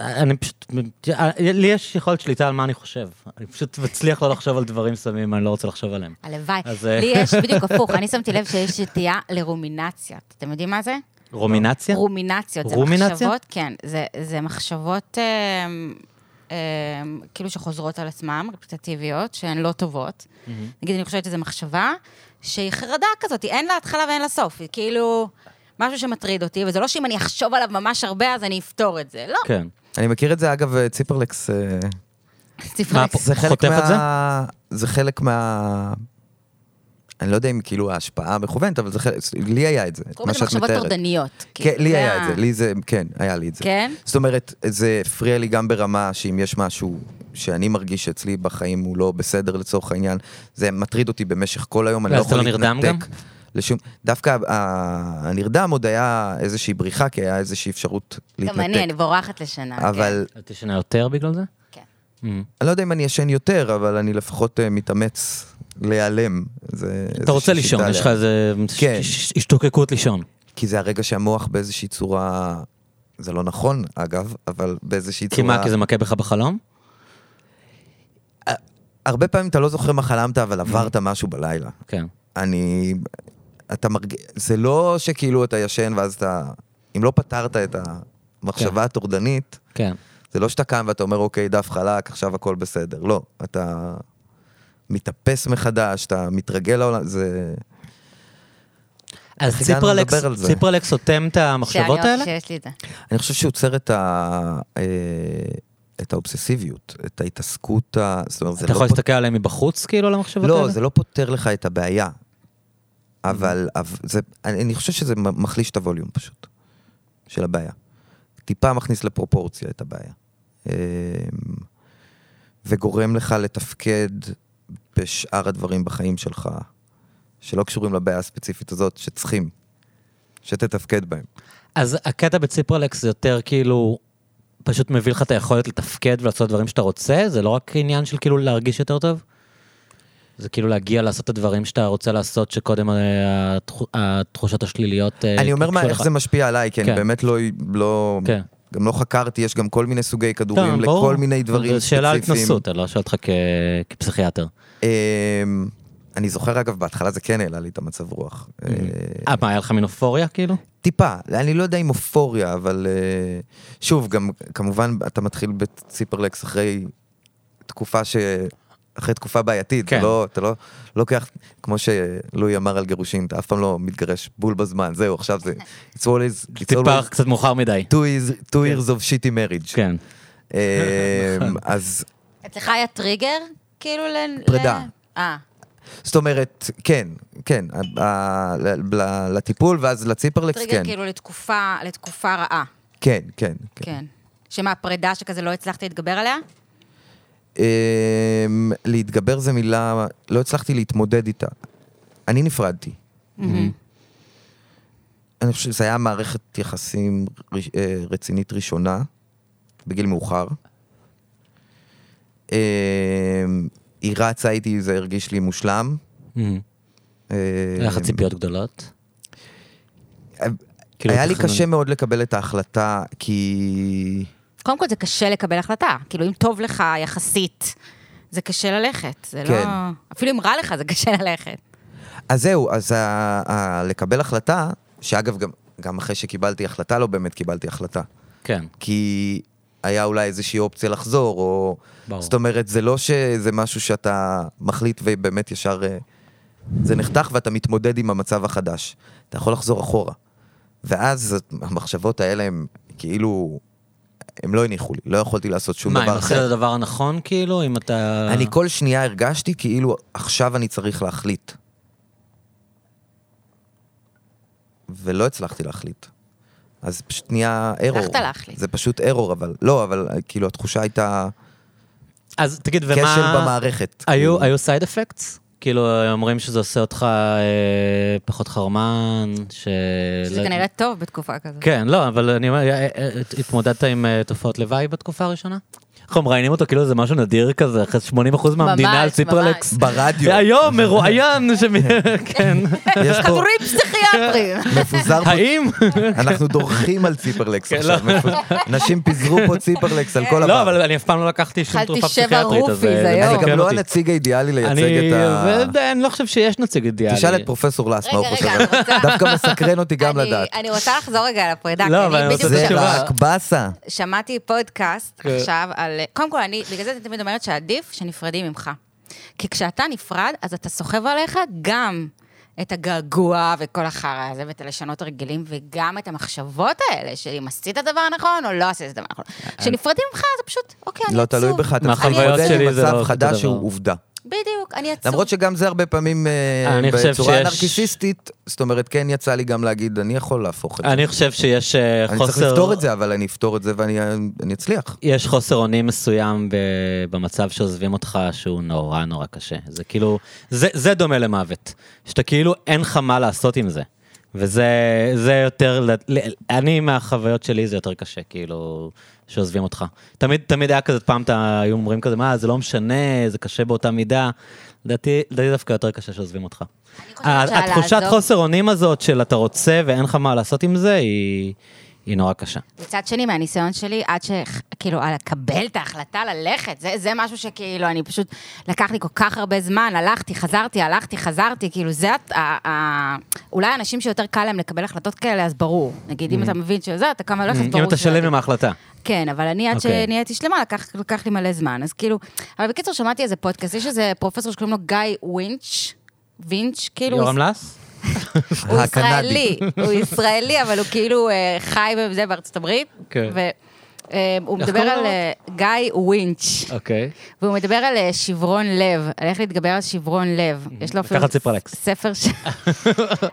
Speaker 1: אני פשוט, לי יש יכולת שליטה על מה אני חושב. אני פשוט מצליח לא לחשוב על דברים סמים, אני לא רוצה לחשוב עליהם.
Speaker 3: הלוואי.
Speaker 1: אז, אה,
Speaker 3: לי
Speaker 1: (laughs)
Speaker 3: יש בדיוק הפוך, אני שמתי לב שיש נטייה לרומינציות. אתם יודעים מה זה?
Speaker 2: לא.
Speaker 1: רומינציה?
Speaker 3: רומינציות. זה
Speaker 1: רומינציה?
Speaker 3: מחשבות, כן. זה- זה מחשבות אמ, אמ, כאילו שחוזרות על עצמן, רפטטיביות, שהן לא טובות. נגיד, אני חושבת שזו מחשבה שהיא חרדה כזאת, היא אין לה התחלה ואין לה סוף. היא כאילו משהו שמטריד אותי, וזה לא שאם אני אחשוב עליו ממש הרבה, אז אני אפתור את זה. לא.
Speaker 1: כן.
Speaker 2: אני מכיר את זה, אגב, ציפרלקס... אה,
Speaker 3: ציפרלקס.
Speaker 1: פה?
Speaker 2: זה חלק
Speaker 1: חותך
Speaker 2: מה...
Speaker 1: את
Speaker 2: זה חלק מה... אני לא יודע אם כאילו ההשפעה מכוונת, אבל זה חלק... לי היה את זה, את
Speaker 3: קוראים
Speaker 2: מה
Speaker 3: לזה
Speaker 2: שאת
Speaker 3: מחשבות
Speaker 2: מתארת.
Speaker 3: טורדניות. כאילו,
Speaker 2: כן,
Speaker 3: אה,
Speaker 2: לי
Speaker 3: זה
Speaker 2: היה
Speaker 3: ה-
Speaker 2: את זה, לי זה, כן, היה לי את זה.
Speaker 3: כן?
Speaker 2: זאת אומרת, זה הפריע לי גם ברמה שאם יש משהו שאני מרגיש שאצלי בחיים הוא לא בסדר לצורך העניין, זה מטריד אותי במשך כל היום, אני לא
Speaker 1: ואז אתה
Speaker 2: יכול
Speaker 1: לא נרדם
Speaker 2: להתנתק.
Speaker 1: גם?
Speaker 2: לשום, דווקא ה- הנרדם עוד היה איזושהי בריחה, כי היה איזושהי אפשרות להתנתק.
Speaker 3: גם אני, אני בורחת לשנה. כן.
Speaker 2: אבל
Speaker 1: אתה תשנה יותר בגלל זה?
Speaker 3: כן.
Speaker 2: אני לא יודע אם אני ישן יותר, אבל אני לפחות אה, מתאמץ להיעלם. זה
Speaker 1: אתה
Speaker 2: איזושהי
Speaker 1: רוצה לישון,
Speaker 2: שיטה
Speaker 1: יש לך
Speaker 2: לה-
Speaker 1: איזה
Speaker 2: כן.
Speaker 1: ש- ש- השתוקקות לישון.
Speaker 2: כי זה הרגע שהמוח באיזושהי צורה... זה לא נכון, אגב, אבל באיזושהי
Speaker 1: כי
Speaker 2: צורה...
Speaker 1: מה, כי זה מכה בך בחלום?
Speaker 2: הרבה פעמים אתה לא זוכר מה חלמת, אבל עברת משהו בלילה.
Speaker 1: כן.
Speaker 2: אני... אתה מרגיש... זה לא שכאילו אתה ישן ואז אתה... אם לא פתרת את
Speaker 1: כן.
Speaker 2: המחשבה הטורדנית,
Speaker 1: כן.
Speaker 2: זה לא שאתה קם ואתה אומר, אוקיי, דף חלק, עכשיו הכל בסדר. לא, אתה מתאפס מחדש, אתה מתרגל לעולם, זה...
Speaker 1: אז
Speaker 2: איך הגענו
Speaker 1: ציפרלקס,
Speaker 2: לדבר על זה?
Speaker 1: ציפרלקס סותם את המחשבות
Speaker 3: שאני
Speaker 1: האלה?
Speaker 3: עוד שיש לי את זה.
Speaker 2: אני חושב שהוא יוצר את, ה... אה, את האובססיביות, את ההתעסקות, ה... זאת אומרת, זה
Speaker 1: אתה
Speaker 2: לא,
Speaker 1: יכול
Speaker 2: פות...
Speaker 1: להסתכל עליהם מבחוץ, כאילו, על המחשבות האלה?
Speaker 2: לא, זה לא פותר לך את הבעיה,
Speaker 1: אוקיי.
Speaker 2: אבל, אבל זה... אני אני חושב שזה מ- מחליש את הווליום פשוט, של הבעיה. טיפה מכניס לפרופורציה את הבעיה. אה, וגורם לך לתפקד בשאר הדברים בחיים שלך, שלא קשורים לבעיה הספציפית הזאת, שצריכים. שתתפקד בהם.
Speaker 1: אז הקטע בציפרלקס זה יותר כאילו, פשוט מביא לך את היכולת לתפקד ולעשות דברים שאתה רוצה? זה לא רק עניין של כאילו להרגיש יותר טוב? זה כאילו להגיע לעשות את הדברים שאתה רוצה לעשות, שקודם אה, התחו- התחושות השליליות... אה,
Speaker 2: אני אומר מה,
Speaker 1: קשו
Speaker 2: איך
Speaker 1: לך.
Speaker 2: זה משפיע עליי, כי אני
Speaker 1: כן.
Speaker 2: באמת לא- לא...
Speaker 1: כן.
Speaker 2: גם לא חקרתי, יש גם כל מיני סוגי כדורים
Speaker 1: טוב, ברור.
Speaker 2: לכל מיני דברים
Speaker 1: זו שאלה על
Speaker 2: ספציפיים. אה.
Speaker 1: התנסות, אני לא שואל אותך כ- כפסיכיאטר.
Speaker 2: אמ, אני זוכר, אגב, בהתחלה זה כן העלה לי את המצב רוח. אה,
Speaker 1: אה, מה, היה לך מין אופוריה כאילו?
Speaker 2: טיפה, אני לא יודע אם אופוריה, אבל אה, שוב, גם כמובן אתה מתחיל בציפרלקס אחרי תקופה ש... אחרי תקופה בעייתית,
Speaker 1: כן.
Speaker 2: אתה לא, אתה לא לא לוקח, כמו שלואי אמר על גירושים, אתה אף פעם לא מתגרש בול בזמן, זהו, עכשיו זה, it's always, it's
Speaker 1: טיפה
Speaker 2: always
Speaker 1: קצת מאוחר מדי.
Speaker 2: two years, two years of shitty marriage.
Speaker 1: כן. נכון.
Speaker 2: אה, אז
Speaker 3: אצלך היה טריגר? כאילו ל...
Speaker 2: פרידה.
Speaker 3: ל- אה.
Speaker 2: זאת אומרת, כן, כן, ה- ה- ל- ל- לטיפול ואז לציפרלקס,
Speaker 3: טריגר
Speaker 2: כן,
Speaker 3: כאילו לתקופה, לתקופה רעה.
Speaker 2: כן, כן, כן.
Speaker 3: כן. שמה, פרידה שכזה לא הצלחת להתגבר עליה?
Speaker 2: אמ, להתגבר זה מילה, לא הצלחתי להתמודד איתה. אני נפרדתי.
Speaker 3: Mm-hmm.
Speaker 2: אני חושב שזה היה מערכת יחסים רש- אה, רצינית ראשונה, בגיל מאוחר. אמ, היא רצה איתי, זה הרגיש לי מושלם.
Speaker 1: אמ.
Speaker 2: אמ,
Speaker 1: היה לך ציפיות גדולות? כאילו,
Speaker 2: אה, היה לי
Speaker 1: תכנון.
Speaker 2: קשה מאוד לקבל את ההחלטה, כי...
Speaker 3: קודם כל, זה קשה לקבל החלטה. כאילו, אם טוב לך יחסית, זה קשה ללכת. זה לא...
Speaker 2: כן.
Speaker 3: אפילו אם רע לך, זה קשה ללכת.
Speaker 2: אז זהו, אז ה- ה- לקבל החלטה, שאגב, גם- גם אחרי שקיבלתי החלטה, לא באמת קיבלתי החלטה.
Speaker 1: כן.
Speaker 2: כי היה אולי איזושהי אופציה לחזור, או...
Speaker 1: ברור.
Speaker 2: זאת אומרת, זה לא שזה משהו שאתה מחליט ובאמת ישר... אה, זה נחתך ואתה מתמודד עם המצב החדש. אתה יכול לחזור אחורה. ואז המחשבות האלה הם כאילו... הם לא הניחו לי, לא יכולתי לעשות שום
Speaker 1: מה, אם
Speaker 2: דבר
Speaker 1: עשית
Speaker 2: אחר.
Speaker 1: את הדבר הנכון כאילו? אם אתה...
Speaker 2: אני כל שנייה הרגשתי כאילו עכשיו אני צריך להחליט. ולא הצלחתי להחליט. אז פשוט נהיה ארור.
Speaker 3: הצלחת להחליט.
Speaker 2: זה פשוט ארור, אבל... לא, אבל אה, כאילו התחושה הייתה
Speaker 1: אז תגיד, ומה...
Speaker 2: כשל במערכת. כאילו.
Speaker 1: היו סייד אפקטס? כאילו, אומרים שזה עושה אותך אה, פחות חרמן, ש...
Speaker 3: שזה
Speaker 1: לא-
Speaker 3: כנראה טוב בתקופה כזאת.
Speaker 1: כן, לא, אבל אני אומר, אה, אה, התמודדת עם אה, תופעות לוואי בתקופה הראשונה? אנחנו מראיינים אותו כאילו זה משהו נדיר כזה, אחרי 80%
Speaker 3: ממש,
Speaker 1: מהמדינה על ציפרלקס.
Speaker 2: ברדיו.
Speaker 1: (laughs) היום מרואיין, שמ- כן.
Speaker 2: יש פה (laughs)
Speaker 3: כדורים פסיכיאטריים.
Speaker 2: מפוזר
Speaker 1: (laughs)
Speaker 2: פה...
Speaker 1: האם?
Speaker 2: אנחנו דורכים על ציפרלקס
Speaker 1: כן,
Speaker 2: עכשיו.
Speaker 1: לא.
Speaker 2: מפוז- אנשים פיזרו פה ציפרלקס על כל הבא.
Speaker 1: לא, אבל אני אף פעם לא לקחתי שום
Speaker 3: אכלתי
Speaker 1: תרופה
Speaker 3: שבע
Speaker 1: פסיכיאטרית, אז
Speaker 3: רופיז היום.
Speaker 2: אני
Speaker 1: מסקרן
Speaker 2: גם לא
Speaker 1: אותי.
Speaker 2: הנציג האידיאלי לייצג
Speaker 1: אני
Speaker 2: את ה...
Speaker 1: זה- אני לא חושב שיש נציג אידיאלי.
Speaker 2: תשאל את פרופסור לס מה הוא
Speaker 3: רגע, רגע,
Speaker 2: חושב.
Speaker 3: אני רוצה-
Speaker 2: דווקא מסקרן אותי גם
Speaker 3: אני-
Speaker 2: לדעת.
Speaker 3: אני רוצה לחזור רגע לפרידה,
Speaker 1: לא,
Speaker 3: כי
Speaker 1: אבל אני
Speaker 3: אני
Speaker 1: רוצה
Speaker 3: בדיוק
Speaker 1: את
Speaker 2: זה
Speaker 1: התשובה.
Speaker 3: שמע-
Speaker 2: רק באסה.
Speaker 3: שמעתי פודקאסט
Speaker 1: כן.
Speaker 3: עכשיו על... קודם כל, אני, בגלל זה אני תמיד אומרת שעדיף שנפרדים ממך. כי כשאתה נפרד, אז אתה סוחב עליך גם את הגעגוע וכל החרא הזה ואת הלשונות הרגילים, וגם את המחשבות האלה, של אם עשית דבר נכון או לא עשית דבר נכון. כשנפרדים ממך, זה פשוט, אוקיי, אני
Speaker 2: לא
Speaker 3: עצוב.
Speaker 2: תלוי בך, אתה צריך
Speaker 1: כן. מהחוויות
Speaker 2: להתמודד
Speaker 1: שלי
Speaker 2: עם
Speaker 1: זה לא
Speaker 2: מצב
Speaker 1: אותו דבר.
Speaker 2: חדש שהוא עובדה.
Speaker 3: בדיוק, אני עצוב.
Speaker 2: למרות שגם זה הרבה פעמים אה,
Speaker 1: אני חושב
Speaker 2: בצורה
Speaker 1: שיש-
Speaker 2: נרקיסיסטית, זאת אומרת, כן יצא לי גם להגיד, אני יכול להפוך את זה.
Speaker 1: אני חושב שיש אה,
Speaker 2: אני צריך
Speaker 1: חוסר...
Speaker 2: לפתור את זה, אבל אני אפתור את זה ואני אה, אני אצליח.
Speaker 1: יש חוסר אונים מסוים ב- במצב שעוזבים אותך שהוא נורא נורא קשה. זה כאילו, זה, זה דומה למוות. שאתה כאילו אין לך מה לעשות עם זה. וזה זה יותר, ל- ל- אני מהחוויות שלי זה יותר קשה, כאילו, שעוזבים אותך. תמיד, תמיד היה כזה, פעם אתה, היו אומרים כזה, מה, זה לא משנה, זה קשה באותה מידה. לדעתי, לדעתי דווקא יותר קשה שעוזבים אותך.
Speaker 3: חושבת שעל
Speaker 1: התחושת
Speaker 3: לעזוב-
Speaker 1: חוסר אונים הזאת של אתה רוצה ואין לך מה לעשות עם זה, היא, היא נורא קשה.
Speaker 3: מצד שני, מהניסיון שלי, עד שכאילו, על לקבל את ההחלטה ללכת, זה, זה משהו שכאילו, אני פשוט, לקח לי כל כך הרבה זמן, הלכתי, חזרתי, הלכתי, חזרתי, כאילו, זה, הת- ה, ה, אולי אנשים שיותר קל להם לקבל החלטות כאלה, אז ברור. נגיד, אם אתה מבין שזה, אתה קם ללכת, ברור
Speaker 1: Mm-hmm. אם אתה שלם
Speaker 3: שעדיף.
Speaker 1: עם ההחלטה.
Speaker 3: כן, אבל אני עד
Speaker 1: אוקיי.
Speaker 3: שנהייתי שלמה, לקח, לקח לי מלא זמן, אז כאילו... אבל בקיצור, שמעתי איזה פודקאסט, יש איזה פרופסור שקוראים לו גיא וינץ', וינץ', כאילו... הוא
Speaker 1: יורם לס?
Speaker 3: הוא
Speaker 2: הקנדי.
Speaker 3: ישראלי, הוא ישראלי, אבל הוא כאילו אה, חי בזה בארצות הברית.
Speaker 1: כן.
Speaker 3: והוא
Speaker 1: איך
Speaker 3: מדבר
Speaker 1: קוראים
Speaker 3: על
Speaker 1: לו?
Speaker 3: אה, גיא ווינץ',
Speaker 1: אוקיי.
Speaker 3: והוא מדבר על אה, שברון לב, על איך להתגבר על שברון לב. יש לו
Speaker 1: Mm-hmm. לקחת ציפרלקס. (laughs)
Speaker 3: ספר ש...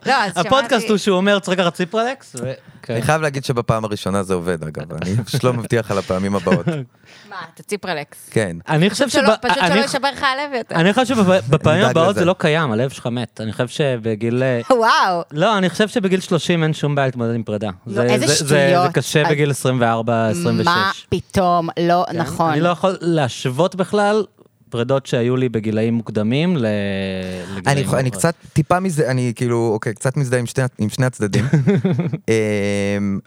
Speaker 3: לא, אז שמעתי...
Speaker 1: הפודקאסט הוא שהוא אומר צריך לקחת ציפרלקס, כן.
Speaker 2: אני חייב להגיד שבפעם הראשונה זה עובד,
Speaker 1: (laughs)
Speaker 2: אגב. אני פשוט לא מבטיח על הפעמים הבאות.
Speaker 3: מה, אתה ציפרלקס.
Speaker 2: כן.
Speaker 1: אני חושב
Speaker 3: פשוט שלא-
Speaker 1: שב-
Speaker 3: פשוט שלא
Speaker 1: אני-
Speaker 3: יישבר לך הלב יותר.
Speaker 1: אני חושב
Speaker 2: (laughs)
Speaker 1: שבפעמים
Speaker 2: נדאג
Speaker 1: הבאות
Speaker 2: לזה.
Speaker 1: זה לא קיים, הלב שלך מת. אני חושב שבגיל... אה,
Speaker 3: וואו.
Speaker 1: לא, אני חושב שבגיל 30 אין שום בעיה להתמודד עם פרידה. זה-
Speaker 3: לא, איזה
Speaker 1: זה- זה- זה
Speaker 3: שטויות.
Speaker 1: קשה
Speaker 3: אז-
Speaker 1: בגיל 24, 26.
Speaker 3: מה פתאום, לא
Speaker 1: כן?
Speaker 3: נכון.
Speaker 1: אני לא יכול להשוות בכלל פרידות שהיו לי בגילאים מוקדמים ל... לגילאים
Speaker 2: אני, אני
Speaker 1: מאוחרים.
Speaker 2: קצת טיפה מזה, אני כאילו, אוקיי, קצת מזדהה עם שני, עם שני הצדדים. אמ,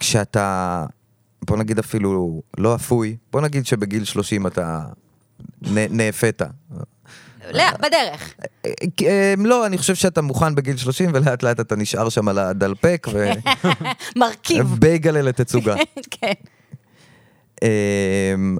Speaker 2: כשאתה, בוא נגיד אפילו לא אפוי, בוא נגיד שבגיל 30 אתה נ- נאפית. אה,
Speaker 3: לא, בדרך.
Speaker 2: אמ, לא, אני חושב שאתה מוכן בגיל 30 ולאט לאט אתה נשאר שם על הדלפק (laughs)
Speaker 3: מרכיב.
Speaker 2: ובייגלה לתצוגה.
Speaker 3: כן.
Speaker 2: אמ,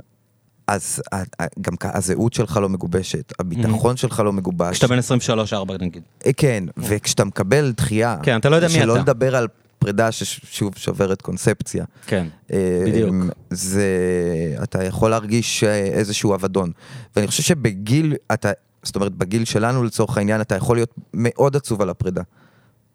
Speaker 2: אז ה- ה- גם כ- הזהות שלך לא מגובשת, הביטחון שלך לא מגובש.
Speaker 1: כשאתה בן 23-4 נגיד.
Speaker 2: אה, כן, וכשאתה מקבל דחייה,
Speaker 1: כן, אתה לא יודע מי
Speaker 2: שלא
Speaker 1: אתה.
Speaker 2: לדבר על פרידה ששוב שוברת קונספציה.
Speaker 1: כן,
Speaker 2: אה,
Speaker 1: בדיוק.
Speaker 2: זה, אתה יכול להרגיש אה, איזשהו אבדון. ואני חושב שבגיל, אתה, זאת אומרת, בגיל שלנו לצורך העניין, אתה יכול להיות מאוד עצוב על הפרידה.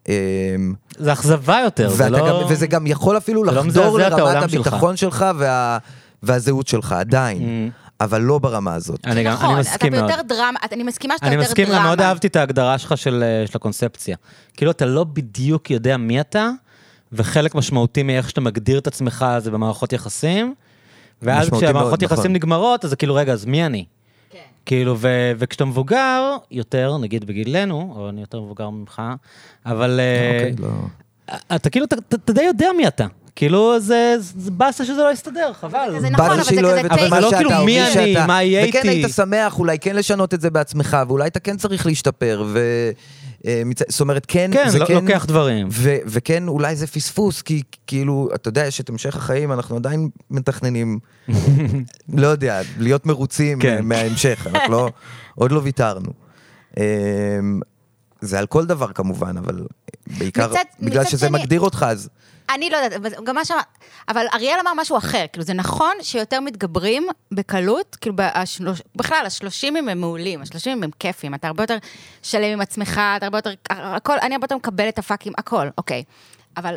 Speaker 2: אמ,
Speaker 1: זה אכזבה יותר, זה
Speaker 2: ואתה
Speaker 1: לא...
Speaker 2: גם, וזה גם יכול אפילו
Speaker 1: זה לא
Speaker 2: לחדור
Speaker 1: מזעזע את
Speaker 2: לרמת
Speaker 1: העולם שלך.
Speaker 2: הביטחון שלך, וה, והזהות שלך עדיין,
Speaker 1: Mm.
Speaker 2: אבל לא ברמה הזאת.
Speaker 1: אני גם,
Speaker 3: נכון,
Speaker 1: אני מסכים
Speaker 3: אתה
Speaker 1: מאוד.
Speaker 3: ביותר דרמה, אני מסכימה שאתה
Speaker 1: אני
Speaker 3: יותר דרמה.
Speaker 1: מסכים, גם מאוד אהבתי את ההגדרה שלך של, אה, של הקונספציה. כאילו, אתה לא בדיוק יודע מי אתה, וחלק משמעותי מאיך שאתה מגדיר את עצמך זה במערכות יחסים, ואז
Speaker 2: משמעותי
Speaker 1: כשהמערכות
Speaker 2: מאוד,
Speaker 1: יחסים
Speaker 2: נכון.
Speaker 1: נגמרות, אז זה כאילו, רגע, אז מי אני?
Speaker 3: כן.
Speaker 1: כאילו, ו- וכשאתה מבוגר, יותר, נגיד בגילנו, או אני יותר מבוגר ממך, אבל אה,
Speaker 2: אוקיי, לא.
Speaker 1: אתה כאילו, אתה- אתה אתה די יודע מי אתה. כאילו, זה זה באסה שזה לא יסתדר, חבל.
Speaker 3: זה נכון, אבל
Speaker 2: שהיא
Speaker 3: זה
Speaker 2: לא
Speaker 3: כזה
Speaker 2: אוהבת את
Speaker 3: טייק.
Speaker 2: מה
Speaker 1: אבל לא
Speaker 2: שאתה,
Speaker 1: כאילו,
Speaker 2: או
Speaker 1: מי אני,
Speaker 2: שאתה.
Speaker 1: מה יהיה
Speaker 2: וכן
Speaker 1: איתי?
Speaker 2: היית שמח אולי כן לשנות את זה בעצמך, ואולי אתה כן צריך להשתפר, ו... אה, מצ- זאת אומרת, כן,
Speaker 1: כן,
Speaker 2: זה
Speaker 1: לוק-
Speaker 2: כן...
Speaker 1: לוקח דברים.
Speaker 2: ו- וכן, אולי זה פספוס, כי כאילו, אתה יודע, יש את המשך החיים, אנחנו עדיין מתכננים, לא יודע, להיות מרוצים
Speaker 1: כן.
Speaker 2: מההמשך, אנחנו לא, עוד לא ויתרנו. אמ, זה על כל דבר כמובן, אבל בעיקר
Speaker 3: מצד-
Speaker 2: בגלל
Speaker 3: מצד
Speaker 2: שזה
Speaker 3: שני-
Speaker 2: מגדיר אותך, אז
Speaker 3: אני לא יודעת, אבל גם מה שאמר, אבל אריאל אמר משהו אחר, כאילו זה נכון שיותר מתגברים בקלות, כאילו בשלוש, בכלל, השלושימים הם מעולים, השלושימים הם כיפים, אתה הרבה יותר שלם עם עצמך, אתה הרבה יותר, הכל, אני הרבה יותר מקבל את הפאקים, הכל, אוקיי. אבל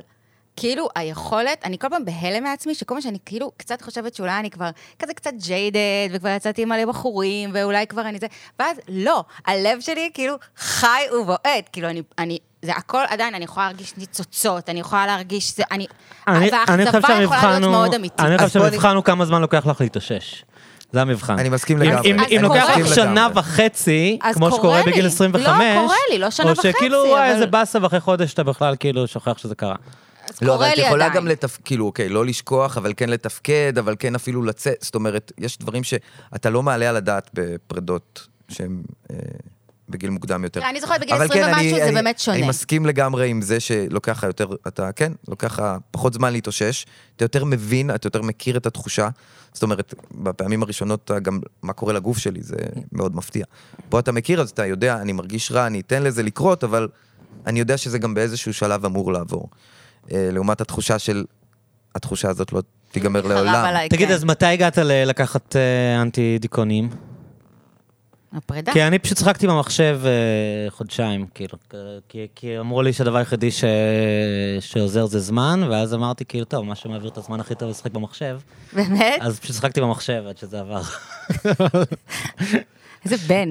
Speaker 3: כאילו היכולת, אני כל פעם בהלם מעצמי, שכל מה שאני כאילו קצת חושבת שאולי אני כבר כזה קצת ג'יידד, וכבר יצאתי עם מלא בחורים, ואולי כבר אני זה, ואז לא, הלב שלי כאילו חי ובועט, כאילו אני, אני, זה הכל עדיין, אני יכולה להרגיש ניצוצות, אני יכולה להרגיש, זה, אני,
Speaker 1: אה, אני אני חושב
Speaker 3: והאכזבה יכולה
Speaker 1: שהמבחן
Speaker 3: להיות
Speaker 1: הוא,
Speaker 3: מאוד אמיתית.
Speaker 1: אני
Speaker 2: אז
Speaker 1: חושב
Speaker 2: בוא אני-
Speaker 1: שהמבחן הוא כמה זמן לוקח לך להתאושש. זה המבחן.
Speaker 2: אני מסכים
Speaker 1: אם-
Speaker 2: לגמרי.
Speaker 1: אם-
Speaker 3: אז
Speaker 1: אם
Speaker 3: קורה
Speaker 1: לוקח
Speaker 3: לי.
Speaker 1: לך שנה וחצי,
Speaker 3: אז
Speaker 1: כמו
Speaker 3: קורה
Speaker 1: שקורה
Speaker 3: לי.
Speaker 1: בגיל
Speaker 3: לא,
Speaker 1: 25,
Speaker 3: קורה לי, לא שנה
Speaker 1: או שכאילו,
Speaker 3: וחצי,
Speaker 1: וואי,
Speaker 3: אבל-
Speaker 1: איזה באסה, ואחרי חודש אתה בכלל כאילו שוכח שזה קרה.
Speaker 3: אז
Speaker 2: לא, אבל
Speaker 3: קורה
Speaker 2: את
Speaker 3: לי
Speaker 2: יכולה
Speaker 3: עדיין.
Speaker 2: גם לתפ... כאילו, אוקיי, לא לשכוח, אבל כן לתפקד, אבל כן אפילו לצאת. זאת אומרת, יש דברים שאתה לא מעלה על הדעת בפרדות שהן אה, בגיל מוקדם יותר.
Speaker 3: אני זוכרת בגיל
Speaker 2: אבל
Speaker 3: 20
Speaker 2: כן,
Speaker 3: ומשהו,
Speaker 2: אני-
Speaker 3: זה
Speaker 2: אני-
Speaker 3: באמת שונה.
Speaker 2: אני מסכים לגמרי עם זה שלוקח לך יותר, אתה כן, לוקח לך פחות זמן להתאושש, אתה יותר מבין, אתה יותר מכיר את התחושה. זאת אומרת, בפעמים הראשונות אתה גם, מה קורה לגוף שלי, זה מאוד מפתיע. פה אתה מכיר, אז אתה יודע, אני מרגיש רע, אני אתן לזה לקרות, אבל אני יודע שזה גם באיזשהו שלב אמור לעבור. אה, לעומת התחושה של, התחושה הזאת לא תיגמר
Speaker 3: חרב
Speaker 2: לעולם.
Speaker 3: עליי,
Speaker 1: תגיד,
Speaker 3: כן.
Speaker 1: אז מתי הגעת ל- לקחת אה, אנטי-דיכאונים?
Speaker 3: הפרידה?
Speaker 1: כי אני פשוט שיחקתי במחשב אה, חודשיים, כאילו. כי- כי אמרו לי שהדבר היחידי ש- שעוזר זה זמן, ואז אמרתי, כאילו, טוב, מה שמעביר את הזמן הכי טוב זה לשחק במחשב.
Speaker 3: באמת?
Speaker 1: אז פשוט שיחקתי במחשב עד שזה עבר. (laughs)
Speaker 3: איזה בן.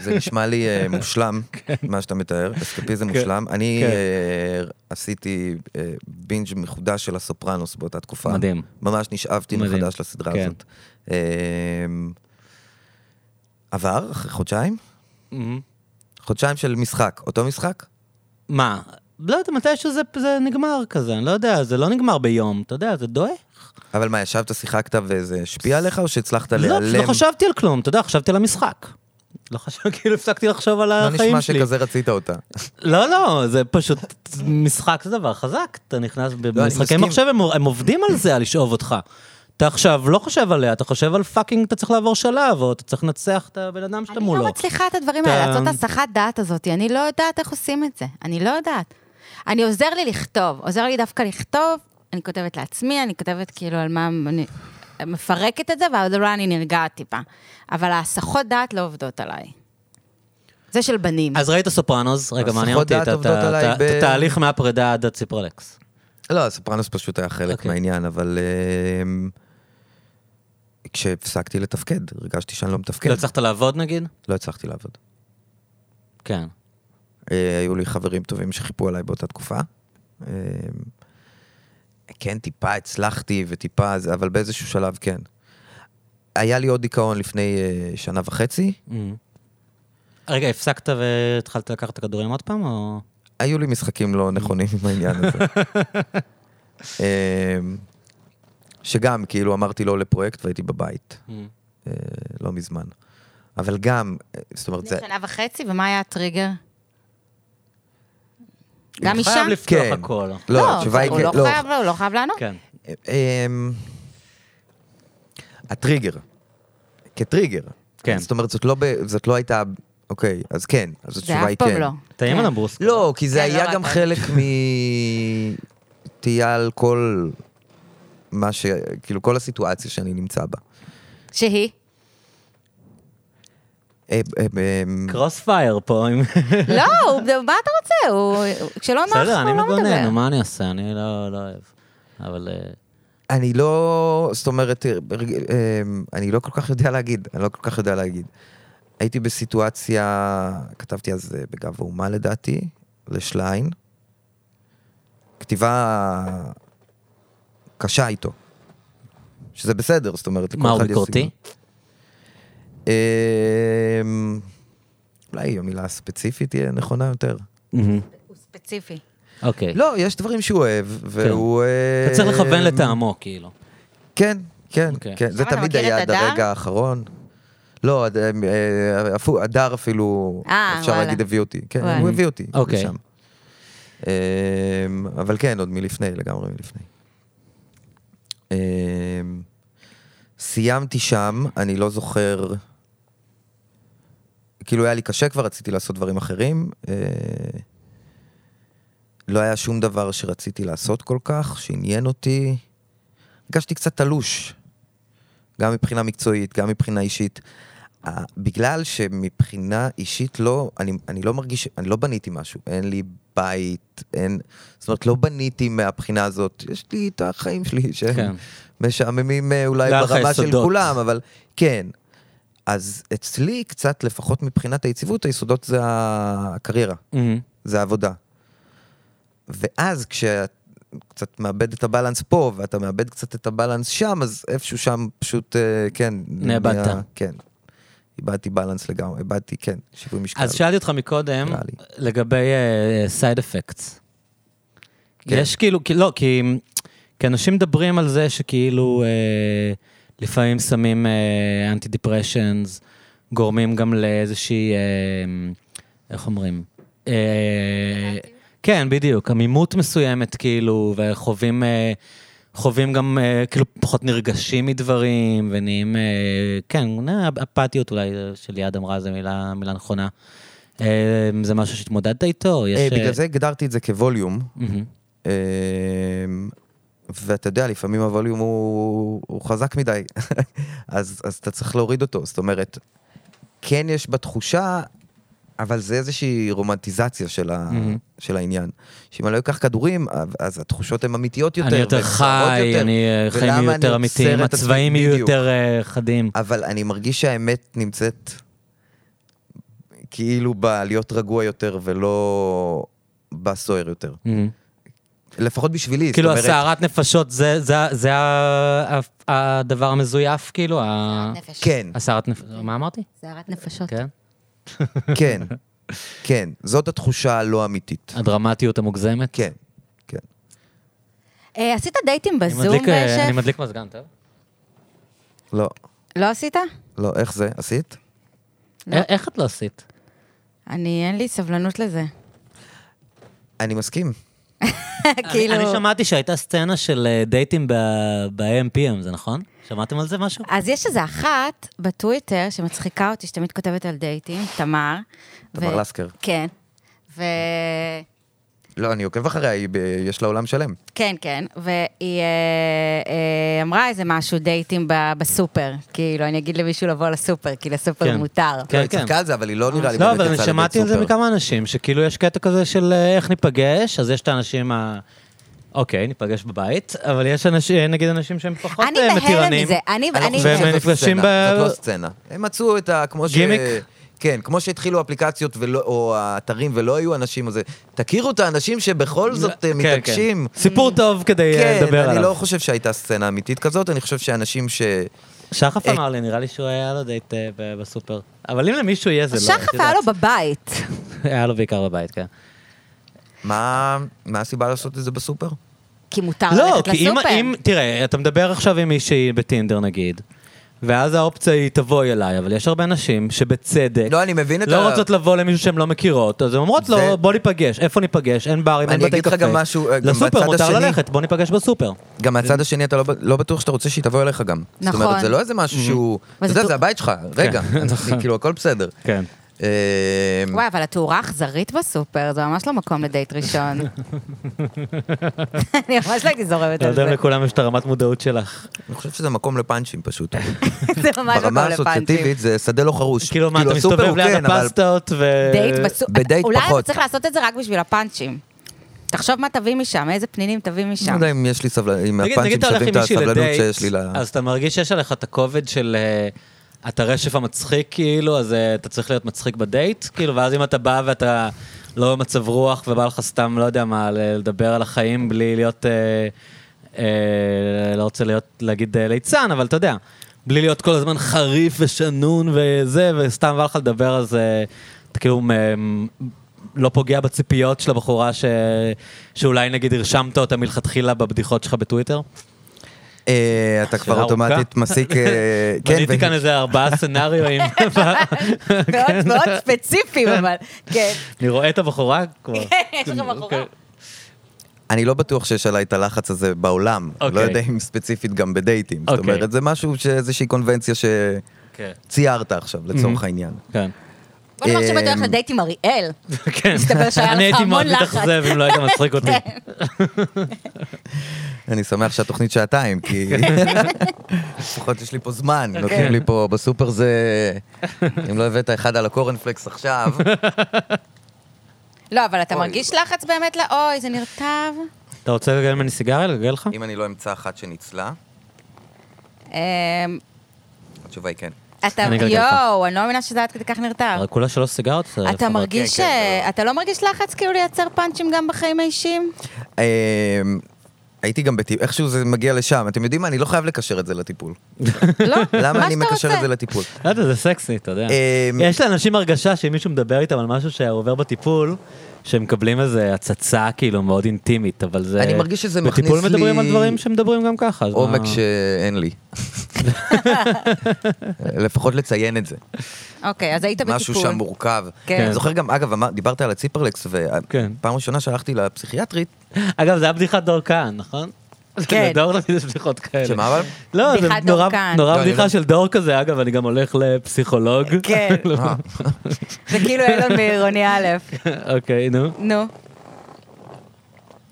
Speaker 2: זה נשמע לי אה, מושלם, מה שאתה מתאר, אסקפיזם
Speaker 1: כן,
Speaker 2: מושלם. אני
Speaker 1: כן.
Speaker 2: אה, עשיתי אה, בינג' מחודש של הסופרנוס באותה תקופה.
Speaker 1: מדהים.
Speaker 2: ממש נשאבתי
Speaker 1: מדהים.
Speaker 2: מחדש לסדרה
Speaker 1: כן.
Speaker 2: הזאת. אה, עבר אחרי חודשיים? חודשיים של משחק, אותו משחק?
Speaker 1: מה? לא יודע, מתישהו זה, זה נגמר כזה, אני לא יודע, זה לא נגמר ביום, אתה יודע, זה דועך.
Speaker 2: אבל מה, ישבת, שיחקת וזה השפיע עליך, או שהצלחת
Speaker 1: לא,
Speaker 2: להיעלם?
Speaker 1: פשוט לא חשבתי על כלום, אתה יודע, חשבתי על המשחק. לא חשבתי, (laughs) כאילו הפסקתי לחשוב על
Speaker 2: לא
Speaker 1: החיים
Speaker 2: נשמע
Speaker 1: שלי.
Speaker 2: שכזה רצית אותה.
Speaker 1: לא, לא, זה פשוט, (laughs) משחק זה דבר חזק, אתה נכנס
Speaker 2: לא, אני
Speaker 1: במשחקי
Speaker 2: מסכים.
Speaker 1: מחשב, הם, הם עובדים על זה, על לשאוב אותך. אתה עכשיו לא חושב עליה, אתה חושב על פאקינג, אתה צריך לעבור שלב, או אתה צריך לנצח את הבן אדם שאתה מולו.
Speaker 3: אני לא מצליחה את הדברים
Speaker 1: אתה-
Speaker 3: האלה, לעשות את הסחת דעת הזאת, אני לא יודעת איך עושים את זה, אני לא יודעת. אני עוזר לי לכתוב, עוזר לי דווקא לכתוב, אני כותבת לעצמי, אני כותבת כאילו על מה אני מפרקת את זה, ואז אולי אני נרגעת טיפה. אבל ההסחות דעת לא עובדות עליי. זה של בנים.
Speaker 1: אז ראית סופרנוס, רגע, מעניין
Speaker 2: הסחות
Speaker 1: אותי
Speaker 2: דעת
Speaker 1: את ה-
Speaker 2: עובדות
Speaker 1: את ה-
Speaker 2: עליי
Speaker 1: את
Speaker 2: ב-
Speaker 1: התהליך מהפרידה עד הציפרלקס.
Speaker 2: לא, סופרנוס פשוט היה חלק
Speaker 1: אוקיי.
Speaker 2: מהעניין, אבל... אמ, כשהפסקתי לתפקד, הרגשתי שאני לא מתפקד.
Speaker 1: לא הצלחת לעבוד נגיד?
Speaker 2: לא הצלחתי לעבוד.
Speaker 1: כן.
Speaker 2: אה, היו לי חברים טובים שחיפו עליי באותה תקופה. אה, כן, טיפה הצלחתי וטיפה, זה- אבל באיזשהו שלב כן. היה לי עוד דיכאון לפני אה, שנה וחצי.
Speaker 1: Mm-hmm. רגע, הפסקת והתחלת לקחת את הכדורים עוד פעם, או...
Speaker 2: היו לי משחקים לא נכונים עם העניין הזה. אה, שגם, כאילו, אמרתי לא לפרויקט והייתי בבית. אה, לא מזמן. אבל גם, אה, זאת אומרת, זה...
Speaker 4: לפני שנה וחצי, ומה היה הטריגר? גם
Speaker 1: חייב
Speaker 4: אישה?
Speaker 1: לפתוח
Speaker 2: כן.
Speaker 1: הכל.
Speaker 2: לא, התשובה היא
Speaker 4: הוא
Speaker 2: כן,
Speaker 4: לא
Speaker 2: לא.
Speaker 4: חייב, לא, הוא לא חייב לענות.
Speaker 1: כן.
Speaker 2: אה, אמ, הטריגר. כטריגר.
Speaker 1: כן.
Speaker 2: זאת אומרת, זאת לא ב- זאת לא הייתה... אוקיי, אז כן, אז
Speaker 4: זה
Speaker 2: התשובה
Speaker 4: אף
Speaker 2: היא
Speaker 4: פעם
Speaker 2: כן.
Speaker 4: לא.
Speaker 1: טעים
Speaker 4: כן.
Speaker 1: על הברוס.
Speaker 2: לא, כי זה
Speaker 4: כן, לא
Speaker 2: היה
Speaker 4: רק
Speaker 2: גם
Speaker 4: על-
Speaker 2: חלק מ... תהיה על כל מה ש... כאילו, כל הסיטואציה שאני נמצא בה.
Speaker 1: (laughs)
Speaker 4: שהיא?
Speaker 2: אה, אה, אמ,
Speaker 1: קרוס פייר פה. אם-
Speaker 4: לא, הוא- מה אתה רוצה? הוא- כשלא נוח,
Speaker 1: (laughs) בסדר, אני
Speaker 4: הוא (laughs) לא
Speaker 1: מגונן, נו,
Speaker 4: מדבר.
Speaker 1: מה אני אעשה? אני לא לא אוהב. אבל... אה,
Speaker 2: אני לא, זאת אומרת, אה, אה, אני לא כל כך יודע להגיד, אני לא כל כך יודע להגיד. הייתי בסיטואציה, כתבתי אז אה, בגב האומה לדעתי, לשליין. כתיבה קשה איתו, שזה בסדר, זאת אומרת, לכל
Speaker 1: מה, הוא
Speaker 2: אחד יש
Speaker 1: ביקורתי?
Speaker 2: סגנון. אה, אולי המילה הספציפית תהיה נכונה יותר.
Speaker 1: מהמם.
Speaker 4: הוא ספציפי.
Speaker 1: Mm-hmm. אוקיי.
Speaker 2: לא, יש דברים שהוא אוהב, והוא... אה,
Speaker 1: כן. אתה צריך לכוון לטעמו, כאילו.
Speaker 2: כן, כן,
Speaker 1: אוקיי.
Speaker 2: כן. זה
Speaker 4: עכשיו אתה
Speaker 2: תמיד
Speaker 4: מכיר
Speaker 2: היה
Speaker 4: את
Speaker 2: עד
Speaker 4: הדר?
Speaker 2: הרגע האחרון. לא, עד- אה, אה, אפו- הדר אפילו,
Speaker 4: אה,
Speaker 2: אפשר
Speaker 4: וואלה.
Speaker 2: להגיד, הביא אותי. כן,
Speaker 4: וואלה.
Speaker 2: הוא הביא אותי
Speaker 1: אוקיי.
Speaker 2: לשם. אה, אבל כן, עוד מלפני, לגמרי מלפני. אה, סיימתי שם, אני לא זוכר... כאילו היה לי קשה כבר, רציתי לעשות דברים אחרים. אה, לא היה שום דבר שרציתי לעשות כל כך, שעניין אותי. הרגשתי קצת תלוש, גם מבחינה מקצועית, גם מבחינה אישית. אה, בגלל שמבחינה אישית לא, אני, אני לא מרגיש, אני לא בניתי משהו, אין לי בית, אין, זאת אומרת, לא בניתי מהבחינה הזאת, יש לי את החיים שלי, שהם
Speaker 1: כן.
Speaker 2: משעממים אה, אולי
Speaker 1: לאח
Speaker 2: ברמה של
Speaker 1: היסודות.
Speaker 2: כולם, אבל כן. אז אצלי קצת, לפחות מבחינת היציבות, היסודות זה הקריירה,
Speaker 1: מהמם.
Speaker 2: זה העבודה. ואז כשאת קצת מאבד את הבלנס פה, ואתה מאבד קצת את הבלנס שם, אז איפשהו שם פשוט, אה, כן.
Speaker 1: נאבדת.
Speaker 2: נהיה- כן. איבדתי בלנס לגמרי, איבדתי, כן, שיווי משקל.
Speaker 1: אז שאלתי אותך מקודם,
Speaker 2: נראה לי.
Speaker 1: לגבי אה, סייד אפקטס.
Speaker 2: כן.
Speaker 1: יש כאילו, כי- לא, כי, כי אנשים מדברים על זה שכאילו אה, לפעמים שמים אנטי דיפרשנס, גורמים גם לאיזושהי, אה, איך אומרים? אה, כן, בדיוק, עמימות מסוימת כאילו, וחווים אה, חווים גם אה, כאילו פחות נרגשים מדברים, ונהיים, אה, כן, נה, אפתיות אולי, אה, שליעד אמרה, זו מילה, מילה נכונה. אה, זה משהו שהתמודדת איתו? יש,
Speaker 2: אה, בגלל
Speaker 1: אה,
Speaker 2: זה הגדרתי את זה כווליום.
Speaker 1: מהמם.
Speaker 2: אמ, ואתה יודע, לפעמים הווליום הוא, הוא חזק מדי, (laughs) אז, אז אתה צריך להוריד אותו. זאת אומרת, כן יש בתחושה, אבל זה איזושהי רומנטיזציה של, ה,
Speaker 1: מהמם.
Speaker 2: של העניין. שאם אני לא אקח כדורים, אז התחושות הן אמיתיות יותר.
Speaker 1: אני יותר
Speaker 2: והן
Speaker 1: חי,
Speaker 2: סוערות יותר.
Speaker 1: אני, אה, חיים
Speaker 2: ולמה
Speaker 1: יהיו יותר
Speaker 2: אני
Speaker 1: אמיתיים,
Speaker 2: עוצר את עצמי?
Speaker 1: הצבעים יהיו
Speaker 2: בדיוק.
Speaker 1: יותר אה, חדים.
Speaker 2: אבל אני מרגיש שהאמת נמצאת כאילו בלהיות רגוע יותר ולא בסוער יותר.
Speaker 1: מהמם.
Speaker 2: לפחות בשבילי, זאת
Speaker 1: Mm-hmm. כאילו
Speaker 2: אומרת-
Speaker 1: הסערת נפשות זה- זה- זה ה- ה- הדבר המזויף, כאילו? ה-
Speaker 4: נפש.
Speaker 1: (laughs)
Speaker 2: כן.
Speaker 1: הסערת נפשות, מה אמרתי?
Speaker 4: סערת נפשות.
Speaker 1: כן.
Speaker 2: כן, כן, זאת התחושה הלא אמיתית.
Speaker 1: הדרמטיות המוגזמת?
Speaker 2: כן, כן.
Speaker 4: אה, עשית דייטים
Speaker 1: אני
Speaker 4: בזום,
Speaker 1: מדליק, אה, אני
Speaker 4: שף?
Speaker 1: מדליק מזגן, טוב?
Speaker 2: לא,
Speaker 4: לא עשית?
Speaker 2: לא, איך זה? עשית?
Speaker 4: לא.
Speaker 1: א- איך את לא עשית?
Speaker 4: אני, אין לי סבלנות לזה.
Speaker 2: אני מסכים.
Speaker 4: (laughs) כאילו...
Speaker 1: אני שמעתי שהייתה סצנה של אה, דייטים ב- ב-AMPM, זה נכון? שמעתם על זה משהו?
Speaker 4: אז יש איזה אחת בטוויטר שמצחיקה אותי, שתמיד כותבת על דייטים, תמר.
Speaker 2: תמר לסקר.
Speaker 4: כן. ו...
Speaker 2: לא, אני עוקב אחריה, היא ב... יש לה עולם שלם.
Speaker 4: כן, כן, והיא אה, אה, אמרה איזה משהו, דייטים ב- בסופר. כאילו, אני אגיד למישהו לבוא לסופר, כי לסופר
Speaker 1: כן.
Speaker 4: מותר.
Speaker 1: כן,
Speaker 2: לא, היא
Speaker 1: כן.
Speaker 2: צחקה על זה, אבל היא לא נראה לי
Speaker 1: לא,
Speaker 2: באמת
Speaker 1: אבל אני
Speaker 2: יצאה לבית
Speaker 1: שמעתי על זה
Speaker 2: סופר.
Speaker 1: מכמה אנשים, שכאילו יש קטע כזה של אה, איך ניפגש, אז יש את האנשים ה... אוקיי, ניפגש בבית, אבל יש אנשים, נגיד אנשים שהם פחות
Speaker 3: אני
Speaker 1: אה,
Speaker 3: בהלם
Speaker 1: מתירנים.
Speaker 3: מזה, אני...
Speaker 1: אנחנו
Speaker 3: אני-
Speaker 1: והם
Speaker 3: כן.
Speaker 1: חושבים- נפגשים
Speaker 2: ב...
Speaker 1: ב-
Speaker 2: זאת לא סצנה. הם מצאו את ה... כמו ש...
Speaker 1: גימיק?
Speaker 2: כן, כמו שהתחילו אפליקציות ולא, או האתרים ולא היו אנשים, אז תכירו את האנשים שבכל זאת אה,
Speaker 1: כן, כן.
Speaker 2: מתעקשים.
Speaker 3: Mm.
Speaker 1: סיפור טוב כדי אה,
Speaker 2: כן,
Speaker 1: לדבר עליו.
Speaker 2: אני לא חושב שהייתה סצנה אמיתית כזאת, אני חושב שאנשים ש...
Speaker 1: שחף
Speaker 2: אה,
Speaker 1: אמר לי, נראה לי שהוא היה לו דייט אה, ב- בסופר. אבל אם למישהו יהיה זה לא... את
Speaker 3: שחף היה לו
Speaker 1: יודעת.
Speaker 3: בבית.
Speaker 1: היה לו בעיקר בבית, כן.
Speaker 2: מה, מה הסיבה לעשות את זה בסופר?
Speaker 3: כי מותר
Speaker 1: לא,
Speaker 3: ללכת
Speaker 1: כי אם,
Speaker 3: לסופר.
Speaker 1: אם, תראה, אתה מדבר עכשיו עם מישהי בטינדר נגיד, ואז האופציה היא תבואי אליי, אבל יש הרבה נשים שבצדק...
Speaker 2: לא, אני מבין את
Speaker 1: לא
Speaker 2: ה-
Speaker 1: רוצות לבוא למישהו שהן לא מכירות, אז הן אומרות
Speaker 2: זה-
Speaker 1: לו, בוא ניפגש, איפה ניפגש? אין ברים, אין
Speaker 2: אני
Speaker 1: בתי
Speaker 2: אגיד לך
Speaker 1: קפה.
Speaker 2: גם משהו, אה, גם
Speaker 1: לסופר
Speaker 2: בצד
Speaker 1: מותר
Speaker 2: השני.
Speaker 1: ללכת, בוא ניפגש בסופר.
Speaker 2: גם מהצד השני אתה לא, ב- לא בטוח שאתה רוצה שהיא תבוא אליך גם.
Speaker 3: נכון.
Speaker 2: זאת אומרת, זה לא איזה משהו שהוא... אתה
Speaker 3: וזה
Speaker 2: יודע,
Speaker 3: טו-
Speaker 2: זה הבית
Speaker 1: (laughs)
Speaker 2: שלך, רגע.
Speaker 1: Mhm. כן, נכון.
Speaker 2: כאילו, הכל בסדר.
Speaker 1: כן.
Speaker 2: אה,
Speaker 3: וואי, אבל התאורה האכזרית בסופר, זה ממש לא מקום לדייט ראשון. אני ממש לא הייתי זורמת
Speaker 1: לא
Speaker 3: על
Speaker 1: יודע
Speaker 3: זה.
Speaker 1: אם לכולם יש את הרמת מודעות שלך.
Speaker 2: אני חושב שזה מקום לפאנצ'ים פשוט.
Speaker 3: (laughs)
Speaker 1: (laughs)
Speaker 3: זה ממש מקום
Speaker 2: ברמה
Speaker 3: לפאנצ'ים.
Speaker 2: הסוציאטיבית זה שדה לא חרוש.
Speaker 1: כאילו מה, אתה
Speaker 2: הסופר
Speaker 1: מסתובב
Speaker 2: הוא
Speaker 1: ליד
Speaker 2: כן, אבל-
Speaker 1: הפסטות ו...
Speaker 3: דייט בסופר.
Speaker 2: בדייט
Speaker 3: אולי אתה
Speaker 2: פחות.
Speaker 3: צריך לעשות את זה רק בשביל הפאנצ'ים. תחשוב מה תביא משם, איזה פנינים תביא
Speaker 1: (laughs)
Speaker 2: לא
Speaker 3: משם.
Speaker 2: יודע אם יש לי סבלנות, אם
Speaker 1: נגיד, נגיד
Speaker 2: הפאנצ'ים
Speaker 1: אתה הולך
Speaker 2: שווים
Speaker 1: עם מישהי
Speaker 2: את הסבלנות
Speaker 1: לדייט,
Speaker 2: שיש לי ל...
Speaker 1: אז אתה מרגיש שיש עליך את הכובד של... אה, אתה רשף המצחיק, כאילו, אז אה, אתה צריך להיות מצחיק בדייט, כאילו, ואז אם אתה בא ואתה לא במצב רוח ובא לך סתם, לא יודע מה, ל- לדבר על החיים בלי להיות... אה, אה, לא רוצה להיות, להגיד אה, ליצן, אבל אתה יודע, בלי להיות כל הזמן חריף ושנון וזה, וסתם בא לך לדבר, אז אה, אתה כאילו מ- לא פוגע בציפיות של הבחורה ש... שאולי נגיד הרשמת אותה מלכתחילה בבדיחות שלך בטוויטר?
Speaker 2: אה, אתה
Speaker 1: שאלה
Speaker 2: כבר אוטומטית
Speaker 1: ארוכה. (laughs)
Speaker 2: מסיק... אה, כן,
Speaker 1: בניתי
Speaker 2: ו-
Speaker 1: כאן איזה (laughs) ארבעה סצנריואים. כן.
Speaker 3: מאוד מאוד ספציפיים, אבל... כן.
Speaker 1: אני רואה את הבחורה כבר.
Speaker 3: יש לך בחורה.
Speaker 2: אני לא בטוח שיש עליי את הלחץ הזה בעולם.
Speaker 1: אוקיי.
Speaker 2: לא יודע אם ספציפית גם בדייטים. זאת
Speaker 1: אוקיי.
Speaker 2: אומרת, זה משהו, ש- איזושהי קונבנציה
Speaker 1: כן.
Speaker 2: שציירת עכשיו, לצורך העניין.
Speaker 1: כן.
Speaker 3: בוא נאמר שבאת הולך
Speaker 2: אה,
Speaker 3: לדייט עם אריאל.
Speaker 1: כן.
Speaker 3: מסתבר שהיה
Speaker 1: אני
Speaker 3: לך
Speaker 1: הייתי מאוד
Speaker 3: המון לחץ. כן.
Speaker 1: מתאכזב אם לא היית מצחיק אותי.
Speaker 2: אני שמח שהתוכנית שעתיים, כי
Speaker 1: (laughs)
Speaker 2: לפחות יש לי פה זמן,
Speaker 1: אוקיי.
Speaker 2: נותנים לי פה בסופר זה... אם לא הבאת אחד על הקורנפלקס עכשיו,
Speaker 3: לא, אבל אתה
Speaker 2: אוי.
Speaker 3: מרגיש לחץ באמת? לא, אוי, זה נרטב.
Speaker 1: אתה רוצה לגלגל ממני סיגריה? לגלגל לך?
Speaker 2: אם אני לא אמצא אחת שניצלה,
Speaker 3: אמ,
Speaker 2: התשובה היא כן.
Speaker 3: אתה,
Speaker 1: אני אגלגל לך.
Speaker 3: יואו, אני לא מאמינה שזה עד כדי כך נרטב.
Speaker 1: אבל אה, כולה שלוש סיגרות. זה
Speaker 3: אתה
Speaker 1: לפחות.
Speaker 3: מרגיש,
Speaker 2: כן,
Speaker 3: אה, אתה לא מרגיש לחץ כאילו לייצר פאנצ'ים גם
Speaker 2: (laughs)
Speaker 3: בחיים האישיים?
Speaker 2: אמ, הייתי גם בטיפול, איכשהו זה מגיע לשם. אתם יודעים מה, אני לא חייב לקשר את זה
Speaker 3: (laughs)
Speaker 2: לטיפול.
Speaker 3: לא?
Speaker 2: למה
Speaker 3: מה
Speaker 2: אני
Speaker 3: שאתה
Speaker 2: מקשר את
Speaker 3: רוצה.
Speaker 2: זה לטיפול?
Speaker 1: לא יודע, זה סקסי, אתה יודע.
Speaker 2: אמ,
Speaker 1: יש לאנשים הרגשה שאם מישהו מדבר איתם על משהו שעובר בטיפול, שהם מקבלים איזו הצצה כאילו מאוד אינטימית, אבל זה...
Speaker 2: אני מרגיש שזה
Speaker 1: בטיפול
Speaker 2: מכניס לי-
Speaker 1: מדברים על דברים שמדברים גם ככה. אז
Speaker 2: עומק
Speaker 1: מה-
Speaker 2: שאין
Speaker 3: (laughs)
Speaker 2: לי. לפחות לציין את זה.
Speaker 3: אוקיי, אז היית בטיפול.
Speaker 2: משהו שם מורכב.
Speaker 3: כן.
Speaker 2: אני זוכר גם, אגב, אמר- דיברת על הציפרלקס,
Speaker 1: כן.
Speaker 2: ופעם ראשונה
Speaker 1: (laughs)
Speaker 2: שהלכתי לפסיכיאטרית,
Speaker 1: אגב, זה היה בדיחת דור כהן, נכון?
Speaker 3: כן.
Speaker 1: לדור תמיד יש בדיחות כאלה.
Speaker 2: שמה אבל?
Speaker 1: לא, זה
Speaker 3: בדיחת דור
Speaker 1: נורא,
Speaker 3: כהן.
Speaker 1: נורא
Speaker 2: לא, אני
Speaker 1: בדיחה
Speaker 2: לא-
Speaker 1: של דור כזה, אגב, אני גם הולך לפסיכולוג.
Speaker 3: כן.
Speaker 1: (laughs) לא,
Speaker 2: אה,
Speaker 3: זה כאילו אילון מעירוני א'.
Speaker 2: (laughs)
Speaker 1: אוקיי, נו.
Speaker 3: נו.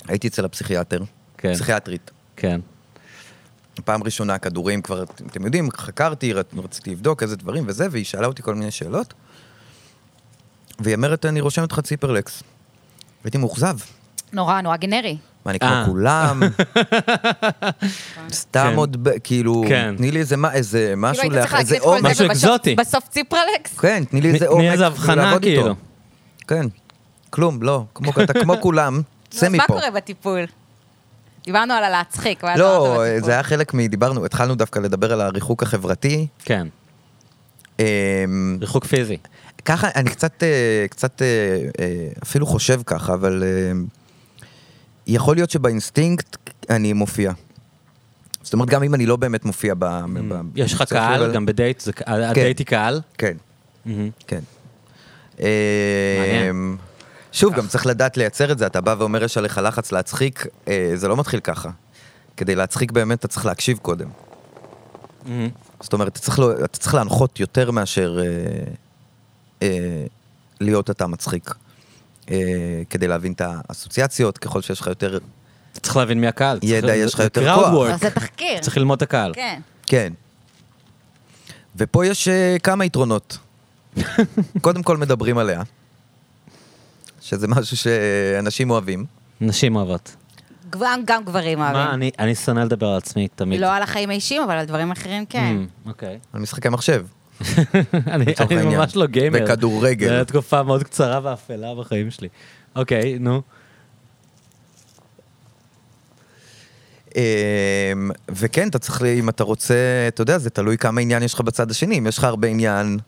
Speaker 2: הייתי אצל הפסיכיאטר,
Speaker 1: כן.
Speaker 2: פסיכיאטרית.
Speaker 1: כן.
Speaker 2: פעם ראשונה כדורים כבר, אתם יודעים, חקרתי, רצ- רציתי לבדוק איזה דברים וזה, והיא שאלה אותי כל מיני שאלות. והיא אומרת, אני רושמת לך ציפרלקס. הייתי מאוכזב.
Speaker 3: נורא, נורא גנרי. כאילו
Speaker 2: ואני
Speaker 1: אה.
Speaker 2: כמו
Speaker 1: (laughs)
Speaker 2: כולם, סתם
Speaker 1: כן.
Speaker 2: עוד, ב- כאילו,
Speaker 1: כן.
Speaker 2: תני לי איזה מה- איזה משהו,
Speaker 3: כאילו
Speaker 2: לאח-
Speaker 3: היית צריך להגיד
Speaker 2: איזה
Speaker 3: את כל
Speaker 2: עומק.
Speaker 1: משהו
Speaker 3: זה, ובסוף-
Speaker 1: אקזוטי.
Speaker 3: בסוף ציפרלקס?
Speaker 2: כן, תני לי
Speaker 1: מ-
Speaker 2: איזה
Speaker 1: מי
Speaker 2: עומק.
Speaker 1: איזה הבחנה,
Speaker 2: לעבוד איתו.
Speaker 1: כאילו.
Speaker 2: כן, כלום, לא, כמו- אתה
Speaker 1: (laughs)
Speaker 2: כמו כולם, צא
Speaker 3: אז מה
Speaker 2: מפה.
Speaker 3: קורה בטיפול? דיברנו על הלהצחיק, ואז
Speaker 2: לא,
Speaker 3: אמרת בטיפול.
Speaker 2: זה היה חלק מדיברנו, התחלנו דווקא לדבר על הריחוק החברתי.
Speaker 1: כן.
Speaker 2: אמ,
Speaker 1: ריחוק פיזי.
Speaker 2: ככה, אני קצת, אה, קצת אה, אה, אפילו חושב ככה, אבל אה, יכול להיות שבאינסטינקט אני מופיע. זאת אומרת, גם אם אני לא באמת מופיע ב... ב-
Speaker 1: Mm, יש לך
Speaker 2: בספר, אבל-
Speaker 1: קהל, גם בדייט, זה- הדייט היא קהל.
Speaker 2: כן,
Speaker 1: מהמם.
Speaker 2: כן. אה,
Speaker 1: מעניין.
Speaker 2: שוב, גם צריך לדעת לייצר את זה, אתה בא ואומר יש עליך לחץ להצחיק, אה, זה לא מתחיל ככה. כדי להצחיק באמת, אתה צריך להקשיב קודם.
Speaker 1: מהמם.
Speaker 2: זאת אומרת, אתה צריך, לא, אתה צריך להנחות יותר מאשר אה, אה, להיות אתה מצחיק. אה, כדי להבין את האסוציאציות, ככל שיש לך יותר...
Speaker 1: צריך להבין מי הקהל. צריך-
Speaker 2: ידע,
Speaker 1: זה-
Speaker 2: יש לך
Speaker 1: זה
Speaker 2: יותר
Speaker 1: crowd
Speaker 2: כוח.
Speaker 1: work.
Speaker 3: אז זה תחקיר.
Speaker 1: צריך ללמוד את הקהל.
Speaker 3: כן.
Speaker 2: כן. ופה יש אה, כמה יתרונות. קודם כל מדברים עליה, שזה משהו שאנשים אוהבים.
Speaker 1: נשים אוהבות.
Speaker 5: גם, גם גברים
Speaker 1: מה,
Speaker 5: אוהבים.
Speaker 1: אני- אני שונא לדבר על עצמי תמיד.
Speaker 3: לא על החיים האישיים, אבל על דברים אחרים כן.
Speaker 1: Mm, אוקיי.
Speaker 2: על משחקי מחשב.
Speaker 1: (laughs) אני
Speaker 2: לצורך
Speaker 1: אני
Speaker 2: העניין.
Speaker 1: ממש לא גיימר.
Speaker 2: וכדורגל.
Speaker 1: זו הייתה תקופה מאוד קצרה ואפלה בחיים שלי. אוקיי,
Speaker 3: לא
Speaker 1: נו.
Speaker 2: אמ, וכן, אתה צריך, ל- אם אתה רוצה, אתה יודע, זה תלוי כמה עניין יש לך בצד השני. אם יש לך הרבה עניין,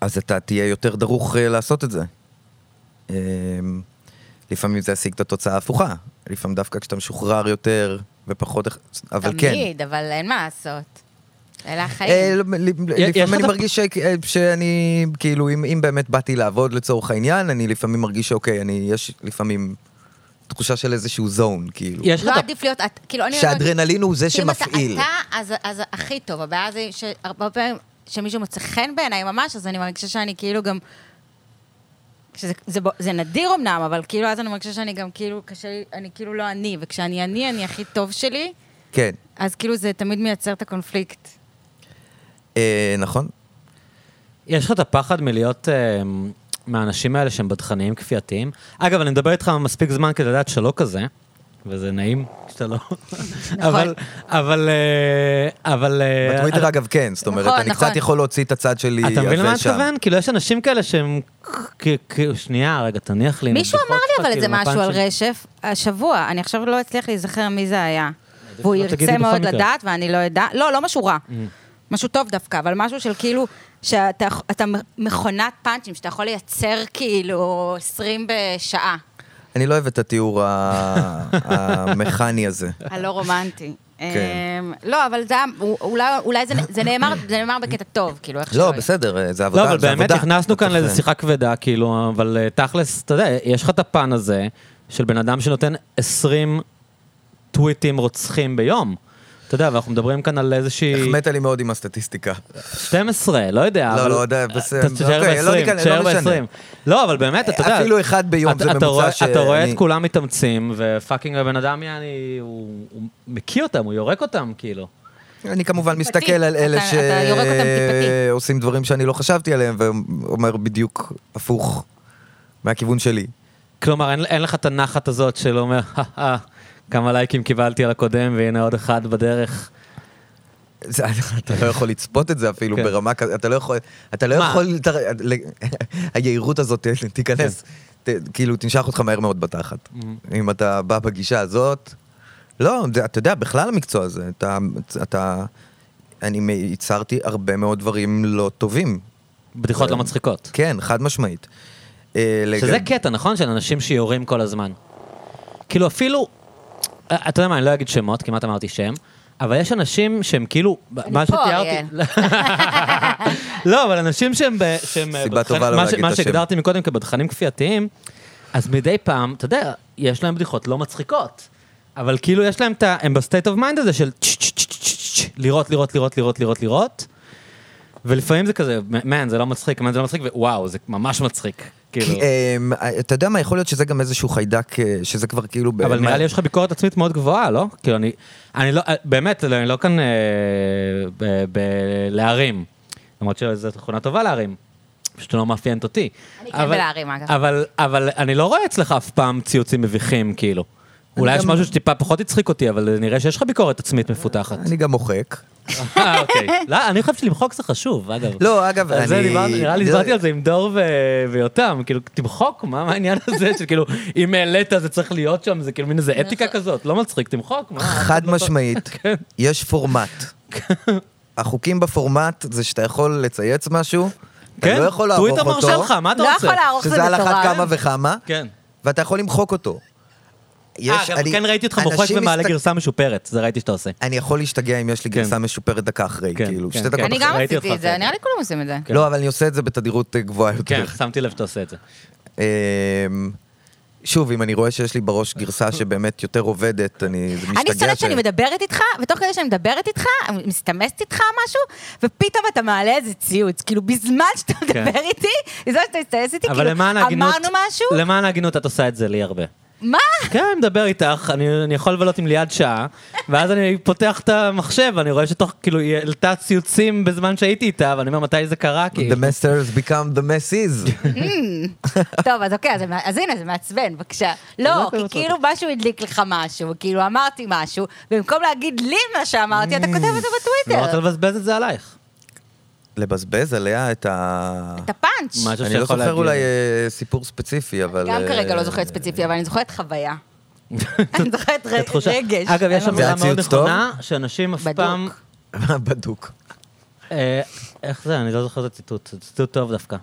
Speaker 2: אז אתה תהיה יותר דרוך אה, לעשות את זה. אמ, לפעמים זה ישיג את התוצאה ההפוכה. לפעמים דווקא כשאתה משוחרר יותר ופחות... אכ- אבל כן.
Speaker 3: תמיד, אבל אין מה לעשות. אלה
Speaker 2: אה,
Speaker 3: החיים.
Speaker 2: לא, ל- ל-
Speaker 1: יש לך
Speaker 2: לפעמים
Speaker 1: את
Speaker 2: אני
Speaker 1: הפ-
Speaker 2: מרגיש ש- אה, שאני, כאילו, אם אם באמת באתי לעבוד לצורך העניין, אני לפעמים מרגיש שאוקיי, אני, יש לפעמים תחושה של איזשהו זון, כאילו.
Speaker 1: יש לך
Speaker 3: לא
Speaker 1: את ה-
Speaker 3: עדיף להיות, את- כאילו, אני...
Speaker 2: שהאדרנלין הוא זה
Speaker 3: אם אתה-
Speaker 2: שמפעיל.
Speaker 3: אתה, אז- אז הכי טוב, הבעיה זה שהרבה פעמים, שמישהו מוצא חן בעיניי ממש, אז אני מרגישה שאני כאילו גם... שזה, זה, בו- זה נדיר אמנם, אבל כאילו אז אני מרגישה שאני גם כאילו, קשה לי, אני כאילו לא אני, וכשאני אני, אני הכי טוב שלי,
Speaker 2: כן,
Speaker 3: אז כאילו זה תמיד מייצר את הקונפליקט.
Speaker 2: אה, נכון.
Speaker 1: יש לך את הפחד מלהיות אה, מהאנשים האלה שהם בדחניים כפייתיים? אגב, אני מדבר איתך מספיק זמן כדי לדעת שלא כזה, וזה נעים שאתה
Speaker 3: (laughs)
Speaker 1: לא...
Speaker 3: נכון.
Speaker 1: אבל, אבל, אה, אבל... אה,
Speaker 2: בטוויטר
Speaker 1: אתה-
Speaker 2: אגב כן, זאת אומרת,
Speaker 3: נכון,
Speaker 2: אני
Speaker 3: נכון.
Speaker 2: קצת יכול להוציא את הצד שלי
Speaker 1: אתה מבין
Speaker 2: הזה
Speaker 1: למה אני
Speaker 2: שם.
Speaker 1: מתכוון? כאילו, יש אנשים כאלה שהם... כ- כ- שנייה, רגע, תניח לי.
Speaker 3: מישהו
Speaker 1: נבדוק
Speaker 3: אמר
Speaker 1: אותך,
Speaker 3: לי אבל
Speaker 1: כאילו,
Speaker 3: איזה משהו
Speaker 1: מהפן
Speaker 3: על
Speaker 1: שלי.
Speaker 3: רשף השבוע, אני עכשיו לא אצליח להיזכר מי זה היה. והוא
Speaker 1: שלא תגידי
Speaker 3: ירצה
Speaker 1: בכל
Speaker 3: מאוד
Speaker 1: מקרה. Mm.
Speaker 3: לדעת ואני לא אדע, לא, לא משהו רע. משהו טוב דווקא, אבל משהו של כאילו, שאתה אתה מכונת פאנצ'ים, שאתה יכול לייצר כאילו 20
Speaker 1: (laughs)
Speaker 3: בשעה,
Speaker 2: אני לא אוהב את התיאור ה- המכני הזה.
Speaker 3: הלא רומנטי.
Speaker 2: כן.
Speaker 3: אמ, לא, אבל זה היה- אולי- אולי זה נ- זה נאמר זה נאמר בקטע טוב, כאילו, איך שלא
Speaker 2: לא,
Speaker 3: יהיה.
Speaker 2: בסדר, אה, זה עבודה,
Speaker 1: לא,
Speaker 2: זה
Speaker 1: אבל
Speaker 2: עבודה.
Speaker 1: באמת נכנסנו כאן
Speaker 2: אתה צריך-
Speaker 1: לאיזו שיחה כבדה, כאילו, אבל אה, תכלס, אתה יודע, יש לך את הפן הזה של בן אדם שנותן 20 טוויטים רוצחים ביום. אתה יודע, ואנחנו מדברים כאן על איזושהי
Speaker 2: החמאת לי מאוד עם הסטטיסטיקה.
Speaker 1: 12, לא יודע.
Speaker 2: לא,
Speaker 1: אבל-
Speaker 2: לא יודע, בסדר.
Speaker 1: אתה תשאר
Speaker 2: אוקיי, לא
Speaker 1: ב-20,
Speaker 2: ניכנס-
Speaker 1: תשאר
Speaker 2: לא משנה.
Speaker 1: ב-20. לא, אבל באמת, אתה יודע...
Speaker 2: אפילו אחד ביום
Speaker 1: אתה-
Speaker 2: זה
Speaker 1: אתה
Speaker 2: ממוצע
Speaker 1: רואה-
Speaker 2: שאני-
Speaker 1: אתה רואה את כולם מתאמצים, ופאקינג הבן אדם, יעני, הוא הוא מקיא אותם, הוא יורק אותם, כאילו.
Speaker 2: אני כמובן
Speaker 3: טיפתי.
Speaker 2: מסתכל על אלה
Speaker 3: אתה- אתה יורק אותם טיפתי.
Speaker 2: שעושים דברים שאני לא חשבתי עליהם, ואומר בדיוק הפוך מהכיוון שלי.
Speaker 1: כלומר, אין- אין לך את הנחת הזאת של אומר, "הא, כמה לייקים קיבלתי על הקודם, והנה עוד אחד בדרך.
Speaker 2: זה- אתה לא יכול לצפות את זה אפילו
Speaker 1: כן.
Speaker 2: ברמה כזאת, אתה לא יכול, אתה לא
Speaker 1: מה?
Speaker 2: יכול, אתה- היהירות הזאת אה,
Speaker 1: כן.
Speaker 2: תיכנס, ת- כאילו תנשך אותך מהר מאוד בתחת.
Speaker 1: Mm-hmm.
Speaker 2: אם אתה בא בגישה הזאת, לא, זה- אתה יודע, בכלל המקצוע הזה, אתה- אתה, אני מ- ייצרתי הרבה מאוד דברים לא טובים,
Speaker 1: בדיחות לא מצחיקות.
Speaker 2: כן, חד משמעית. אה,
Speaker 1: שזה
Speaker 2: לגב-
Speaker 1: קטע, נכון? של אנשים שיורים כל הזמן. כאילו אפילו, אתה יודע מה, אני לא אגיד שמות, כמעט אמרתי שם, אבל יש אנשים שהם כאילו, מה
Speaker 5: פה,
Speaker 1: שתיארתי...
Speaker 5: אריאל.
Speaker 1: לא, אבל אנשים שהם... ב- שהם
Speaker 2: סיבה טובה
Speaker 1: בדחנים-
Speaker 2: לא
Speaker 1: מה ש-
Speaker 2: להגיד את
Speaker 1: מה
Speaker 2: השם.
Speaker 1: שהגדרתי מקודם כבדחנים כפייתיים, אז מדי פעם, אתה יודע, יש להם בדיחות לא מצחיקות, אבל כאילו יש להם את ה... הם בסטייט אוף מיינד הזה של צ' צ' צ' צ' צ' לראות, לראות, לראות, לראות, לראות, לראות, ולפעמים זה כזה, מן, זה לא מצחיק, מן, זה לא מצחיק, ווואו, זה ממש מצחיק. כאילו.
Speaker 2: כי, אמ, אתה יודע מה, יכול להיות שזה גם איזשהו חיידק, אה, שזה כבר כאילו...
Speaker 1: אבל
Speaker 2: באמת-
Speaker 1: נראה לי יש לך ביקורת עצמית מאוד גבוהה, לא? כאילו, אני, אני לא, באמת, אני לא כאן אה, ב- בלהרים. למרות שזו תכונה טובה להרים. פשוט לא מאפיינת אותי.
Speaker 3: אני כן בלהרים, אגב.
Speaker 1: אבל, אבל אני לא רואה אצלך אף פעם ציוצים מביכים, כאילו. אולי יש משהו שטיפה פחות הצחיק אותי, אבל נראה שיש לך ביקורת עצמית
Speaker 3: (laughs)
Speaker 1: מפותחת.
Speaker 2: אני גם מוחק.
Speaker 1: אה, אוקיי. לא, אני חושב שלמחוק זה חשוב, אגב.
Speaker 2: לא, אגב,
Speaker 1: על זה
Speaker 2: אני-
Speaker 1: דיברתי, נראה לי
Speaker 2: לא-
Speaker 1: דיברתי על זה עם דור ו- ויותם, כאילו, תמחוק, מה מה העניין הזה, שכאילו, אם העלית זה צריך להיות שם, זה כאילו מין
Speaker 3: נכון.
Speaker 1: איזה אתיקה כזאת, לא מצחיק, תמחוק, מה?
Speaker 2: חד
Speaker 1: (laughs)
Speaker 2: משמעית,
Speaker 1: כן.
Speaker 2: יש פורמט. החוקים בפורמט זה שאתה יכול לצייץ משהו, אתה
Speaker 1: כן,
Speaker 2: לא יכול לערוך
Speaker 1: טוויטר מרשה
Speaker 2: אותו,
Speaker 1: לך, מה אתה
Speaker 3: לא
Speaker 1: רוצה?
Speaker 3: יכול לערוך זה
Speaker 2: שזה על אחת
Speaker 3: מטורף.
Speaker 2: כמה וכמה,
Speaker 1: כן.
Speaker 2: ואתה יכול למחוק אותו.
Speaker 1: אה,
Speaker 2: יש-
Speaker 1: גם
Speaker 2: אני-
Speaker 1: כן ראיתי אותך מוחק
Speaker 2: אנשים
Speaker 1: ומעלה
Speaker 2: מסת-
Speaker 1: גרסה משופרת, זה ראיתי שאתה עושה.
Speaker 2: אני יכול להשתגע אם יש לי גרסה משופרת דקה אחרי,
Speaker 1: כן,
Speaker 2: כאילו,
Speaker 1: כן,
Speaker 2: שתי
Speaker 1: כן.
Speaker 2: דקות
Speaker 3: אני
Speaker 2: אחרי.
Speaker 3: גם
Speaker 1: ראיתי
Speaker 3: עשיתי את
Speaker 1: אותך
Speaker 3: זה,
Speaker 1: עושה
Speaker 3: נראה לי כולם עושים את זה.
Speaker 2: לא, אבל אני עושה את זה בתדירות אה, גבוהה יותר.
Speaker 1: כן, שמתי לב שאתה עושה את זה.
Speaker 2: אמ, שוב, אם אני רואה שיש לי בראש גרסה שבאמת יותר עובדת, אני זה משתגע
Speaker 3: אני שונאת
Speaker 2: ש-
Speaker 3: שאני מדברת איתך, ותוך כדי שאני מדברת איתך, מסתמסת איתך משהו, ופתאום אתה מעלה איזה ציוץ. כאילו, בזמן שאתה מדבר איתי, בזמן שאתה מסתמס איתי,
Speaker 1: כן. אבל
Speaker 3: כאילו,
Speaker 1: למען ההגינות,
Speaker 3: אמרנו משהו,
Speaker 1: למען ההגינות את עושה את זה לי הרבה.
Speaker 3: מה?
Speaker 1: כן, אני מדבר איתך, אני, אני יכול לבלות עם ליעד שעה, ואז אני פותח את המחשב, אני רואה שתוך, כאילו, היא העלתה ציוצים בזמן שהייתי איתה, ואני אומר, מתי זה קרה,
Speaker 2: The
Speaker 1: כאילו.
Speaker 2: master has become the mess is.
Speaker 3: טוב, אז אוקיי, אז, זה מע- אז הנה, זה מעצבן, בבקשה.
Speaker 1: לא
Speaker 3: לא,
Speaker 1: קרה
Speaker 3: כי
Speaker 1: אותו.
Speaker 3: כאילו משהו הדליק לך משהו, כאילו אמרתי משהו, במקום להגיד לי מה שאמרתי, אתה כותב את זה
Speaker 1: לא רוצה
Speaker 3: בטוויטר.
Speaker 1: לבזבז את זה עלייך.
Speaker 2: לבזבז עליה את ה...
Speaker 3: את הפאנץ'.
Speaker 1: משהו
Speaker 2: אני
Speaker 1: שיכול
Speaker 2: לא זוכר
Speaker 1: להגיד.
Speaker 2: אולי אה, סיפור ספציפי, אבל...
Speaker 3: גם
Speaker 2: אה,
Speaker 3: כרגע לא זוכרת ספציפי, אבל אני זוכרת חוויה. (laughs) (laughs) אני זוכרת ר-
Speaker 1: התחושה-
Speaker 3: רגש.
Speaker 1: אגב, יש
Speaker 3: אני לא
Speaker 1: אמירה
Speaker 2: זה היה
Speaker 1: מאוד
Speaker 2: ציוץ טוב?
Speaker 1: נכונה, שאנשים אף
Speaker 3: בדוק.
Speaker 1: פעם...
Speaker 2: (laughs) בדוק.
Speaker 1: אה, איך זה? אני לא זוכר את הציטוט. זה ציטוט טוב דווקא.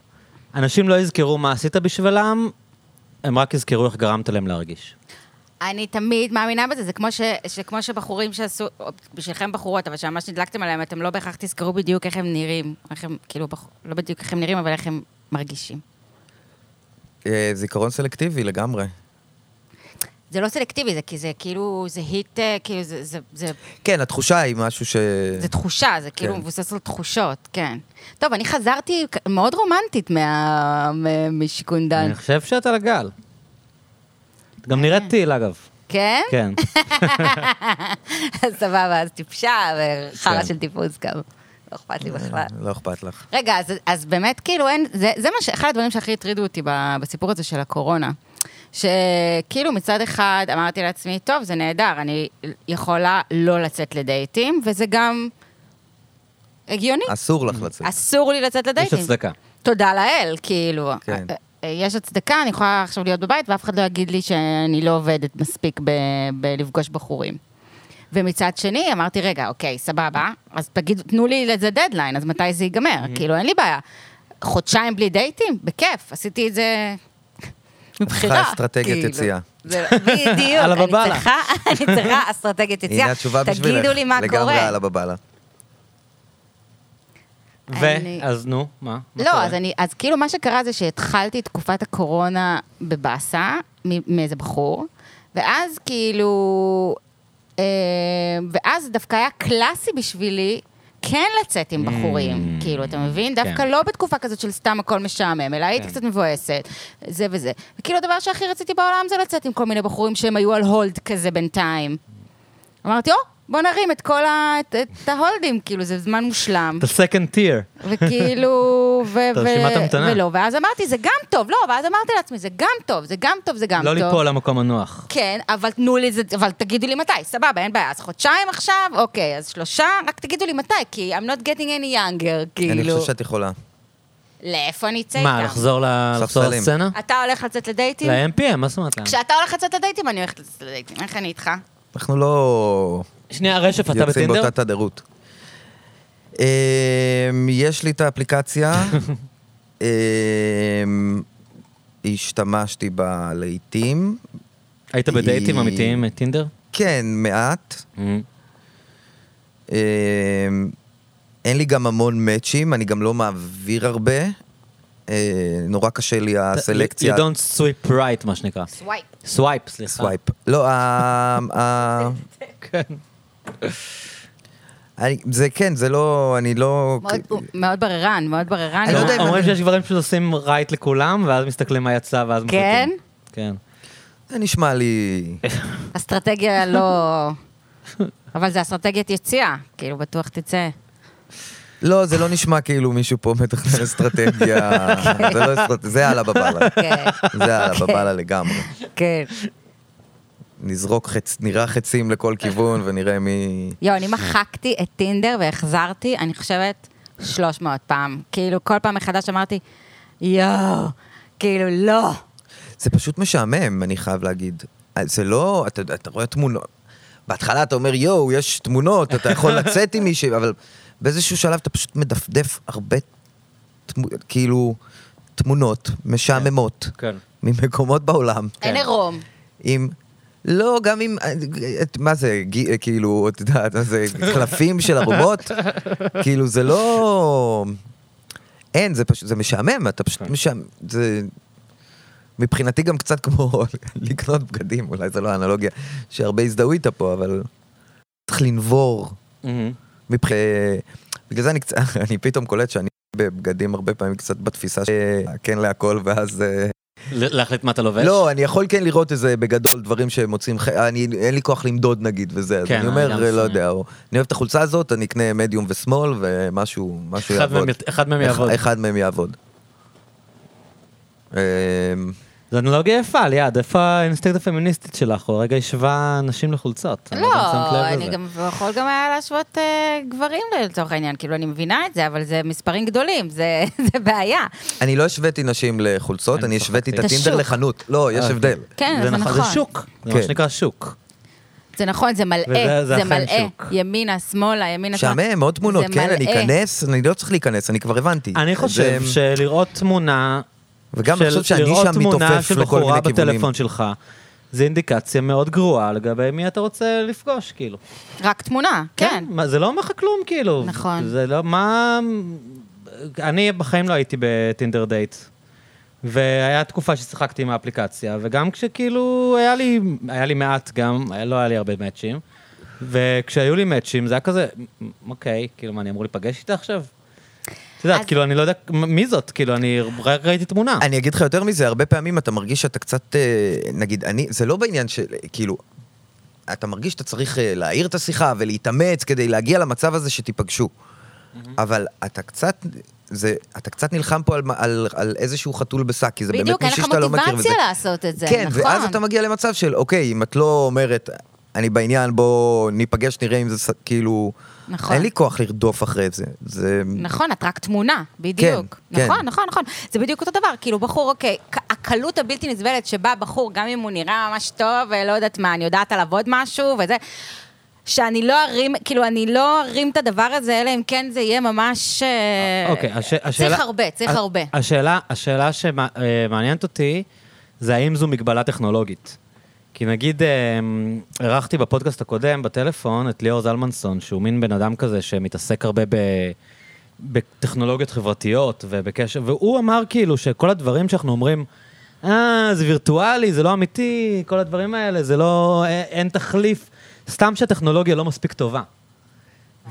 Speaker 1: אנשים לא יזכרו מה עשית בשבילם, הם רק יזכרו איך גרמת להם להרגיש.
Speaker 3: אני תמיד מאמינה בזה, זה כמו, ש, שכמו שבחורים שעשו, או בשבילכם בחורות, אבל שממש נדלקתם עליהם, אתם לא בהכרח תזכרו בדיוק איך הם נראים. איך הם, כאילו, בח... לא בדיוק איך הם נראים, אבל איך הם מרגישים.
Speaker 2: אה, זיכרון סלקטיבי לגמרי.
Speaker 3: זה לא סלקטיבי, זה כי זה כאילו, זה היט, אה, כאילו, זה, זה, זה,
Speaker 2: כן, התחושה היא משהו ש...
Speaker 3: זה תחושה, זה כאילו
Speaker 2: כן.
Speaker 3: מבוסס על תחושות, כן. טוב, אני חזרתי כ- מאוד רומנטית מה, מ- משיכון דן.
Speaker 1: אני חושב שאת על הגל. את גם נראית טיל, אגב.
Speaker 3: כן?
Speaker 1: כן.
Speaker 3: (laughs) אז סבבה, אז טיפשה, וחרא
Speaker 1: כן.
Speaker 3: של טיפוס גם. לא אכפת לי בכלל.
Speaker 2: לא אכפת לך.
Speaker 3: רגע, אז, אז באמת, כאילו, אין, זה, זה מה ש... אחד הדברים שהכי הטרידו אותי ב- בסיפור הזה של הקורונה. שכאילו מצד אחד אמרתי לעצמי, טוב, זה נהדר, אני יכולה לא לצאת לדייטים, וזה גם הגיוני.
Speaker 2: אסור לך
Speaker 1: אה,
Speaker 2: לצאת.
Speaker 3: אסור לי לצאת
Speaker 1: יש
Speaker 3: לדייטים.
Speaker 1: הצדקה.
Speaker 3: תודה לאל, כאילו.
Speaker 2: כן.
Speaker 3: אה, אה, יש הצדקה, אני יכולה עכשיו להיות בבית, ואף אחד לא יגיד לי שאני לא עובדת מספיק ב- בלפגוש בחורים. ומצד שני, אמרתי, רגע, אוקיי, סבבה, אז תגיד, תנו לי לזה דדליין, אז מתי זה ייגמר?
Speaker 2: Mm-hmm.
Speaker 3: כאילו, אין לי בעיה. חודשיים בלי דייטים? בכיף, עשיתי את זה מבחירה.
Speaker 2: צריכה אסטרטגיית
Speaker 3: כאילו.
Speaker 2: יציאה.
Speaker 3: זה-
Speaker 2: (laughs)
Speaker 3: בדיוק,
Speaker 1: על
Speaker 3: אני
Speaker 1: הבבלה.
Speaker 3: צריכה, אני צריכה אסטרטגיית יציאה.
Speaker 2: הנה התשובה בשבילך.
Speaker 3: תגידו לי מה קורה.
Speaker 2: לגמרי עלה בבאללה.
Speaker 1: ו...
Speaker 3: אני-
Speaker 1: אז נו, מה? מה
Speaker 3: לא,
Speaker 1: קורה?
Speaker 3: אז, אני, אז כאילו מה שקרה זה שהתחלתי את תקופת הקורונה בבאסה, מ- מאיזה בחור, ואז כאילו... אה, ואז דווקא היה קלאסי בשבילי כן לצאת עם בחורים, כאילו, אתה מבין? דווקא
Speaker 1: Mm, כן.
Speaker 3: לא בתקופה כזאת של סתם הכל משעמם, אלא הייתי
Speaker 1: כן.
Speaker 3: קצת מבואסת, זה וזה. וכאילו, הדבר שהכי רציתי בעולם זה לצאת עם כל מיני בחורים שהם היו על הולד כזה בינתיים. אמרתי, או, בוא נרים את כל ה... את, את ההולדים, כאילו, זה זמן מושלם.
Speaker 1: The second tier.
Speaker 3: וכאילו, ו...
Speaker 1: את רשימת המתנה.
Speaker 3: ולא, ואז אמרתי, זה גם טוב, לא, ואז אמרתי לעצמי, זה גם טוב, זה גם טוב, זה גם
Speaker 1: לא
Speaker 3: טוב.
Speaker 1: ליפול למקום הנוח.
Speaker 3: כן, אבל תנו לי את זה, אבל תגידו לי מתי, סבבה, אין בעיה, אז חודשיים עכשיו, אוקיי, אז שלושה, רק תגידו לי מתי, כי I'm not getting any younger,
Speaker 2: אני
Speaker 3: כאילו.
Speaker 2: חושב שאת יכולה.
Speaker 3: לאיפה אני אצא איתם?
Speaker 1: מה, לחזור ל- לחזור
Speaker 2: ספסלים.
Speaker 1: לסצנה?
Speaker 3: אתה הולך לצאת לדייטים?
Speaker 1: ל-MPM, מה זאת אומרת?
Speaker 3: כשאתה הולך לצאת לדייטים, אני הולכת לצאת לדייטים, איך אני איתך?
Speaker 2: אנחנו לא
Speaker 1: שנייה, רשף, אתה
Speaker 2: יוצאים
Speaker 1: בטינדר?
Speaker 2: באותה תדירות. אמ, יש לי
Speaker 1: (laughs)
Speaker 2: את האפליקציה. אמ, השתמשתי בה לעיתים.
Speaker 1: היית בדייטים
Speaker 2: היא-
Speaker 1: אמיתיים מטינדר?
Speaker 2: כן, מעט. אמ, אין לי גם המון מאצ'ים, אני גם לא מעביר הרבה. אה, נורא קשה לי הסלקציה.
Speaker 1: You don't sweep right, מה שנקרא.
Speaker 3: סווייפ.
Speaker 1: סווייפ, סליחה.
Speaker 2: סווייפ. לא, ה- ה-
Speaker 1: (laughs) כן.
Speaker 2: אני- זה כן, זה לא, אני לא...
Speaker 3: מאוד- הוא מאוד בררן, מאוד בררן.
Speaker 2: אני לא יודע אם-
Speaker 1: אומרים שיש גברים שעושים רייט לכולם, ואז מסתכלים מה יצא, ואז מחליטים.
Speaker 3: כן?
Speaker 1: כן.
Speaker 2: זה נשמע לי...
Speaker 3: אסטרטגיה לא... אבל זה אסטרטגיית יציאה, כאילו, בטוח תצא.
Speaker 2: לא, זה לא נשמע כאילו מישהו פה מתכנן אסטרטגיה. זה לא אסטרטגיה, זה יאללה בבאללה.
Speaker 3: כן,
Speaker 2: זה יאללה בבאללה לגמרי.
Speaker 3: כן.
Speaker 2: נזרוק חצ... נראה חצים לכל כיוון ונראה מי...
Speaker 3: יואו, אני מחקתי את טינדר והחזרתי, אני חושבת, 300 פעם. כאילו, כל פעם מחדש אמרתי, יואו, כאילו, לא.
Speaker 2: זה פשוט משעמם, אני חייב להגיד. זה לא, אתה, יודע, אתה רואה תמונות. בהתחלה אתה אומר, יואו, יש תמונות, אתה יכול לצאת עם מישהי, אבל באיזשהו שלב אתה פשוט מדפדף הרבה, תמו, כאילו, תמונות משעממות
Speaker 1: כן.
Speaker 2: ממקומות בעולם.
Speaker 3: אין עירום.
Speaker 2: עם... לא, גם עם... את- מה זה, גי- כאילו, את יודעת, מה זה קלפים של ארובות? כאילו, זה לא... אין, זה פשוט, זה משעמם, אתה פשוט משעמם, זה... מבחינתי גם קצת כמו (laughs) לקנות בגדים, אולי זו לא האנלוגיה שהרבה הזדהו איתה פה, אבל צריך לנבור.
Speaker 1: מהמם.
Speaker 2: Mm-hmm. מבח... בגלל זה (laughs) אני קצת, אני פתאום קולט שאני בבגדים הרבה פעמים קצת בתפיסה של כן להכל, ואז אה,
Speaker 1: ל- להחליט מה אתה לובש?
Speaker 2: לא, אני יכול כן לראות איזה בגדול דברים שמוצאים, ח- אני, אין לי כוח למדוד נגיד וזה, אז
Speaker 1: כן,
Speaker 2: אני
Speaker 1: גם
Speaker 2: אומר, לא
Speaker 1: שונה.
Speaker 2: יודע, או, אני אוהב את החולצה הזאת, אני אקנה מדיום ושמאל ומשהו, משהו
Speaker 1: אחד
Speaker 2: יעבוד.
Speaker 1: מהם- אחד מהם יעבוד.
Speaker 2: אח- אחד מהם יעבוד. אמ,
Speaker 1: זו אנלוגיה יפה, ליעד, איפה האינסטינקט הפמיניסטית שלך? הוא הרגע השווה נשים לחולצות. אני
Speaker 3: לא,
Speaker 1: יודע אם שמת לב
Speaker 3: אני
Speaker 1: לזה.
Speaker 3: גם יכול גם היה להשוות אה, גברים לצורך העניין, כאילו אני מבינה את זה, אבל זה מספרים גדולים, זה (laughs) זה בעיה.
Speaker 2: אני לא השוויתי נשים לחולצות,
Speaker 1: אני
Speaker 2: אני השוויתי את
Speaker 1: צחקתי.
Speaker 2: הטינדר
Speaker 3: את השוק.
Speaker 2: לחנות. לא, יש
Speaker 1: אה,
Speaker 2: הבדל.
Speaker 3: כן, זה
Speaker 1: זה
Speaker 3: נכון.
Speaker 1: שוק, זה מה
Speaker 2: כן.
Speaker 1: שנקרא שוק.
Speaker 3: זה נכון, זה מלאה,
Speaker 1: וזה- זה
Speaker 3: זה
Speaker 1: אכן
Speaker 3: מלאה.
Speaker 1: שוק.
Speaker 3: ימינה, שמאלה, ימינה, שמאלה.
Speaker 2: משעמם, עוד תמונות,
Speaker 3: זה
Speaker 2: כן, אני
Speaker 3: מלאה.
Speaker 2: אכנס, אני לא צריך להיכנס, אני כבר הבנתי. אמ,
Speaker 1: אני
Speaker 2: זה-
Speaker 1: חושב שלראות תמונה,
Speaker 2: וגם
Speaker 1: של-
Speaker 2: לחשוב שאני
Speaker 1: לראות
Speaker 2: שם
Speaker 1: תמונה
Speaker 2: מתעופף
Speaker 1: של
Speaker 2: לכל
Speaker 1: בחורה
Speaker 2: מיני כיוונים.
Speaker 1: בטלפון שלך, זה אינדיקציה מאוד גרועה לגבי מי אתה רוצה לפגוש, כאילו.
Speaker 3: רק תמונה, כן.
Speaker 1: מה- זה לא אומר לך כלום, כאילו.
Speaker 3: נכון.
Speaker 1: זה לא, מה... אני בחיים לא הייתי בטינדר דייט. והיה תקופה ששיחקתי עם האפליקציה, וגם כשכאילו היה לי, היה לי מעט גם, היה- לא היה לי הרבה מאצ'ים. וכשהיו לי מאצ'ים, זה היה כזה, "מ- אוקיי, כאילו, מה, אני אמור להיפגש איתה עכשיו? את יודעת,
Speaker 3: אז-
Speaker 1: כאילו, אני לא יודע מ- מי זאת, כאילו, אני רק ראיתי תמונה.
Speaker 2: אני אגיד לך יותר מזה, הרבה פעמים אתה מרגיש שאתה קצת, אה, נגיד, אני, זה לא בעניין של, אה, כאילו, אתה מרגיש שאתה צריך אה, להעיר את השיחה ולהתאמץ כדי להגיע למצב הזה שתיפגשו.
Speaker 3: Mm-hmm.
Speaker 2: אבל אתה קצת, זה, אתה קצת נלחם פה על, מה- על, על איזשהו חתול בשק, כי זה
Speaker 3: בדיוק,
Speaker 2: באמת
Speaker 3: אין
Speaker 2: מישהי
Speaker 3: לך
Speaker 2: שאתה לא מכיר.
Speaker 3: מוטיבציה
Speaker 2: וזה-
Speaker 3: לעשות את זה,
Speaker 2: כן,
Speaker 3: נכון.
Speaker 2: ואז אתה מגיע למצב של, אוקיי, אם את לא אומרת, אני בעניין, בוא ניפגש, נראה אם זה, ס- כאילו...
Speaker 3: נכון.
Speaker 2: אין לי כוח לרדוף אחרי זה. זה...
Speaker 3: נכון, את רק תמונה, בדיוק.
Speaker 2: כן.
Speaker 3: נכון, נכון, נכון. זה בדיוק אותו דבר, כאילו בחור, אוקיי, כ- הקלות הבלתי נסבלת שבה בחור, גם אם הוא נראה ממש טוב, ולא יודעת מה, אני יודעת עליו עוד משהו וזה, שאני לא ארים, כאילו, אני לא ארים את הדבר הזה, אלא אם כן זה יהיה ממש... אה,
Speaker 1: אוקיי, הש- השאלה... אה,
Speaker 3: צריך הרבה, צריך
Speaker 1: ה-
Speaker 3: הרבה.
Speaker 1: השאלה, השאלה שמעניינת אותי, זה האם זו מגבלה טכנולוגית. כי נגיד, אה, אירחתי בפודקאסט הקודם, בטלפון, את ליאור זלמנסון, שהוא מין בן אדם כזה שמתעסק הרבה ב... בטכנולוגיות חברתיות ובקשר, והוא אמר כאילו שכל הדברים שאנחנו אומרים, אה, זה וירטואלי, זה לא אמיתי, כל הדברים האלה, זה לא, אה, אין תחליף, סתם שהטכנולוגיה לא מספיק טובה.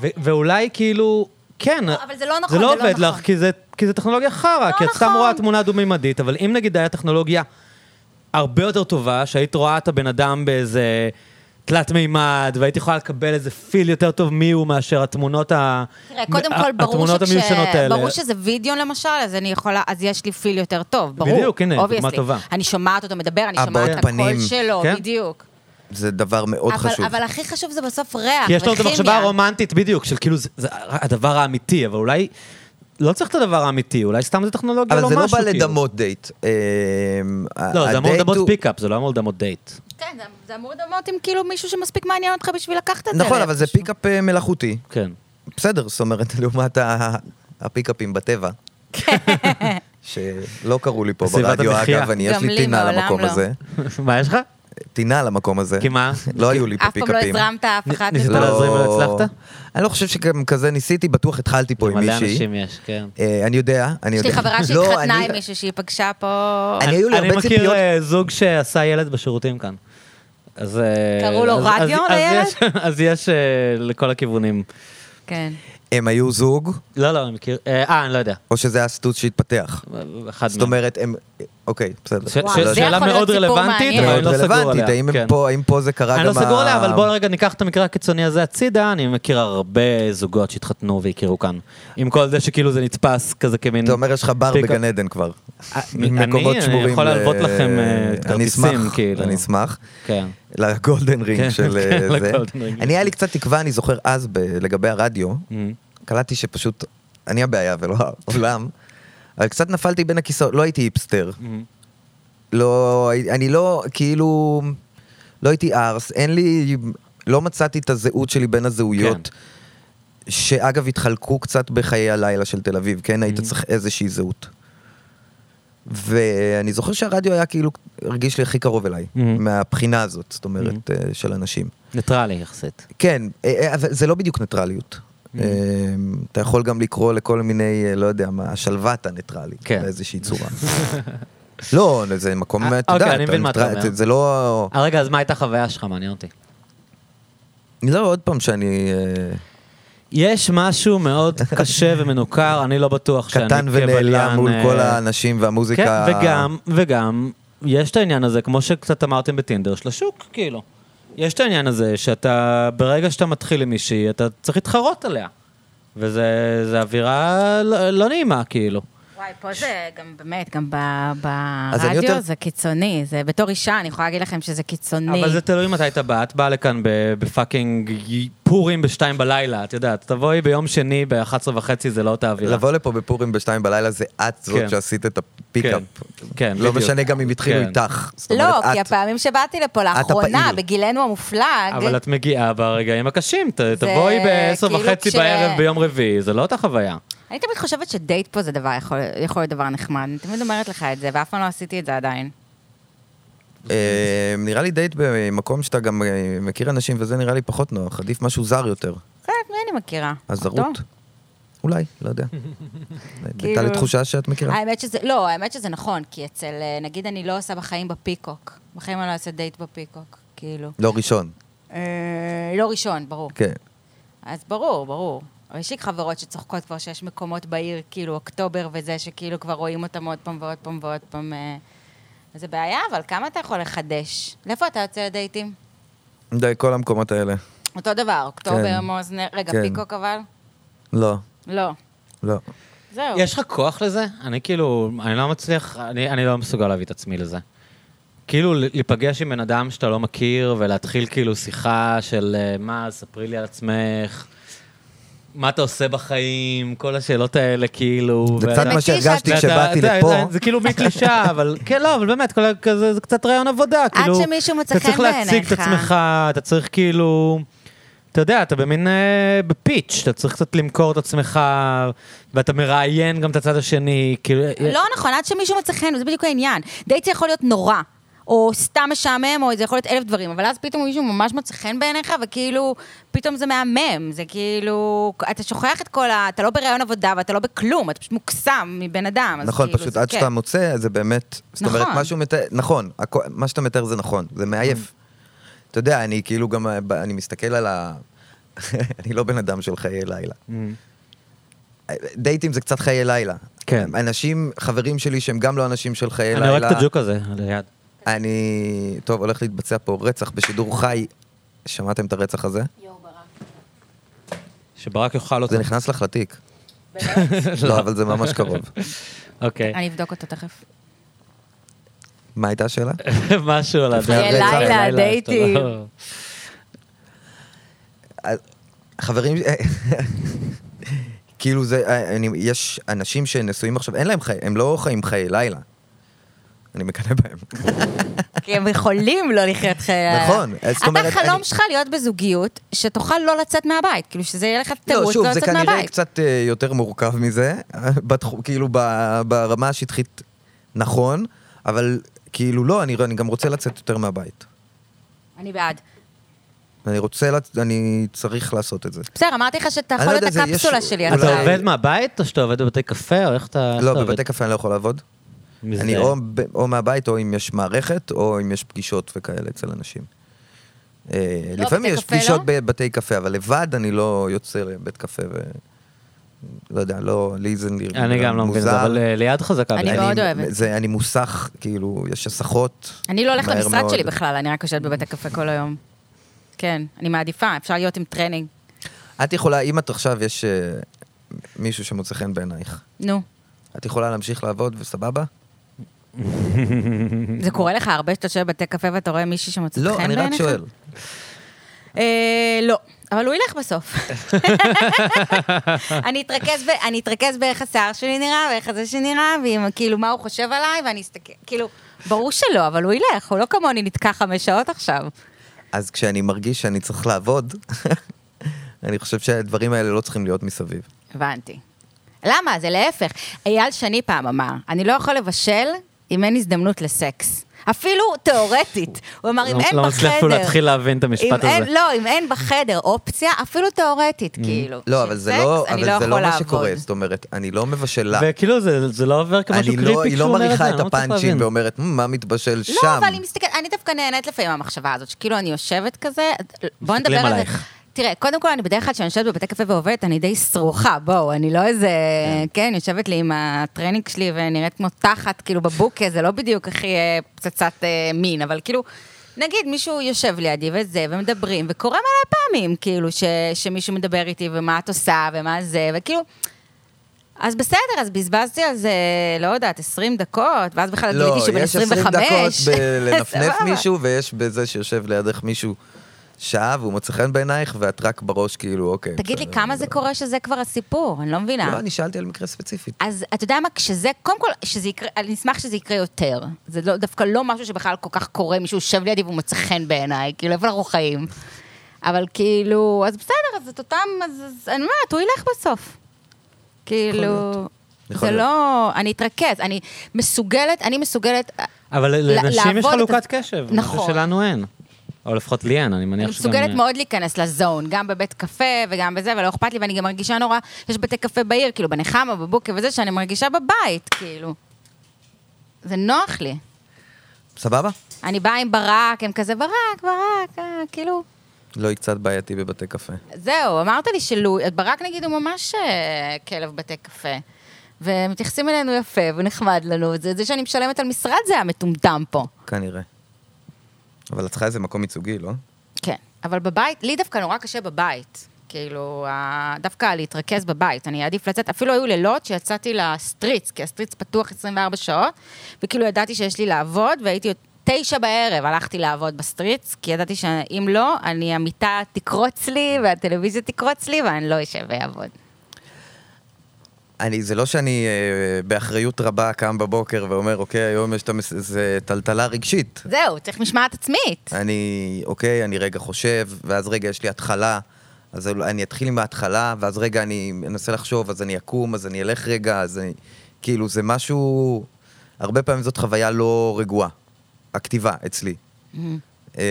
Speaker 1: ו- ואולי כאילו, כן,
Speaker 3: אבל זה לא נכון,
Speaker 1: זה
Speaker 3: זה
Speaker 1: לא
Speaker 3: לא
Speaker 1: עובד
Speaker 3: נכון.
Speaker 1: לך, כי זה, כי זה טכנולוגיה חרא, כי את סתם
Speaker 3: נכון.
Speaker 1: רואה תמונה דו-מימדית, אבל אם נגיד היה טכנולוגיה הרבה יותר טובה, שהיית רואה את הבן אדם באיזה תלת מימד, והיית יכולה לקבל איזה פיל יותר טוב מי הוא מאשר התמונות ה...
Speaker 3: תראה, קודם
Speaker 1: ה-
Speaker 3: כל, ברור,
Speaker 1: אה, התמונות
Speaker 3: שכש...
Speaker 1: המיושנות האלה.
Speaker 3: ברור שזה וידאו למשל, אז אני יכולה, אז יש לי פיל יותר טוב, ברור.
Speaker 1: בדיוק, הנה, דוגמה
Speaker 3: obviously.
Speaker 1: טובה.
Speaker 3: אני שומעת אותו מדבר, אני שומעת
Speaker 2: הבעות
Speaker 3: את הקול
Speaker 2: פנים.
Speaker 3: שלו,
Speaker 1: כן.
Speaker 3: בדיוק.
Speaker 2: זה דבר מאוד
Speaker 3: אבל,
Speaker 2: חשוב.
Speaker 3: אבל הכי חשוב זה בסוף ריח,
Speaker 1: כי יש לנו את
Speaker 3: וכימיה.
Speaker 1: המחשבה הרומנטית בדיוק, של כאילו זה, זה הדבר האמיתי, אבל אולי לא צריך את הדבר האמיתי, אולי סתם זה טכנולוגיה לא
Speaker 2: אבל
Speaker 1: משהו.
Speaker 2: זה לא בא
Speaker 1: כאילו.
Speaker 2: לדמות דייט. אמ,
Speaker 1: לא, זה אמור
Speaker 2: הדייט
Speaker 1: לדמות
Speaker 2: הוא-
Speaker 1: פיקאפ, זה לא אמור לדמות דייט.
Speaker 3: כן, זה, זה אמור לדמות עם כאילו מישהו שמספיק מעניין אותך בשביל לקחת את זה.
Speaker 2: נכון, אבל זה
Speaker 3: לאיפשהו.
Speaker 2: פיקאפ אה, מלאכותי.
Speaker 1: כן.
Speaker 2: בסדר, זאת אומרת, (laughs) לעומת ה- הפיקאפים בטבע.
Speaker 3: כן,
Speaker 2: (laughs) שלא קראו לי פה
Speaker 1: בסביבת
Speaker 2: ברדיו,
Speaker 1: המחיה.
Speaker 2: אגב, אני יש
Speaker 3: גם
Speaker 2: לי
Speaker 3: לי
Speaker 2: טינה
Speaker 3: מעולם
Speaker 2: למקום
Speaker 3: לא.
Speaker 2: הזה.
Speaker 1: מה יש לך?
Speaker 2: טינה למקום הזה.
Speaker 1: כי מה?
Speaker 2: לא היו לי פה
Speaker 3: אף פעם לא
Speaker 2: פיקאפים.
Speaker 3: הזרמת אף
Speaker 1: נ-
Speaker 3: אחת.
Speaker 1: ניסית
Speaker 3: מזה.
Speaker 1: לא להזרים ולא הצלחת?
Speaker 2: אני לא חושב שגם כזה ניסיתי, בטוח התחלתי פה עם
Speaker 1: מלא
Speaker 2: מישהי.
Speaker 1: אנשים יש, כן.
Speaker 2: אה, אני יודע, אני
Speaker 3: יש
Speaker 2: יודע.
Speaker 3: לי חברה
Speaker 2: לא,
Speaker 3: שהתחתנה
Speaker 2: אני-
Speaker 3: עם מישהו שהיא פגשה פה...
Speaker 2: אני- היו לי
Speaker 1: אני
Speaker 2: הרבה
Speaker 1: מכיר
Speaker 2: ציפיות-
Speaker 1: אה, זוג שעשה ילד בשירותים כאן. אז... אה,
Speaker 3: קראו לו
Speaker 1: אז-
Speaker 3: רדיו
Speaker 1: אז- אז
Speaker 3: לילד?
Speaker 1: יש- (laughs) אז יש אה, לכל הכיוונים.
Speaker 3: כן.
Speaker 2: הם היו זוג,
Speaker 1: לא, לא, אני מכיר... אה, אה, אני לא יודע.
Speaker 2: או שזה היה סטוץ שהתפתח?
Speaker 1: אחד
Speaker 2: זאת
Speaker 1: מהם.
Speaker 2: אומרת, הם... אוקיי, בסדר.
Speaker 1: ש-
Speaker 2: לא
Speaker 1: ש-
Speaker 2: יודע.
Speaker 3: זה
Speaker 1: שאלה
Speaker 3: יכול להיות
Speaker 1: מאוד
Speaker 3: סיפור
Speaker 1: רלוונטית,
Speaker 3: מעניין.
Speaker 1: אבל
Speaker 2: מאוד
Speaker 1: אני לא סגור
Speaker 2: רלוונטית,
Speaker 1: עליה.
Speaker 2: האם הם
Speaker 1: כן.
Speaker 2: פה- האם פה זה קרה גם...
Speaker 1: אני לא סגור
Speaker 2: ה-
Speaker 1: עליה, אבל בואו רגע ניקח את המקרה הקיצוני הזה הצידה, אני מכיר הרבה זוגות שהתחתנו והכירו כאן. עם כל זה שכאילו זה נתפס כזה כמין...
Speaker 2: אתה אומר, יש לך בר
Speaker 1: פיק-
Speaker 2: בגן עדן כבר.
Speaker 1: אה,
Speaker 2: מקומות
Speaker 1: אני-
Speaker 2: שמורים
Speaker 1: אני יכול
Speaker 2: ל-
Speaker 1: להלוות לכם אה,
Speaker 2: אני
Speaker 1: כרטיסים,
Speaker 2: אשמח,
Speaker 1: כאילו.
Speaker 2: אני אשמח.
Speaker 1: כן.
Speaker 2: לגולדן רינג
Speaker 1: כן,
Speaker 2: של
Speaker 1: כן,
Speaker 2: אה, זה.
Speaker 1: לגולדן רינג. Mm.
Speaker 2: אני היה לי קצת תקווה, אני זוכר אז, ב- לגבי הרדיו, קלטתי שפשוט, אני הבעיה ולא העולם, אבל קצת נפלתי בין הכיסאות, לא הייתי היפסטר.
Speaker 1: Mm.
Speaker 2: לא, אני לא, כאילו, לא הייתי ארס, אין לי, לא מצאתי את הזהות שלי בין
Speaker 1: כן.
Speaker 2: הזהויות. שאגב התחלקו קצת בחיי הלילה של תל אביב, כן?
Speaker 1: Mm.
Speaker 2: היית צריך איזושהי זהות. ואני זוכר שהרדיו היה כאילו, הרגיש לי הכי קרוב אליי,
Speaker 1: Mm.
Speaker 2: מהבחינה הזאת, זאת אומרת, אה, של אנשים.
Speaker 1: ניטרלי יחסית.
Speaker 2: כן, אה, אה, אבל זה לא בדיוק ניטרליות.
Speaker 1: Mm.
Speaker 2: אה, אתה יכול גם לקרוא לכל מיני, אה, לא יודע מה, השלוותה ניטרלי,
Speaker 1: כן.
Speaker 2: באיזושהי
Speaker 1: (laughs)
Speaker 2: צורה. לא, זה מקום,
Speaker 1: אה,
Speaker 2: אתה
Speaker 1: אוקיי,
Speaker 2: יודע,
Speaker 1: אני
Speaker 2: אתה
Speaker 1: מבין מה אתה
Speaker 2: ניטרל-
Speaker 1: אומר.
Speaker 2: זה לא,
Speaker 1: אה, רגע, אז מה הייתה החוויה שלך? מעניין אותי.
Speaker 2: לא, עוד פעם שאני, אה,
Speaker 1: יש משהו
Speaker 2: (laughs)
Speaker 1: מאוד קשה ומנוכר, אני לא בטוח שאני
Speaker 2: קטן ונעלם
Speaker 1: כבליין,
Speaker 2: מול כל
Speaker 1: אה,
Speaker 2: האנשים
Speaker 1: כן,
Speaker 2: והמוזיקה.
Speaker 1: וגם, וגם, יש את העניין הזה, כמו שקצת אמרתם בטינדר, של השוק, כאילו. יש את העניין הזה שאתה, ברגע שאתה מתחיל עם מישהי, אתה צריך להתחרות עליה. וזה זה אווירה לא, לא נעימה, כאילו.
Speaker 3: וואי, פה זה גם באמת, גם ב-
Speaker 2: אז אני יותר-
Speaker 3: ברדיו זה קיצוני. זה בתור אישה, אני יכולה להגיד לכם שזה קיצוני.
Speaker 1: אבל זה תלוי מתי אתה בא, את באה לכאן ב- בפאקינג פורים בשתיים בלילה, את יודעת. תבואי ביום שני ב-11 וחצי, זה לא אותה אווירה.
Speaker 2: לבוא לפה בפורים בשתיים בלילה זה את
Speaker 1: כן.
Speaker 2: זאת שעשית את הפיקאפ.
Speaker 1: כן,
Speaker 2: לא
Speaker 1: בדיוק.
Speaker 2: משנה גם אם התחילו
Speaker 1: כן.
Speaker 2: איתך. זאת
Speaker 3: לא,
Speaker 2: אומרת,
Speaker 3: כי
Speaker 2: את-
Speaker 3: הפעמים שבאתי לפה לאחרונה,
Speaker 2: הפעיל.
Speaker 3: בגילנו המופלג,
Speaker 1: אבל את מגיעה ברגעים הקשים, ת- תבואי ב-10
Speaker 3: כאילו
Speaker 1: וחצי
Speaker 3: כש-
Speaker 1: בערב ביום רביעי, זה לא אותה חוויה.
Speaker 3: אני תמיד חושבת שדייט פה זה דבר, יכול יכול להיות דבר נחמד. אני תמיד אומרת לך את זה, ואף פעם לא עשיתי את זה עדיין.
Speaker 2: אה, נראה לי דייט במקום שאתה גם אה, מכיר אנשים וזה נראה לי פחות נוח, עדיף משהו זר יותר.
Speaker 3: זה, את מי אני מכירה?
Speaker 2: הזרות?
Speaker 3: אותו?
Speaker 2: אולי, לא
Speaker 3: (laughs)
Speaker 2: יודע. הייתה לי
Speaker 3: כאילו-
Speaker 2: תחושה שאת מכירה.
Speaker 3: האמת שזה, לא, האמת שזה נכון, כי אצל, אה, נגיד אני לא עושה בחיים בפיקוק. בחיים אני לא אעשה דייט בפיקוק, כאילו.
Speaker 2: לא ראשון,
Speaker 3: אה, לא ראשון, ברור.
Speaker 2: כן.
Speaker 3: אז ברור, ברור. אבל יש לי חברות שצוחקות כבר שיש מקומות בעיר, כאילו אוקטובר וזה, שכאילו כבר רואים אותם עוד פעם ועוד פעם ועוד פעם. אה. אז זה בעיה, אבל כמה אתה יכול לחדש? לאיפה אתה יוצא לדייטים?
Speaker 2: די, כל המקומות האלה.
Speaker 3: אותו דבר, אוקטובר,
Speaker 2: כן.
Speaker 3: מאזנר, רגע,
Speaker 2: כן.
Speaker 3: פיקוק אבל?
Speaker 2: לא,
Speaker 3: לא.
Speaker 2: לא.
Speaker 3: זהו.
Speaker 1: יש לך כוח לזה? אני כאילו, אני לא מצליח, אני, אני לא מסוגל להביא את עצמי לזה. כאילו, ל- להיפגש עם בן אדם שאתה לא מכיר, ולהתחיל כאילו שיחה של אה, מה, ספרי לי על עצמך, מה אתה עושה בחיים, כל השאלות האלה, כאילו.
Speaker 2: זה
Speaker 1: ואתה-
Speaker 2: קצת מה
Speaker 3: מתיש
Speaker 2: שהרגשתי
Speaker 1: ואתה-
Speaker 2: כשבאתי
Speaker 1: אתה-
Speaker 2: לפה.
Speaker 1: זה- זה כאילו
Speaker 2: (laughs)
Speaker 1: מקלישה, אבל כן, לא, אבל באמת, כל ה- כזה, זה קצת רעיון עבודה, כאילו.
Speaker 3: שמישהו מוצא
Speaker 1: אתה צריך
Speaker 3: חן
Speaker 1: להציג את
Speaker 3: בעיניך.
Speaker 1: עצמך, אתה צריך כאילו... אתה יודע, אתה במין... אה, בפיץ', אתה צריך קצת למכור את עצמך, ואתה מראיין גם את הצד השני, כאילו...
Speaker 3: לא נכון, עד שמישהו מוצא חן, זה בדיוק העניין. דייט זה יכול להיות נורא, או סתם משעמם, או זה יכול להיות אלף דברים, אבל אז פתאום מישהו ממש מוצא חן בעיניך, וכאילו, פתאום זה מהמם, זה כאילו, אתה שוכח את כל ה... אתה לא בראיון עבודה ואתה לא בכלום, אתה פשוט מוקסם מבן אדם. אז
Speaker 2: נכון,
Speaker 3: כאילו,
Speaker 2: פשוט
Speaker 3: זה
Speaker 2: עד
Speaker 3: כיף.
Speaker 2: שאתה מוצא, זה באמת... זאת אומרת,
Speaker 3: נכון.
Speaker 2: משהו מתאר... נכון, הכל- מה שאתה מתאר זה נכון, זה מעייף.
Speaker 3: Mm.
Speaker 2: אתה יודע, אני כאילו גם... אה, ב- אני מסתכל על ה... (laughs) אני לא בן אדם של חיי לילה.
Speaker 1: אה,
Speaker 2: דייטים זה קצת חיי לילה.
Speaker 1: כן.
Speaker 2: אנשים, חברים שלי שהם גם לא אנשים של חיי לילה.
Speaker 1: אני הורג את הג'וק הזה, ליד.
Speaker 2: אני... טוב, הולך להתבצע פה רצח בשידור חי. שמעתם את הרצח הזה?
Speaker 1: שברק יאכל אותו.
Speaker 2: זה נכנס לך לתיק.
Speaker 1: (laughs)
Speaker 2: לא, אבל זה ממש קרוב.
Speaker 1: אוקיי.
Speaker 3: אני אבדוק אותו תכף.
Speaker 2: מה הייתה השאלה?
Speaker 1: (laughs) משהו על הדרך. אה, לא-
Speaker 2: חיי לילה,
Speaker 3: דייטים.
Speaker 2: אז, חברים, (laughs) כאילו זה, אה, אני, יש אנשים שנשואים עכשיו, אין להם חיי, הם לא חיים חיי לילה. אני מקנא בהם.
Speaker 3: כי הם יכולים לא לחיות חיי...
Speaker 2: נכון, אז זאת אומרת,
Speaker 3: אתה חלום
Speaker 2: אני-
Speaker 3: שלך להיות בזוגיות, שתוכל לא לצאת מהבית, כאילו שזה יהיה לך
Speaker 2: לא,
Speaker 3: תירוץ
Speaker 2: שוב,
Speaker 3: לא
Speaker 2: זה
Speaker 3: לצאת
Speaker 2: כנראה
Speaker 3: מהבית.
Speaker 2: קצת אה, יותר מורכב מזה, (laughs) בתחום, כאילו ב- ברמה השטחית נכון, אבל כאילו לא, אני, אני גם רוצה לצאת יותר מהבית.
Speaker 3: אני בעד.
Speaker 2: אני רוצה, לצ- אני צריך לעשות את זה.
Speaker 3: בסדר, אמרתי לך שאתה
Speaker 2: אני
Speaker 3: יכול
Speaker 2: לא
Speaker 3: להיות
Speaker 2: יודע, זה- יש-
Speaker 3: הקפסולה שלי.
Speaker 2: אולי-
Speaker 1: אתה עובד מהבית, או שאתה עובד בבתי קפה, או איך אתה... איך אתה
Speaker 2: לא,
Speaker 1: עובד?
Speaker 2: בבתי קפה אני לא יכול לעבוד.
Speaker 1: מזדהה.
Speaker 2: אני או, ב- או מהבית, או אם יש מערכת, או אם יש פגישות וכאלה אצל אנשים. אה,
Speaker 3: לא,
Speaker 2: לפעמים
Speaker 3: בתי
Speaker 2: יש
Speaker 3: קפה לא?
Speaker 2: פגישות בבתי קפה, אבל לבד אני לא יוצא לבית קפה ו... לא יודע, לא, לי זה נראה
Speaker 1: אני גם לא מבין את זה,
Speaker 2: מוזר.
Speaker 1: אבל אה, ליד חזקה.
Speaker 3: אני
Speaker 1: בעיניי.
Speaker 3: מאוד אוהבת.
Speaker 2: זה, אני מוסך, כאילו, יש הסחות.
Speaker 3: אני לא הולכת
Speaker 2: מהר
Speaker 3: למשרד
Speaker 2: מאוד.
Speaker 3: שלי בכלל, אני רק יושבת בבית הקפה כל היום. כן, אני מעדיפה, אפשר להיות עם טרנינג.
Speaker 2: את יכולה, אם את עכשיו יש אה, מישהו שמוצא חן בעינייך,
Speaker 3: נו,
Speaker 2: את יכולה להמשיך לעבוד וסבבה?
Speaker 3: זה קורה לך הרבה שאתה יושב בבתי קפה ואתה רואה מישהי שמוצאת חן
Speaker 2: לא, אני
Speaker 3: בעיניך?
Speaker 2: רק שואל.
Speaker 3: אה, לא, אבל הוא ילך
Speaker 2: (laughs)
Speaker 3: בסוף. אני אתרכז ב- אני אתרכז באיך השיער שלי נראה, ואיך הזה שנראה, ועם כאילו מה הוא חושב עליי, ואני אסתכל, כאילו, ברור שלא, אבל הוא ילך, הוא לא כמוני נתקע חמש שעות עכשיו.
Speaker 2: אז כשאני מרגיש שאני צריך לעבוד, (laughs) אני חושב שהדברים האלה לא צריכים להיות מסביב.
Speaker 3: הבנתי. למה? זה להפך. אייל שני פעם אמר, אני לא יכול לבשל אם אין הזדמנות לסקס. אפילו תיאורטית. הוא
Speaker 1: לא-
Speaker 3: אמר, אם אין בחדר...
Speaker 1: לא מצליח אפילו להתחיל להבין את המשפט
Speaker 3: אם
Speaker 1: הזה. Mm.
Speaker 3: אין- לא, אם אין בחדר אופציה, אפילו תיאורטית, כאילו.
Speaker 2: לא,
Speaker 3: של
Speaker 2: אבל זה
Speaker 3: סקס,
Speaker 2: לא,
Speaker 3: אני
Speaker 2: אבל זה
Speaker 3: יכול
Speaker 2: לא מה
Speaker 3: לעבוד.
Speaker 2: שקורה, זאת אומרת, אני לא מבשל לה.
Speaker 1: וכאילו, זה- זה לא עובר כמשהו
Speaker 2: אני
Speaker 1: קריפי
Speaker 2: לא,
Speaker 1: כשהוא אומר את זה,
Speaker 2: היא לא מריחה את
Speaker 1: אני לא מצליח
Speaker 2: הפאנצ'ים
Speaker 1: להבין.
Speaker 2: ואומרת, "מ, מה מתבשל שם?
Speaker 3: לא, אבל היא מסתכלת, אני דווקא נהנית לפעמים מהמחשבה הזאת, שכאילו אני יושבת כזה, בוא נדבר על זה.
Speaker 1: עלייך.
Speaker 3: תראה, קודם כל, אני בדרך כלל, כשאני יושבת בבתי קפה ועובדת, אני די סרוחה, בואו, אני לא איזה... כן, יושבת לי עם הטרנינג שלי ונראית כמו תחת, כאילו, בבוקה, זה לא בדיוק הכי אה, פצצת אה, מין, אבל כאילו, נגיד, מישהו יושב לידי וזה, ומדברים, וקורה מלא פעמים, כאילו, ש, שמישהו מדבר איתי, ומה את עושה, ומה זה, וכאילו... אז בסדר, אז בזבזתי על זה, לא יודעת, 20 דקות, ואז בכלל גיליתי שהוא בן 25.
Speaker 2: לא, יש 20 דקות
Speaker 3: (laughs)
Speaker 2: בלנפנף
Speaker 3: סבבה.
Speaker 2: מישהו, ויש בזה שיושב לידך מישהו שעה והוא מוצא חן בעינייך, ואת רק בראש כאילו, אוקיי.
Speaker 3: תגיד לי,
Speaker 2: בסדר,
Speaker 3: כמה זה קורה שזה כבר הסיפור? אני לא מבינה.
Speaker 2: לא, אני שאלתי על מקרה ספציפי.
Speaker 3: אז אתה יודע מה, כשזה, קודם כל, שזה יקרה, אני אשמח שזה יקרה יותר. זה לא, דווקא לא משהו שבכלל כל כך קורה, מישהו יושב לידי והוא מוצא חן בעיניי, כאילו, איפה אנחנו חיים? אבל כאילו, אז בסדר, אז את אותם, אז, אז אני אומרת, הוא ילך בסוף. כאילו,
Speaker 2: יכול
Speaker 3: זה לא, אני אתרכז, אני מסוגלת, אני מסוגלת,
Speaker 1: אבל
Speaker 3: ל-
Speaker 1: לנשים יש
Speaker 3: לעבוד את
Speaker 1: חלוקת
Speaker 3: ה-
Speaker 1: קשב.
Speaker 3: נכון.
Speaker 1: זה שלנו אין. או לפחות לי אין, אני מניח
Speaker 3: אני
Speaker 1: שגם... אה,
Speaker 3: מסוגלת כאילו, מאוד להיכנס לזון, גם בבית קפה וגם בזה, ולא אכפת לי, ואני גם מרגישה נורא, יש בתי קפה בעיר, כאילו בנחמה, בבוקר וזה, שאני מרגישה בבית, כאילו. זה נוח לי.
Speaker 2: סבבה?
Speaker 3: אני באה עם ברק, הם כזה ברק, ברק, אה, כאילו...
Speaker 2: לא, היא קצת בעייתי בבתי קפה.
Speaker 3: זהו, אמרת לי שלו, ברק נגיד הוא ממש אה, כלב בתי קפה. ומתייחסים אלינו יפה ונחמד לנו, זה, זה שאני משלמת על משרד זה המטומטם פה.
Speaker 2: כנראה. אבל את צריכה איזה מקום ייצוגי, לא?
Speaker 3: כן. אבל בבית, לי דווקא נורא קשה בבית. כאילו, ה- דווקא להתרכז בבית. אני אעדיף לצאת, אפילו היו לילות שיצאתי לסטריץ, כי הסטריץ פתוח 24 שעות, וכאילו ידעתי שיש לי לעבוד, והייתי עוד תשע בערב הלכתי לעבוד בסטריץ, כי ידעתי שאם לא, אני, המיטה תקרוץ לי, והטלוויזיה תקרוץ לי, ואני לא אשב ואעבוד.
Speaker 2: אני, זה לא שאני אה, באחריות רבה קם בבוקר ואומר, אוקיי, היום יש את המס... זה טלטלה רגשית.
Speaker 3: זהו, צריך משמעת עצמית.
Speaker 2: אה. אני, אוקיי, אני רגע חושב, ואז רגע יש לי התחלה, אז לא, אני אתחיל עם ההתחלה, ואז רגע אני אנסה לחשוב, אז אני אקום, אז אני אלך רגע, אז אני... כאילו, זה משהו... הרבה פעמים זאת חוויה לא רגועה, הכתיבה אצלי.
Speaker 3: Mm-hmm.
Speaker 2: אמ,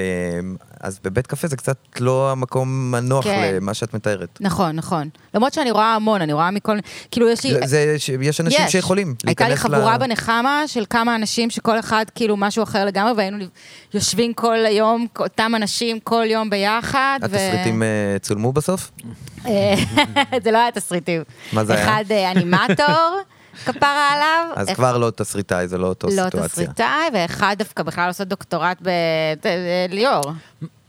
Speaker 2: אז בבית קפה זה קצת לא המקום הנוח
Speaker 3: כן.
Speaker 2: למה שאת מתארת.
Speaker 3: נכון, נכון. למרות שאני רואה המון, אני רואה מכל... כאילו, יש לי...
Speaker 2: זה, ש- יש אנשים
Speaker 3: יש.
Speaker 2: שיכולים
Speaker 3: הייתה לי
Speaker 2: להיכנס ל...
Speaker 3: חבורה בנחמה של כמה אנשים שכל אחד כאילו משהו אחר לגמרי, והיינו יושבים כל היום, אותם אנשים כל יום ביחד.
Speaker 2: התסריטים אה, צולמו בסוף?
Speaker 3: אה, (laughs) זה לא היה תסריטים.
Speaker 2: מה זה היה?
Speaker 3: אחד
Speaker 2: (laughs)
Speaker 3: אה, אנימטור, כפרה עליו.
Speaker 2: אז
Speaker 3: אה,
Speaker 2: כבר לא תסריטאי, זה לא אותו
Speaker 3: לא
Speaker 2: סיטואציה.
Speaker 3: תסריטאי, ואחד דווקא בכלל עושה דוקטורט ב... אה, ליאור,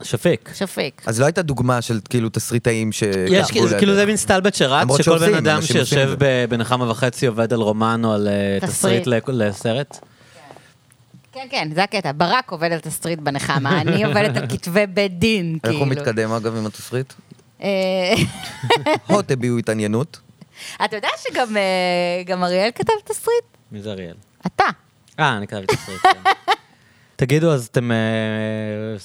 Speaker 1: שפיק.
Speaker 3: שפיק.
Speaker 2: אז לא הייתה דוגמה של כאילו תסריטאים ש...
Speaker 1: יש כאילו- כאילו זה מין סטלבט שרץ,
Speaker 2: למרות
Speaker 1: שכל בן
Speaker 2: שעושים,
Speaker 1: אדם
Speaker 2: אנשים עושים
Speaker 1: שיושב
Speaker 2: את זה.
Speaker 1: ב- בנחמה וחצי עובד על רומן או על אה,
Speaker 3: תסריט.
Speaker 1: תסריט לק- לסרט.
Speaker 3: כן, כן, זה הקטע. ברק עובד על תסריט בנחמה, אני עובדת על כתבי בית דין,
Speaker 2: איך
Speaker 3: כאילו.
Speaker 2: הוא מתקדם אגב עם התסריט?
Speaker 3: אה, (laughs)
Speaker 2: הוט הביעו התעניינות.
Speaker 3: אתה יודע שגם אה, גם אריאל כתב תסריט?
Speaker 1: מי זה אריאל?
Speaker 3: אתה.
Speaker 1: אה, אני כתבתי תסריט. כן.
Speaker 3: (laughs)
Speaker 1: תגידו, אז אתם אה,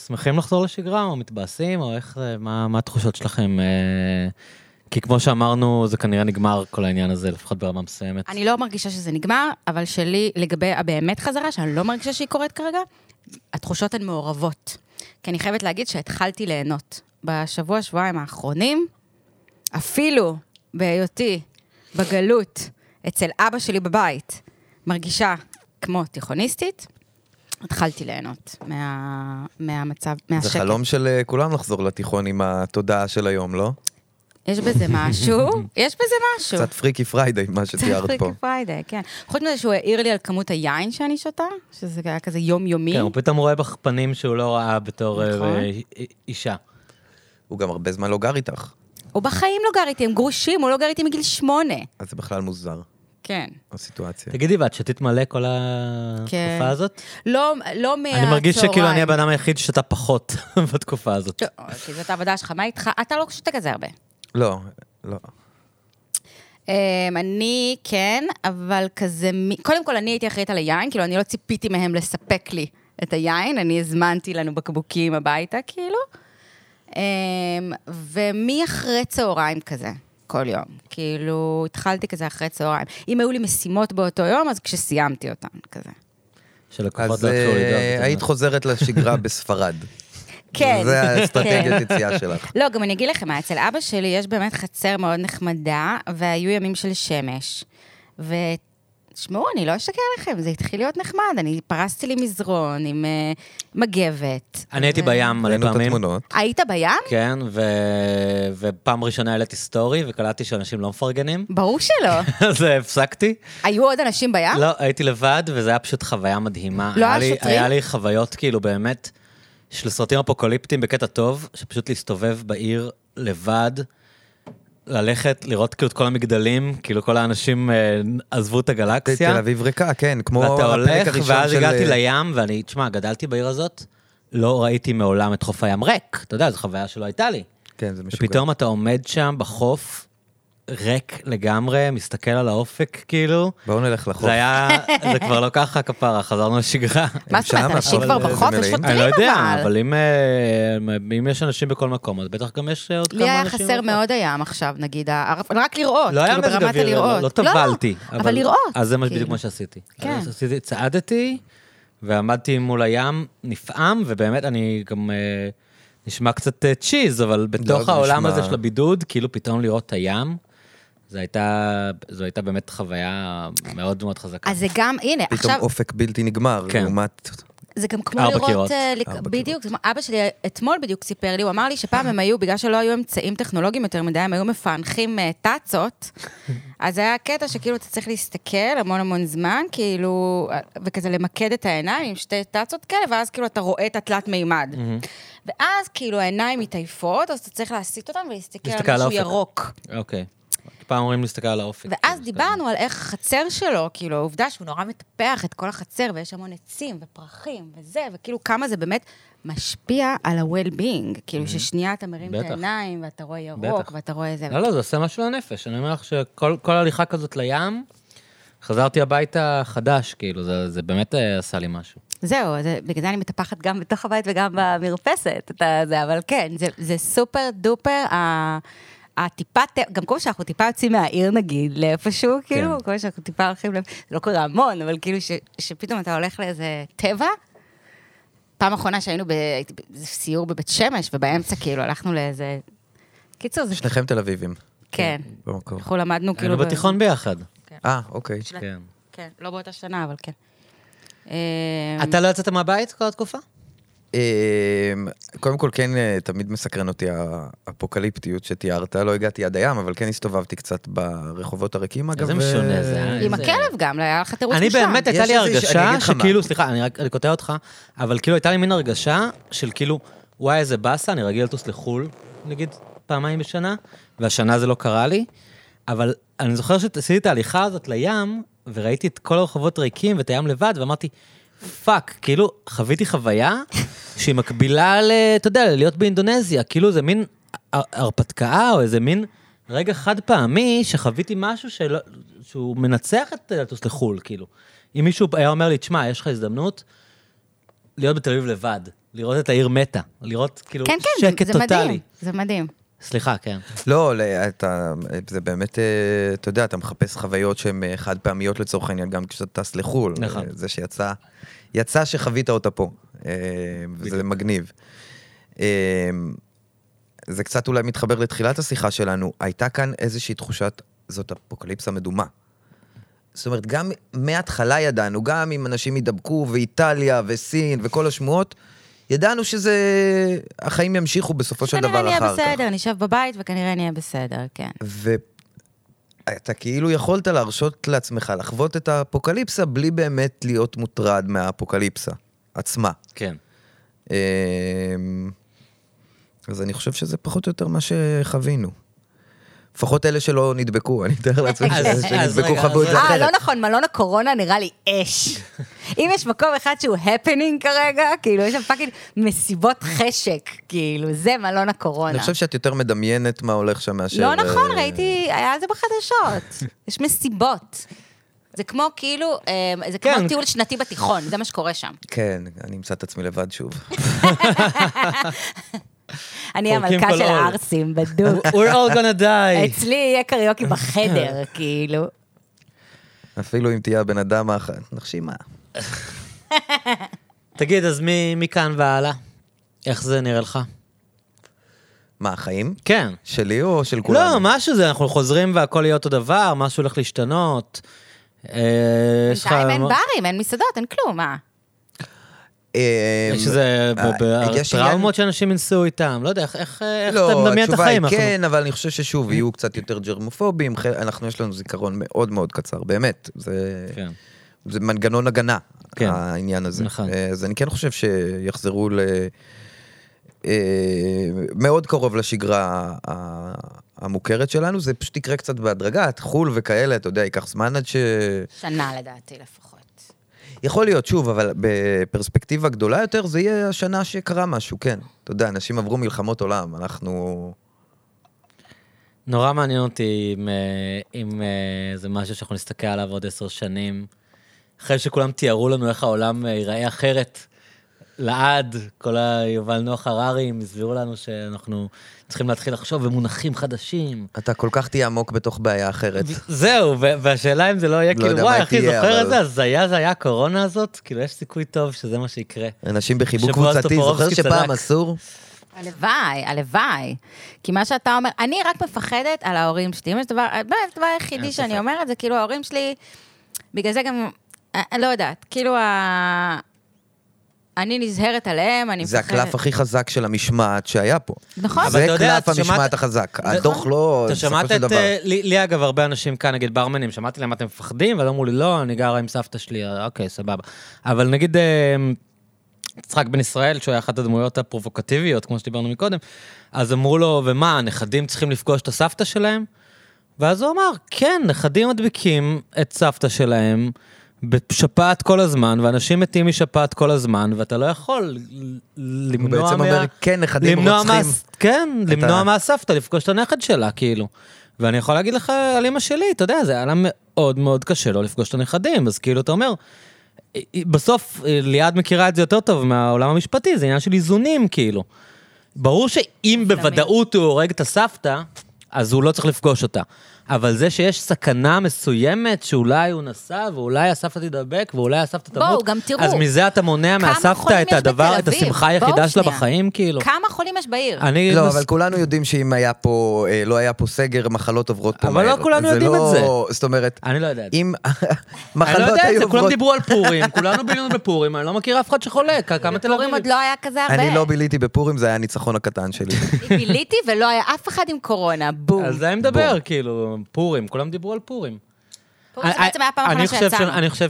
Speaker 1: שמחים לחזור לשגרה, או מתבאסים, או איך, זה- מה מה התחושות שלכם? אה, כי כמו שאמרנו, זה כנראה נגמר כל העניין הזה, לפחות ברמה מסוימת.
Speaker 3: אני לא מרגישה שזה נגמר, אבל שלי, לגבי הבאמת חזרה, שאני לא מרגישה שהיא קורית כרגע, התחושות הן מעורבות. כי אני חייבת להגיד שהתחלתי ליהנות. בשבוע, שבועיים האחרונים, אפילו בהיותי בגלות אצל אבא שלי בבית, מרגישה כמו תיכוניסטית, התחלתי ליהנות מה, מהמצב,
Speaker 2: זה
Speaker 3: מהשקט.
Speaker 2: חלום של אה, כולם לחזור לתיכון עם התודעה של היום, לא?
Speaker 3: יש בזה
Speaker 2: (laughs)
Speaker 3: משהו, יש בזה משהו.
Speaker 2: קצת פריקי פריידי, מה שתיארת פה.
Speaker 3: פריקי פריידי, כן. חוץ מזה שהוא העיר לי על כמות היין שאני שותה, שזה היה כזה יומיומי.
Speaker 1: כן, הוא פתאום רואה בך פנים שהוא לא ראה בתור אה,
Speaker 3: נכון.
Speaker 1: אה, אישה.
Speaker 2: הוא גם הרבה זמן לא גר איתך,
Speaker 3: הוא בחיים לא גר איתי, הם גרושים, הוא לא גר איתי מגיל שמונה.
Speaker 2: אז זה בכלל מוזר,
Speaker 3: כן.
Speaker 2: הסיטואציה.
Speaker 1: תגידי, ואת שתית מלא כל
Speaker 3: כן.
Speaker 1: התקופה הזאת?
Speaker 3: לא, לא מהצהריים.
Speaker 1: אני מרגיש שכאילו אני הבן אדם היחיד ששתה פחות (laughs) בתקופה הזאת.
Speaker 3: לא, כי זאת העבודה שלך, מה איתך? אתה לא שותה כזה הרבה.
Speaker 2: לא, לא.
Speaker 3: אמ, אני כן, אבל כזה, מ- קודם כל אני הייתי אחראית על היין, כאילו אני לא ציפיתי מהם לספק לי את היין, אני הזמנתי לנו בקבוקים הביתה, כאילו. אמ, ומי אחרי צהריים כזה, כל יום. כאילו, התחלתי כזה אחרי צהריים. אם היו לי משימות באותו יום, אז כשסיימתי אותן, כזה.
Speaker 1: שלקוחות
Speaker 2: אז
Speaker 1: לא
Speaker 2: אה,
Speaker 1: התחילו לדאוג. זאת
Speaker 2: היית
Speaker 1: אומרת.
Speaker 2: חוזרת לשגרה (laughs) בספרד.
Speaker 3: כן.
Speaker 2: זה האסטרטגיית
Speaker 3: כן.
Speaker 2: יציאה שלך.
Speaker 3: לא, גם אני אגיד לכם, מה, אצל אבא שלי יש באמת חצר מאוד נחמדה, והיו ימים של שמש. ו... תשמעו, אני לא אשקר לכם, זה התחיל להיות נחמד, אני פרסתי לי מזרון עם אה, מגבת.
Speaker 1: אני הייתי בים מלא
Speaker 2: ראינו את
Speaker 1: פעמים.
Speaker 2: התמונות.
Speaker 3: היית בים?
Speaker 1: כן, ו- ופעם ראשונה העליתי סטורי וקלטתי שאנשים לא מפרגנים,
Speaker 3: ברור שלא.
Speaker 1: (laughs) אז אה, הפסקתי.
Speaker 3: היו עוד אנשים בים?
Speaker 1: לא, הייתי לבד, וזה היה פשוט חוויה מדהימה.
Speaker 3: אה? לא היה
Speaker 1: לי-
Speaker 3: שוטרים?
Speaker 1: היה לי חוויות, כאילו, באמת, של סרטים אפוקוליפטיים בקטע טוב, שפשוט להסתובב בעיר לבד, ללכת, לראות כאילו את כל המגדלים, כאילו כל האנשים אה, עזבו את הגלקסיה.
Speaker 2: תל אביב ריקה, כן, כמו
Speaker 1: ואתה
Speaker 2: הפרק
Speaker 1: הולך,
Speaker 2: הראשון
Speaker 1: ואז
Speaker 2: של... אה,
Speaker 1: הגעתי לים, ואני, תשמע, גדלתי בעיר הזאת, לא ראיתי מעולם את חוף הים ריק. אתה יודע, זו חוויה שלא הייתה לי.
Speaker 2: כן, זה משוגע.
Speaker 1: ופתאום אתה עומד שם בחוף, ריק לגמרי, מסתכל על האופק, כאילו.
Speaker 2: בואו נלך לחוף.
Speaker 1: זה היה, זה כבר לא ככה כפרה, חזרנו לשגרה.
Speaker 3: מה זאת אומרת,
Speaker 2: שם,
Speaker 3: אנשים
Speaker 2: אבל
Speaker 3: כבר
Speaker 2: זה
Speaker 3: בחוף? יש
Speaker 2: מלאים.
Speaker 3: שוטרים
Speaker 1: אני לא יודע,
Speaker 3: אבל.
Speaker 1: אבל אם, אה, אם יש אנשים בכל מקום, אז בטח גם יש אה, עוד כמה
Speaker 3: לי היה
Speaker 1: אנשים.
Speaker 3: חסר
Speaker 1: בחוף.
Speaker 3: מאוד הים עכשיו, נגיד, הערב- רק לראות,
Speaker 1: לא היה
Speaker 3: כאילו
Speaker 1: מזג
Speaker 3: ברמת
Speaker 1: אוויר, לא-
Speaker 3: הלראות.
Speaker 1: לא טבלתי.
Speaker 3: אבל לראות.
Speaker 1: אז זה מה-
Speaker 3: כאילו.
Speaker 1: בדיוק מה שעשיתי.
Speaker 3: כן.
Speaker 1: אז עשיתי, צעדתי, ועמדתי מול הים, נפעם, ובאמת אני גם... אה, נשמע קצת אה, צ'יז, אבל בתוך
Speaker 2: נשמע-
Speaker 1: העולם הזה של הבידוד, כאילו פתאום לראות את הים, זו הייתה, זו הייתה באמת חוויה מאוד מאוד חזקה.
Speaker 3: אז זה גם, הנה,
Speaker 2: פתאום
Speaker 3: עכשיו,
Speaker 2: אופק בלתי נגמר,
Speaker 1: כן.
Speaker 2: לעומת...
Speaker 3: זה גם כמו
Speaker 1: ארבע
Speaker 3: לראות...
Speaker 1: קירות.
Speaker 3: אה, לק-
Speaker 2: ארבע קירות.
Speaker 3: בדיוק, כמו- אבא שלי אתמול בדיוק סיפר לי, הוא אמר לי שפעם הם היו, בגלל שלא היו אמצעים טכנולוגיים יותר מדי, הם היו מפענחים אה, טאצות,
Speaker 1: (laughs)
Speaker 3: אז היה קטע שכאילו אתה צריך להסתכל המון המון זמן, כאילו, אה, וכזה למקד את העיניים עם שתי טאצות כאלה, ואז כאילו אתה רואה את התלת מימד. ואז כאילו העיניים מתעייפות, אז אתה צריך להסיט אותם ולהסתכל
Speaker 1: להסתכל על
Speaker 3: על משהו
Speaker 1: האופק.
Speaker 3: ירוק.
Speaker 1: אוקיי. פעם אומרים להסתכל על האופק.
Speaker 3: ואז דיברנו על איך החצר שלו, כאילו, העובדה שהוא נורא מטפח את כל החצר, ויש המון עצים ופרחים וזה, וכאילו כמה זה באמת משפיע על ה-well-being. כאילו, ששנייה אתה מרים את
Speaker 1: בטח.
Speaker 3: העיניים, ואתה רואה ירוק,
Speaker 1: בטח.
Speaker 3: ואתה רואה זה.
Speaker 1: לא, לא, זה עושה משהו לנפש. אני אומר לך שכל כל הליכה כזאת לים, חזרתי הביתה חדש, כאילו, זה, זה באמת אה, עשה לי משהו.
Speaker 3: כאילו, זהו, זה, בגלל זה אני מטפחת גם בתוך הבית וגם במרפסת, אתה, זה, אבל כן, זה, זה סופר דופר, ה, הטיפה, ת- גם כמו שאנחנו טיפה יוצאים מהעיר נגיד, לאיפשהו, כן. כאילו, כמו שאנחנו טיפה הולכים, ל- זה לא קורה המון, אבל כאילו ש, שפתאום אתה הולך לאיזה טבע. פעם אחרונה שהיינו בסיור בבית שמש, ובאמצע כאילו הלכנו לאיזה... קיצור, זה...
Speaker 2: שניכם תל אביבים.
Speaker 3: כן.
Speaker 2: במקום.
Speaker 3: אנחנו למדנו כאילו...
Speaker 1: היינו
Speaker 3: ב-
Speaker 1: בתיכון ביחד.
Speaker 2: אה, אוקיי.
Speaker 3: של-
Speaker 1: כן.
Speaker 3: כן, לא באותה שנה, אבל כן.
Speaker 1: אתה לא יצאת מהבית כל התקופה?
Speaker 2: אמ, קודם כל, כן, אה, תמיד מסקרן אותי האפוקליפטיות שתיארת. לא הגעתי עד הים, אבל כן הסתובבתי קצת ברחובות הריקים, אגב.
Speaker 1: איזה
Speaker 2: ו-
Speaker 1: משונה זה, אה?
Speaker 3: עם
Speaker 1: איזה-
Speaker 3: הכלב גם, לא, היה לך תירוץ
Speaker 1: אני
Speaker 3: משם.
Speaker 1: באמת, הייתה
Speaker 2: יש
Speaker 1: לי
Speaker 2: איזה- אני
Speaker 1: הרגשה
Speaker 2: אגיד לך מה.
Speaker 1: שכאילו, סליחה, אני רק, אני קוטע אותך, אבל כאילו הייתה לי מין הרגשה של כאילו, וואי, איזה באסה, אני רגיל לטוס לחו"ל, נגיד, פעמיים בשנה, והשנה זה לא קרה לי, אבל אני זוכר שעשיתי את ההליכה הזאת לים, וראיתי את כל הרחובות ריקים ואת הים לבד, ואמרתי, פאק, כאילו, חוויתי חוויה שהיא מקבילה ל... אתה יודע, להיות באינדונזיה, כאילו זה מין הר- הרפתקה או איזה מין... רגע חד פעמי שחוויתי משהו שלא, שהוא מנצח את אה, לטוס לחו"ל, כאילו. אם מישהו היה אומר לי, תשמע, יש לך הזדמנות להיות בתל אביב לבד, לראות את העיר מתה, לראות כאילו
Speaker 3: כן, כן,
Speaker 1: שקט
Speaker 3: זה, זה
Speaker 1: טוטאלי.
Speaker 3: מדהים, זה מדהים.
Speaker 1: סליחה, כן.
Speaker 2: לא, ל- אתה, זה באמת, אה, אתה יודע, אתה מחפש חוויות שהן אה, חד פעמיות לצורך העניין, גם כשאתה טס לחו"ל.
Speaker 1: נכון.
Speaker 2: אה, זה שיצא, יצא שחווית אותה פה, אה, וזה מגניב. אה, זה קצת אולי מתחבר לתחילת השיחה שלנו, הייתה כאן איזושהי תחושת, זאת אפוקליפסה מדומה. זאת אומרת, גם מההתחלה ידענו, גם אם אנשים יידבקו, ואיטליה, וסין, וכל השמועות, ידענו שזה... החיים ימשיכו בסופו של דבר אחר
Speaker 3: כנראה
Speaker 2: כך.
Speaker 3: נהיה בסדר, נשב בבית וכנראה נהיה בסדר, כן.
Speaker 2: ואתה כאילו יכולת להרשות לעצמך לחוות את האפוקליפסה בלי באמת להיות מוטרד מהאפוקליפסה עצמה.
Speaker 1: כן.
Speaker 2: אמ, אז אני חושב שזה פחות או יותר מה שחווינו. לפחות אלה שלא נדבקו, אני מתאר לעצמי
Speaker 1: אז-
Speaker 2: שאלה
Speaker 1: אז
Speaker 2: שנדבקו
Speaker 1: רגע,
Speaker 2: חוו את
Speaker 1: אז-
Speaker 2: זה
Speaker 3: אה,
Speaker 2: אחרת.
Speaker 3: לא נכון, מלון הקורונה נראה לי אש. אם יש מקום אחד שהוא הפנינג כרגע, כאילו, יש שם פאקינג מסיבות חשק, כאילו, זה מלון
Speaker 2: אני
Speaker 3: הקורונה.
Speaker 2: חושב שאת יותר מדמיינת מה הולך שם מאשר...
Speaker 3: לא נכון,
Speaker 2: אה,
Speaker 3: ראיתי, היה זה בחדשות. יש מסיבות. זה כמו כאילו, אה, זה
Speaker 1: כן.
Speaker 3: כמו טיול שנתי בתיכון, זה מה שקורה שם.
Speaker 2: כן, אני אמצא את עצמי לבד שוב. (laughs)
Speaker 3: אני
Speaker 1: פורקים
Speaker 3: המלכה
Speaker 1: כל
Speaker 3: של
Speaker 1: עול. (laughs)
Speaker 3: הערסים, בדוק.
Speaker 1: (laughs) We're all gonna
Speaker 3: (laughs)
Speaker 1: die.
Speaker 3: אצלי יהיה קריוקי בחדר, כאילו.
Speaker 2: אפילו אם תהיה הבן אדם האחד. נרשימה.
Speaker 1: תגיד, אז מי- מכאן והלאה? איך זה נראה לך?
Speaker 2: מה, החיים?
Speaker 1: כן.
Speaker 2: שלי או של כולנו?
Speaker 1: לא, משהו זה, אנחנו חוזרים והכל יהיה אותו דבר, משהו הולך להשתנות. אה, יש לך...
Speaker 3: בינתיים אין ברים, אין מסעדות, אין כלום, מה?
Speaker 2: אה,
Speaker 1: יש איזה
Speaker 2: אה,
Speaker 1: ב- ב-
Speaker 2: יש עניין-
Speaker 1: טראומות שאנשים ינסו איתם, לא יודע, איך- איך איך אתה
Speaker 2: לא,
Speaker 1: מדמיין את
Speaker 2: התשובה היא
Speaker 1: החיים? אנחנו- אה?
Speaker 2: כן, אבל אני חושב ששוב, יהיו קצת יותר ג'רמופובים, ח- אנחנו, יש לנו זיכרון מאוד מאוד קצר, באמת. זה...
Speaker 1: כן.
Speaker 2: זה מנגנון הגנה,
Speaker 1: כן.
Speaker 2: כן. העניין הזה.
Speaker 1: נכון.
Speaker 2: אה, אז אני כן חושב שיחזרו ל... אה, מאוד קרוב לשגרה ה- המוכרת שלנו, זה פשוט יקרה קצת בהדרגה, חו"ל וכאלה, אתה יודע, ייקח זמן עד ש...
Speaker 3: שנה לדעתי לפחות.
Speaker 2: יכול להיות, שוב, אבל בפרספקטיבה גדולה יותר, זה יהיה השנה שקרה משהו, כן. אתה יודע, אנשים עברו מלחמות עולם, אנחנו...
Speaker 1: נורא מעניין אותי אם, אה, אם אה, זה משהו שאנחנו נסתכל עליו עוד עשר שנים, אחרי שכולם תיארו לנו איך העולם אה, ייראה אחרת. לעד, כל היובל נוח הררים הסבירו לנו שאנחנו צריכים להתחיל לחשוב במונחים חדשים.
Speaker 2: אתה כל כך תהיה עמוק בתוך בעיה אחרת.
Speaker 1: זהו, ו- והשאלה אם זה לא יהיה,
Speaker 2: לא
Speaker 1: כאילו,
Speaker 2: יודע
Speaker 1: וואי,
Speaker 2: מה
Speaker 1: אחי,
Speaker 2: תהיה,
Speaker 1: זוכר
Speaker 2: אבל-
Speaker 1: איזה הזיה זה היה הקורונה הזאת? כאילו, יש סיכוי טוב שזה מה שיקרה.
Speaker 2: אנשים בחיבוק
Speaker 1: שבועז
Speaker 2: קבוצתי, זוכר
Speaker 1: טופורובסקי צדק.
Speaker 2: שפעם אסור?
Speaker 3: הלוואי, הלוואי. כי מה שאתה אומר, אני רק מפחדת על ההורים שלי. אם יש דבר, אה, באמת, הדבר היחידי שאני אומרת זה כאילו ההורים שלי, בגלל זה גם, אה, לא יודעת, כאילו ה... אני נזהרת עליהם, אני
Speaker 2: זה
Speaker 3: מפחדת.
Speaker 2: הקלף הכי חזק של המשמעת שהיה פה.
Speaker 3: נכון.
Speaker 1: אבל
Speaker 2: זה
Speaker 1: אתה יודע,
Speaker 2: קלף
Speaker 1: את שומעת-
Speaker 2: המשמעת החזק.
Speaker 1: זה- נכון.
Speaker 2: הדוח לא...
Speaker 1: אתה
Speaker 2: בסופו
Speaker 1: שמעת
Speaker 2: של
Speaker 1: את...
Speaker 2: דבר.
Speaker 1: אה, לי, לי אגב, הרבה אנשים כאן, נגיד ברמנים, שמעתי להם, אתם מפחדים? ואז אמרו לי, לא, אני גרה עם סבתא שלי, אה, אוקיי, סבבה. אבל נגיד, אה, יצחק בן ישראל, שהוא היה אחת הדמויות הפרובוקטיביות, כמו שדיברנו מקודם, אז אמרו לו, ומה, הנכדים צריכים לפגוש את הסבתא שלהם? ואז הוא אמר, כן, נכדים מדביקים את סבתא שלהם בשפעת כל הזמן, ואנשים מתים משפעת כל הזמן, ואתה לא יכול ל- למנוע מה...
Speaker 2: בעצם אומר, כן, נכדים
Speaker 1: למנוע
Speaker 2: רוצחים.
Speaker 1: מהס- כן, למנוע
Speaker 2: ה-
Speaker 1: מהסבתא לפגוש את הנכד שלה, כאילו. ואני יכול להגיד לך על אמא שלי, אתה יודע, זה היה לה מאוד מאוד קשה לא לפגוש את הנכדים, אז כאילו, אתה אומר, היא- היא- בסוף אה, ליעד מכירה את זה יותר טוב מהעולם המשפטי, זה עניין של איזונים, כאילו. ברור שאם בוודאות הוא הורג את הסבתא, אז הוא לא צריך לפגוש אותה. אבל זה שיש סכנה מסוימת שאולי הוא נסע, ואולי הסבתא תידבק, ואולי הסבתא תמות,
Speaker 3: בואו, גם תראו.
Speaker 1: אז מזה אתה מונע
Speaker 3: כמה
Speaker 1: מהסבתא
Speaker 3: חולים
Speaker 1: את
Speaker 3: יש
Speaker 1: הדבר,
Speaker 3: בתל
Speaker 1: את
Speaker 3: אביב?
Speaker 1: השמחה
Speaker 3: בואו
Speaker 1: היחידה שלה
Speaker 3: שנייה.
Speaker 1: בחיים, כאילו.
Speaker 3: כמה חולים יש בעיר?
Speaker 1: אני...
Speaker 2: לא,
Speaker 1: מס-
Speaker 2: אבל כולנו יודעים שאם היה פה, אה, לא היה פה סגר, מחלות עוברות פה
Speaker 1: אבל
Speaker 2: מהר.
Speaker 1: לא כולנו יודעים את
Speaker 2: זה. זאת אומרת,
Speaker 1: אני לא יודע את זה.
Speaker 2: אם
Speaker 1: אני לא
Speaker 2: (laughs) מחלות
Speaker 1: יודע את
Speaker 2: היו
Speaker 1: זה, כולם
Speaker 2: עוברות...
Speaker 1: (laughs) דיברו על פורים, כולנו בילינו בפורים, אני לא מכיר אף אחד שחולק, כמה תל
Speaker 3: פורים עוד
Speaker 1: אביב.
Speaker 3: לא היה כזה הרבה.
Speaker 2: אני לא ביליתי בפורים, זה היה הניצחון הקטן שלי.
Speaker 3: אני ביליתי ולא היה אף אחד עם קורונה, בום.
Speaker 1: על זה אני מדבר, כאילו, פורים, כולם דיברו על פורים.
Speaker 3: פורים זה בעצם היה הפעם
Speaker 1: אה, אני
Speaker 3: האחרונה
Speaker 1: חושב ש-
Speaker 3: שיצאנו.
Speaker 1: אני חושב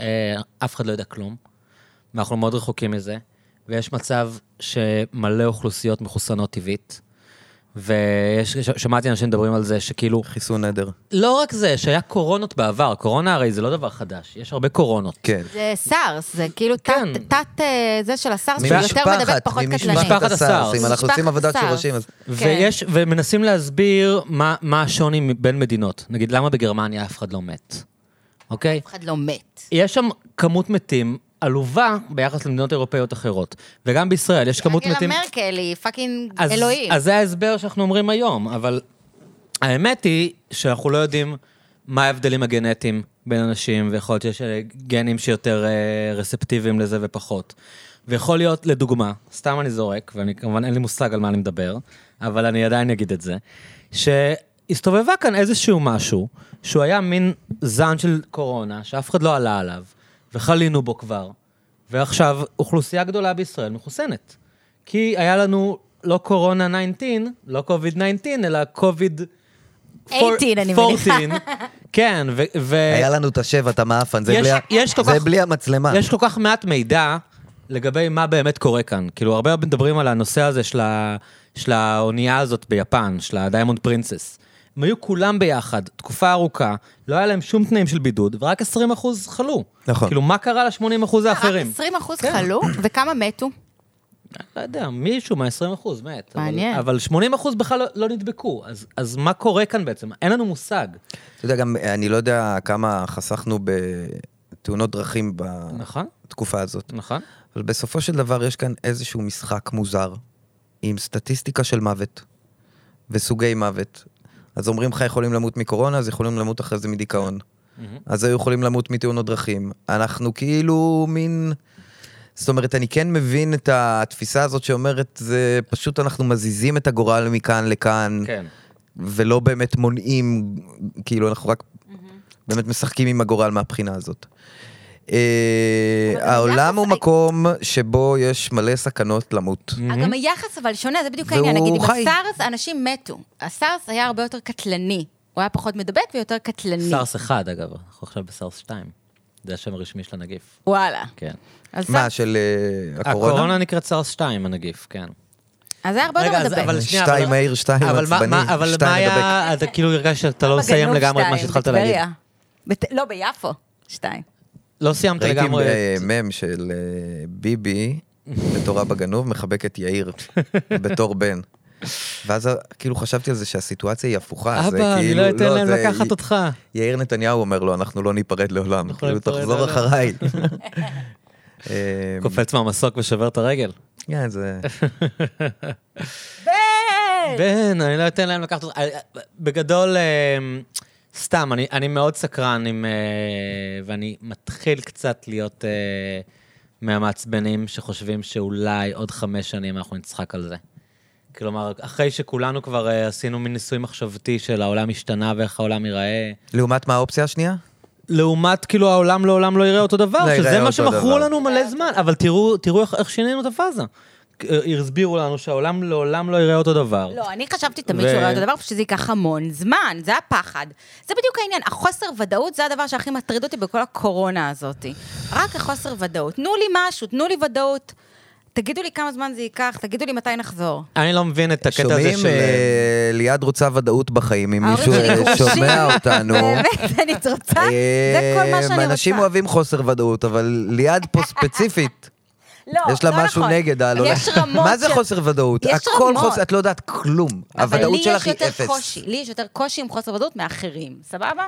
Speaker 1: שאף אחד לא יודע כלום, ואנחנו מאוד רחוקים מזה, ויש מצב שמלא אוכלוסיות מחוסנות טבעית, ושמעתי אנשים מדברים על זה שכאילו,
Speaker 2: חיסון עדר.
Speaker 1: לא רק זה, שהיה קורונות בעבר, קורונה הרי זה לא דבר חדש, יש הרבה קורונות.
Speaker 2: כן.
Speaker 3: זה סארס, זה כאילו תת,
Speaker 1: כן.
Speaker 3: תת אה, זה של הסארס, שהוא יותר מדבק,
Speaker 2: ממשפחת,
Speaker 3: פחות קטלני.
Speaker 1: ממשפחת
Speaker 2: ממשפחת הסארס. אם
Speaker 1: הסארס.
Speaker 2: אנחנו עושים
Speaker 3: ממשפחת
Speaker 2: עבודת
Speaker 3: הסארס.
Speaker 2: שורשים, אז...
Speaker 3: כן.
Speaker 1: ויש, ומנסים להסביר מה, מה השוני מ- בין מדינות. נגיד, למה בגרמניה אף אחד לא מת, אוקיי?
Speaker 3: אף אחד לא מת.
Speaker 1: יש שם כמות מתים עלובה ביחס למדינות אירופאיות אחרות. וגם בישראל יש כמות מתים...
Speaker 3: אנגלה מרקל היא פאקינג
Speaker 1: אז,
Speaker 3: אלוהים.
Speaker 1: אז זה ההסבר שאנחנו אומרים היום, אבל האמת היא שאנחנו לא יודעים מה ההבדלים הגנטיים בין אנשים, ויכול להיות שיש אה, גנים שיותר אה, רספטיביים לזה ופחות. ויכול להיות, לדוגמה, סתם אני זורק, ואני כמובן אין לי מושג על מה אני מדבר, אבל אני עדיין אגיד את זה, שהסתובבה כאן איזשהו משהו, שהוא היה מין זן של קורונה, שאף אחד לא עלה עליו, וחלינו בו כבר, ועכשיו אוכלוסייה גדולה בישראל מחוסנת. כי היה לנו לא קורונה 19, לא קוביד 19, אלא קוביד...
Speaker 3: 18, אני מניחה.
Speaker 1: 14. כן, ו... ו-
Speaker 2: היה לנו את השבע, את המאפן, זה
Speaker 1: יש-
Speaker 2: בלי ה-
Speaker 1: יש כל
Speaker 2: זה
Speaker 1: כך-
Speaker 2: בלי המצלמה.
Speaker 1: יש כל כך מעט מידע לגבי מה באמת קורה כאן. כאילו, הרבה מדברים על הנושא הזה של, ה... של האונייה הזאת ביפן, של הדיימונד פרינסס. הם היו כולם ביחד, תקופה ארוכה, לא היה להם שום תנאים של בידוד, ורק 20 אחוז חלו.
Speaker 2: נכון.
Speaker 1: כאילו, מה קרה ל-80 אחוז האחרים?
Speaker 3: אה, רק 20 אחוז
Speaker 1: כן.
Speaker 3: חלו, וכמה מתו?
Speaker 1: לא יודע, מישהו מה-20 אחוז מת. אבל-
Speaker 3: מעניין.
Speaker 1: אבל 80 אחוז בכלל לא- לא נדבקו, אז- אז מה קורה כאן בעצם? אין לנו מושג.
Speaker 2: אתה יודע, גם אה, אני לא יודע כמה חסכנו בתאונות דרכים
Speaker 1: נכון,
Speaker 2: בתקופה הזאת.
Speaker 1: נכון.
Speaker 2: אבל בסופו של דבר יש כאן איזשהו משחק מוזר, עם סטטיסטיקה של מוות, וסוגי מוות. אז אומרים לך, יכולים למות מקורונה, אז יכולים למות אחרי זה מדיכאון. אז היו יכולים למות מתאונות דרכים. אנחנו כאילו מין... זאת אומרת, אני כן מבין את התפיסה הזאת שאומרת, זה פשוט אנחנו מזיזים את הגורל מכאן לכאן.
Speaker 1: כן.
Speaker 2: ולא באמת מונעים, כאילו אנחנו רק באמת משחקים עם הגורל מהבחינה הזאת. אה, העולם הוא
Speaker 3: היחס-
Speaker 2: מקום שבו יש מלא סכנות למות.
Speaker 3: גם היחס אבל שונה, זה בדיוק
Speaker 2: והוא
Speaker 3: העניין. נגיד, עם
Speaker 2: חי.
Speaker 3: הסארס אנשים מתו. הסארס היה הרבה יותר קטלני. הוא היה פחות מדבק ויותר קטלני.
Speaker 1: סארס 1, אגב, אנחנו עכשיו בסארס 2. זה השם הרשמי של הנגיף,
Speaker 3: וואלה.
Speaker 1: כן.
Speaker 3: אז
Speaker 2: מה,
Speaker 3: סארס-
Speaker 2: של אה, הקורונה?
Speaker 1: הקורונה נקראת סארס 2, הנגיף, כן.
Speaker 3: אז זה היה הרבה יותר מדבק.
Speaker 2: שתיים, מאיר, שתיים,
Speaker 1: אבל מה-
Speaker 2: עצבני,
Speaker 1: מה- אבל
Speaker 2: שתיים
Speaker 1: מה היה, אתה כאילו הרגשת שאתה לא מסיים
Speaker 3: בגנוב
Speaker 1: לגמרי את מה
Speaker 3: שתיים,
Speaker 1: שהתחלת להגיד.
Speaker 3: בטבריה. בת- לא, ביפו. שתיים.
Speaker 1: לא סיימת
Speaker 2: ראיתי
Speaker 1: לגמרי.
Speaker 2: אה, מם של אה,
Speaker 1: (laughs)
Speaker 2: ביבי, בתורה בגנוב, מחבק את יאיר, בתור בן. ואז אה, כאילו חשבתי על זה שהסיטואציה היא הפוכה. זה
Speaker 1: אבא, אני
Speaker 2: כאילו-
Speaker 1: לא אתן להם
Speaker 2: זה-
Speaker 1: לקחת אותך.
Speaker 2: יאיר נתניהו אומר לו, אנחנו לא ניפרד לעולם,
Speaker 1: אנחנו
Speaker 2: כאילו
Speaker 1: לא ניפרד
Speaker 2: תחזור
Speaker 1: לעולם." (laughs)
Speaker 2: אחריי. אה,
Speaker 1: קופץ מהמסוק ושובר את הרגל.
Speaker 2: כן, זה... כן.
Speaker 1: בן, אני לא אתן להם לקחת אותך. אה, אה, בגדול, אה, סתם, אני, אני מאוד סקרן עם... אה, ואני מתחיל קצת להיות אה, מהמעצבנים שחושבים שאולי עוד חמש שנים אנחנו נצחק על זה. כלומר, אחרי שכולנו כבר אה, עשינו מין ניסוי מחשבתי של העולם השתנה ואיך העולם ייראה,
Speaker 2: לעומת מה האופציה השנייה?
Speaker 1: לעומת כאילו העולם לעולם לא יראה אותו דבר,
Speaker 2: לא
Speaker 1: שזה
Speaker 2: יראה
Speaker 1: מה
Speaker 2: אותו
Speaker 1: שמכרו
Speaker 2: דבר.
Speaker 1: לנו מלא זמן, אבל תראו, תראו איך, איך שינינו את הפאזה. אה, הסבירו לנו שהעולם לעולם לא יראה אותו דבר.
Speaker 3: לא, אני חשבתי תמיד
Speaker 1: ו-
Speaker 3: שהוא לא אותו דבר, שזה ייקח המון זמן, זה הפחד. זה בדיוק העניין, החוסר ודאות זה הדבר שהכי מטריד אותי בכל הקורונה הזאת. רק החוסר ודאות. תנו לי משהו, תנו לי ודאות. תגידו לי כמה זמן זה ייקח, תגידו לי מתי נחזור.
Speaker 1: אני לא מבין את הקטע הזה
Speaker 2: שומעים,
Speaker 1: של...
Speaker 2: אה, ליעד רוצה ודאות בחיים, אם
Speaker 3: ההורים
Speaker 2: מישהו
Speaker 3: שלי
Speaker 2: אה,
Speaker 3: גרושים.
Speaker 2: שומע אותנו.
Speaker 3: (laughs) באמת, אני רוצה, זה כל מה
Speaker 2: אה,
Speaker 3: שאני
Speaker 2: אנשים
Speaker 3: רוצה.
Speaker 2: אוהבים חוסר ודאות, אבל ליעד פה ספציפית,
Speaker 3: (laughs) לא,
Speaker 2: יש לה
Speaker 3: לא
Speaker 2: משהו
Speaker 3: נכון.
Speaker 2: נגד הלא...
Speaker 3: יש רמות
Speaker 2: (laughs) מה זה
Speaker 3: של-
Speaker 2: חוסר ודאות?
Speaker 3: יש
Speaker 2: הכל
Speaker 3: רמות.
Speaker 2: חוסר, את לא יודעת כלום. הוודאות שלך היא
Speaker 3: אבל לי יש יותר
Speaker 2: אפס.
Speaker 3: קושי, לי יש יותר קושי עם חוסר ודאות מאחרים, סבבה?
Speaker 2: אה,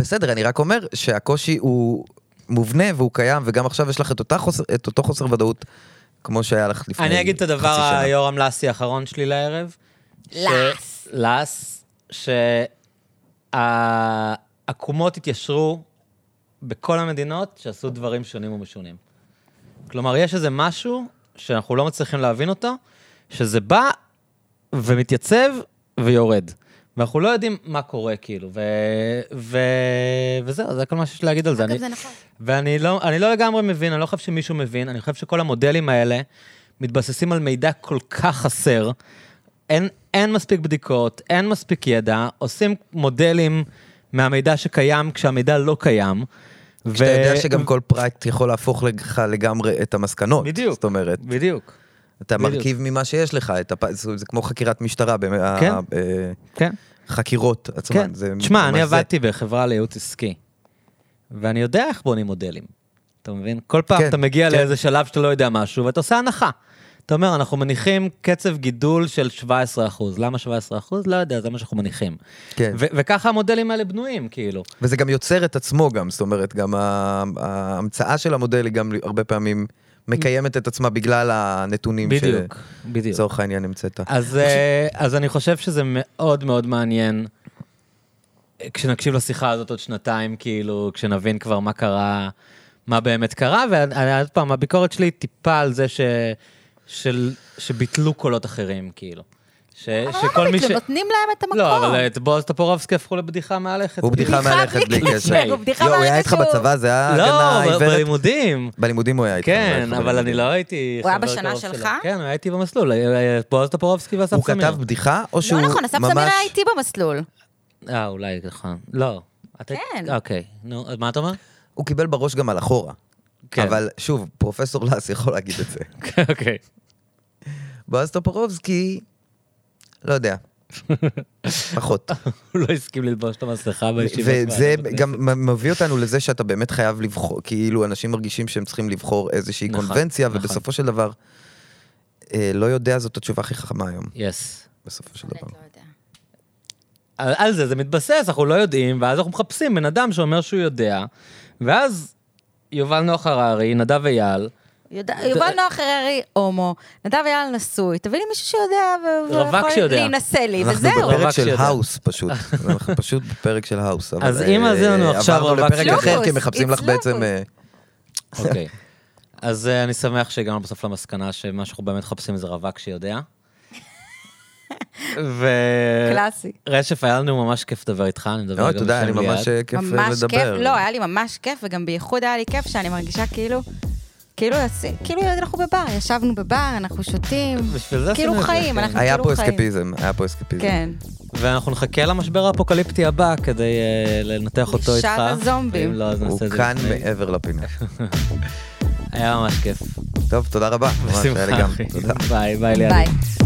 Speaker 2: בסדר, אני רק אומר שהקושי הוא מובנה והוא קיים, וגם עכשיו יש לך את אותה חוסר- את אותו חוסר ודאות כמו שהיה לך לפני חצי שנה.
Speaker 1: אני אגיד את הדבר היורם לאסי האחרון שלי לערב. ש-
Speaker 3: לאס.
Speaker 1: לאס, שהעקומות התיישרו בכל המדינות שעשו דברים שונים ומשונים. כלומר, יש איזה משהו שאנחנו לא מצליחים להבין אותו, שזה בא ומתייצב ויורד. ואנחנו לא יודעים מה קורה, כאילו, ו... ו... וזהו, זה כל מה שיש להגיד על זה.
Speaker 3: אגב,
Speaker 1: אני-
Speaker 3: זה נכון.
Speaker 1: ואני לא, אני לא לגמרי מבין, אני לא חושב שמישהו מבין, אני חושב שכל המודלים האלה מתבססים על מידע כל כך חסר. אין, אין מספיק בדיקות, אין מספיק ידע, עושים מודלים מהמידע שקיים כשהמידע לא קיים.
Speaker 2: אתה יודע שגם כל פרט יכול להפוך לך לגמרי את המסקנות.
Speaker 1: בדיוק.
Speaker 2: זאת אומרת,
Speaker 1: בדיוק,
Speaker 2: אתה
Speaker 1: בדיוק.
Speaker 2: מרכיב ממה שיש לך, את הפ... זה זה כמו חקירת משטרה, במה-
Speaker 1: כן.
Speaker 2: אה,
Speaker 1: כן.
Speaker 2: חקירות עצמן.
Speaker 1: כן.
Speaker 2: זה
Speaker 1: תשמע,
Speaker 2: ממש
Speaker 1: אני
Speaker 2: זה.
Speaker 1: עבדתי בחברה לייעוץ עסקי, ואני יודע איך בונים מודלים. אתה מבין? כל פעם
Speaker 2: כן,
Speaker 1: אתה מגיע
Speaker 2: כן.
Speaker 1: לאיזה שלב שאתה לא יודע משהו, ואתה עושה הנחה. אתה אומר, אנחנו מניחים קצב גידול של 17 אחוז. למה 17 אחוז? לא יודע, זה מה שאנחנו מניחים.
Speaker 2: כן.
Speaker 1: ו- וככה המודלים האלה בנויים, כאילו.
Speaker 2: וזה גם יוצר את עצמו גם, זאת אומרת, גם ה- ההמצאה של המודל היא גם הרבה פעמים מקיימת את עצמה בגלל הנתונים
Speaker 1: בדיוק, בדיוק.
Speaker 2: שלצורך העניין נמצאת.
Speaker 1: אז, אה, אז אני חושב שזה מאוד מאוד מעניין אה, כשנקשיב לשיחה הזאת עוד שנתיים, כאילו, כשנבין כבר מה קרה, מה באמת קרה, ועוד פעם, הביקורת שלי היא טיפה על זה ש, של, שביטלו קולות אחרים, כאילו. ש,
Speaker 3: אבל למה ביטלו? נותנים להם את המקום.
Speaker 1: לא, אבל את בועז טופורובסקי הפכו לבדיחה מהלכת.
Speaker 2: הוא בדיחה
Speaker 3: כאילו, בדיחה
Speaker 2: מהלכת
Speaker 3: בלי
Speaker 2: בלי
Speaker 3: קשר, כן,
Speaker 2: קשר. אה,
Speaker 3: הוא בדיחה
Speaker 2: לא, הוא היה
Speaker 3: מהלכת
Speaker 2: איתך
Speaker 3: שהוא-
Speaker 2: בצבא, זה היה הגנה
Speaker 1: לא, ב-
Speaker 2: עיוורת.
Speaker 1: בלימודים.
Speaker 2: בלימודים הוא היה איתך. הוא היה
Speaker 1: כן,
Speaker 2: איתך
Speaker 1: אבל
Speaker 2: בלימודים.
Speaker 1: אני לא הייתי
Speaker 3: הוא היה
Speaker 1: חבר
Speaker 3: בשנה
Speaker 1: קרוב
Speaker 3: שלך?
Speaker 1: שלו. כן, הוא היה איתי במסלול. אה, בועז טופורובסקי ואסף
Speaker 2: הוא
Speaker 1: סמיר.
Speaker 2: כתב בדיחה, או שהוא
Speaker 3: לא
Speaker 2: ממש...
Speaker 3: נכון, אסף סמיר היה איתי במסלול.
Speaker 1: אה, אולי, נכון. לא. אתה-
Speaker 3: כן.
Speaker 1: אוקיי. נו, אז מה אתה אומר?
Speaker 3: (laughs)
Speaker 2: הוא קיבל בראש גם על אחורה.
Speaker 1: כן.
Speaker 2: אבל שוב, פרופסור לס יכול להגיד את זה. (laughs)
Speaker 1: אוקיי.
Speaker 2: בועז טופורובסקי,
Speaker 1: (laughs)
Speaker 2: לא יודע. פחות.
Speaker 1: הוא לא הסכים ללבוש את המסכה בישיבות.
Speaker 2: וזה
Speaker 1: ועדת הכנסת.
Speaker 2: גם מ- מביא אותנו לזה שאתה באמת חייב לבחור, כאילו אנשים מרגישים שהם צריכים לבחור איזושהי
Speaker 1: נכון,
Speaker 2: קונבנציה,
Speaker 1: נכון.
Speaker 2: ובסופו של דבר, אה, לא יודע זאת התשובה הכי חכמה היום,
Speaker 1: יס.
Speaker 2: בסופו
Speaker 3: אוקיי.
Speaker 2: של דבר.
Speaker 1: על על זה, זה מתבסס, אנחנו לא יודעים, ואז אנחנו מחפשים בן אדם שאומר שהוא יודע, ואז יובל נוח הררי, נדב
Speaker 2: (laughs)
Speaker 1: אייל,
Speaker 3: יודע- יובל נוח הררי הומו, נדב אייל נשוי, תביא לי מישהו שיודע ו-
Speaker 1: רווק
Speaker 3: ויכול
Speaker 1: שיודע.
Speaker 3: להינשא לי,
Speaker 2: אנחנו
Speaker 3: וזהו.
Speaker 1: רווק
Speaker 2: בפרק של
Speaker 1: לא שיודע.
Speaker 2: האוס פשוט,
Speaker 1: (laughs)
Speaker 2: אנחנו פשוט בפרק של האוס. אבל,
Speaker 1: אז
Speaker 2: אה,
Speaker 1: אם אז לנו עכשיו
Speaker 2: עברנו
Speaker 1: רווק
Speaker 2: לפרק
Speaker 1: שיודע.
Speaker 2: אחר, כי
Speaker 3: לוקוס,
Speaker 2: מחפשים
Speaker 3: it's
Speaker 2: לך בעצם...
Speaker 3: לוקוס.
Speaker 2: אה,
Speaker 1: אוקיי. אז אה,
Speaker 3: (laughs)
Speaker 1: אני שמח שהגענו בסוף למסקנה שמה שאנחנו באמת מחפשים זה רווק שיודע. ו...
Speaker 3: קלאסי.
Speaker 1: רשף, היה לנו ממש כיף לדבר איתך, אני מדבר
Speaker 2: לא,
Speaker 1: גם
Speaker 2: תודה,
Speaker 1: בשם
Speaker 2: אני ממש
Speaker 1: ליעד.
Speaker 2: אה, כיף אה,
Speaker 3: ממש כיף,
Speaker 2: לדבר.
Speaker 3: לא, היה לי ממש כיף, וגם בייחוד היה לי כיף שאני מרגישה כאילו, כאילו, עשי- כאילו אנחנו בבר, ישבנו בבר, אנחנו שותים,
Speaker 1: בשביל זה
Speaker 3: כאילו
Speaker 1: עשינו את זה,
Speaker 3: חיים,
Speaker 1: כן.
Speaker 3: אנחנו
Speaker 2: היה
Speaker 3: כאילו
Speaker 2: פה
Speaker 3: חיים.
Speaker 2: אסקפיזם, היה פה אסקפיזם.
Speaker 3: כן,
Speaker 1: ואנחנו נחכה למשבר האפוקליפטי הבא כדי אה, לנתח אותו איתך.
Speaker 3: אישה וזומבים.
Speaker 1: ואם לא, אז
Speaker 2: הוא
Speaker 1: נעשה את זה
Speaker 2: כאן
Speaker 1: לפני.
Speaker 2: מעבר לפינה.
Speaker 1: היה ממש כיף.
Speaker 2: טוב, תודה רבה. ממש היה
Speaker 1: (laughs)
Speaker 2: לי
Speaker 1: בשמחה,
Speaker 2: גם.
Speaker 1: אחי.
Speaker 2: תודה.
Speaker 1: ביי, ביי ליעד.
Speaker 3: ביי.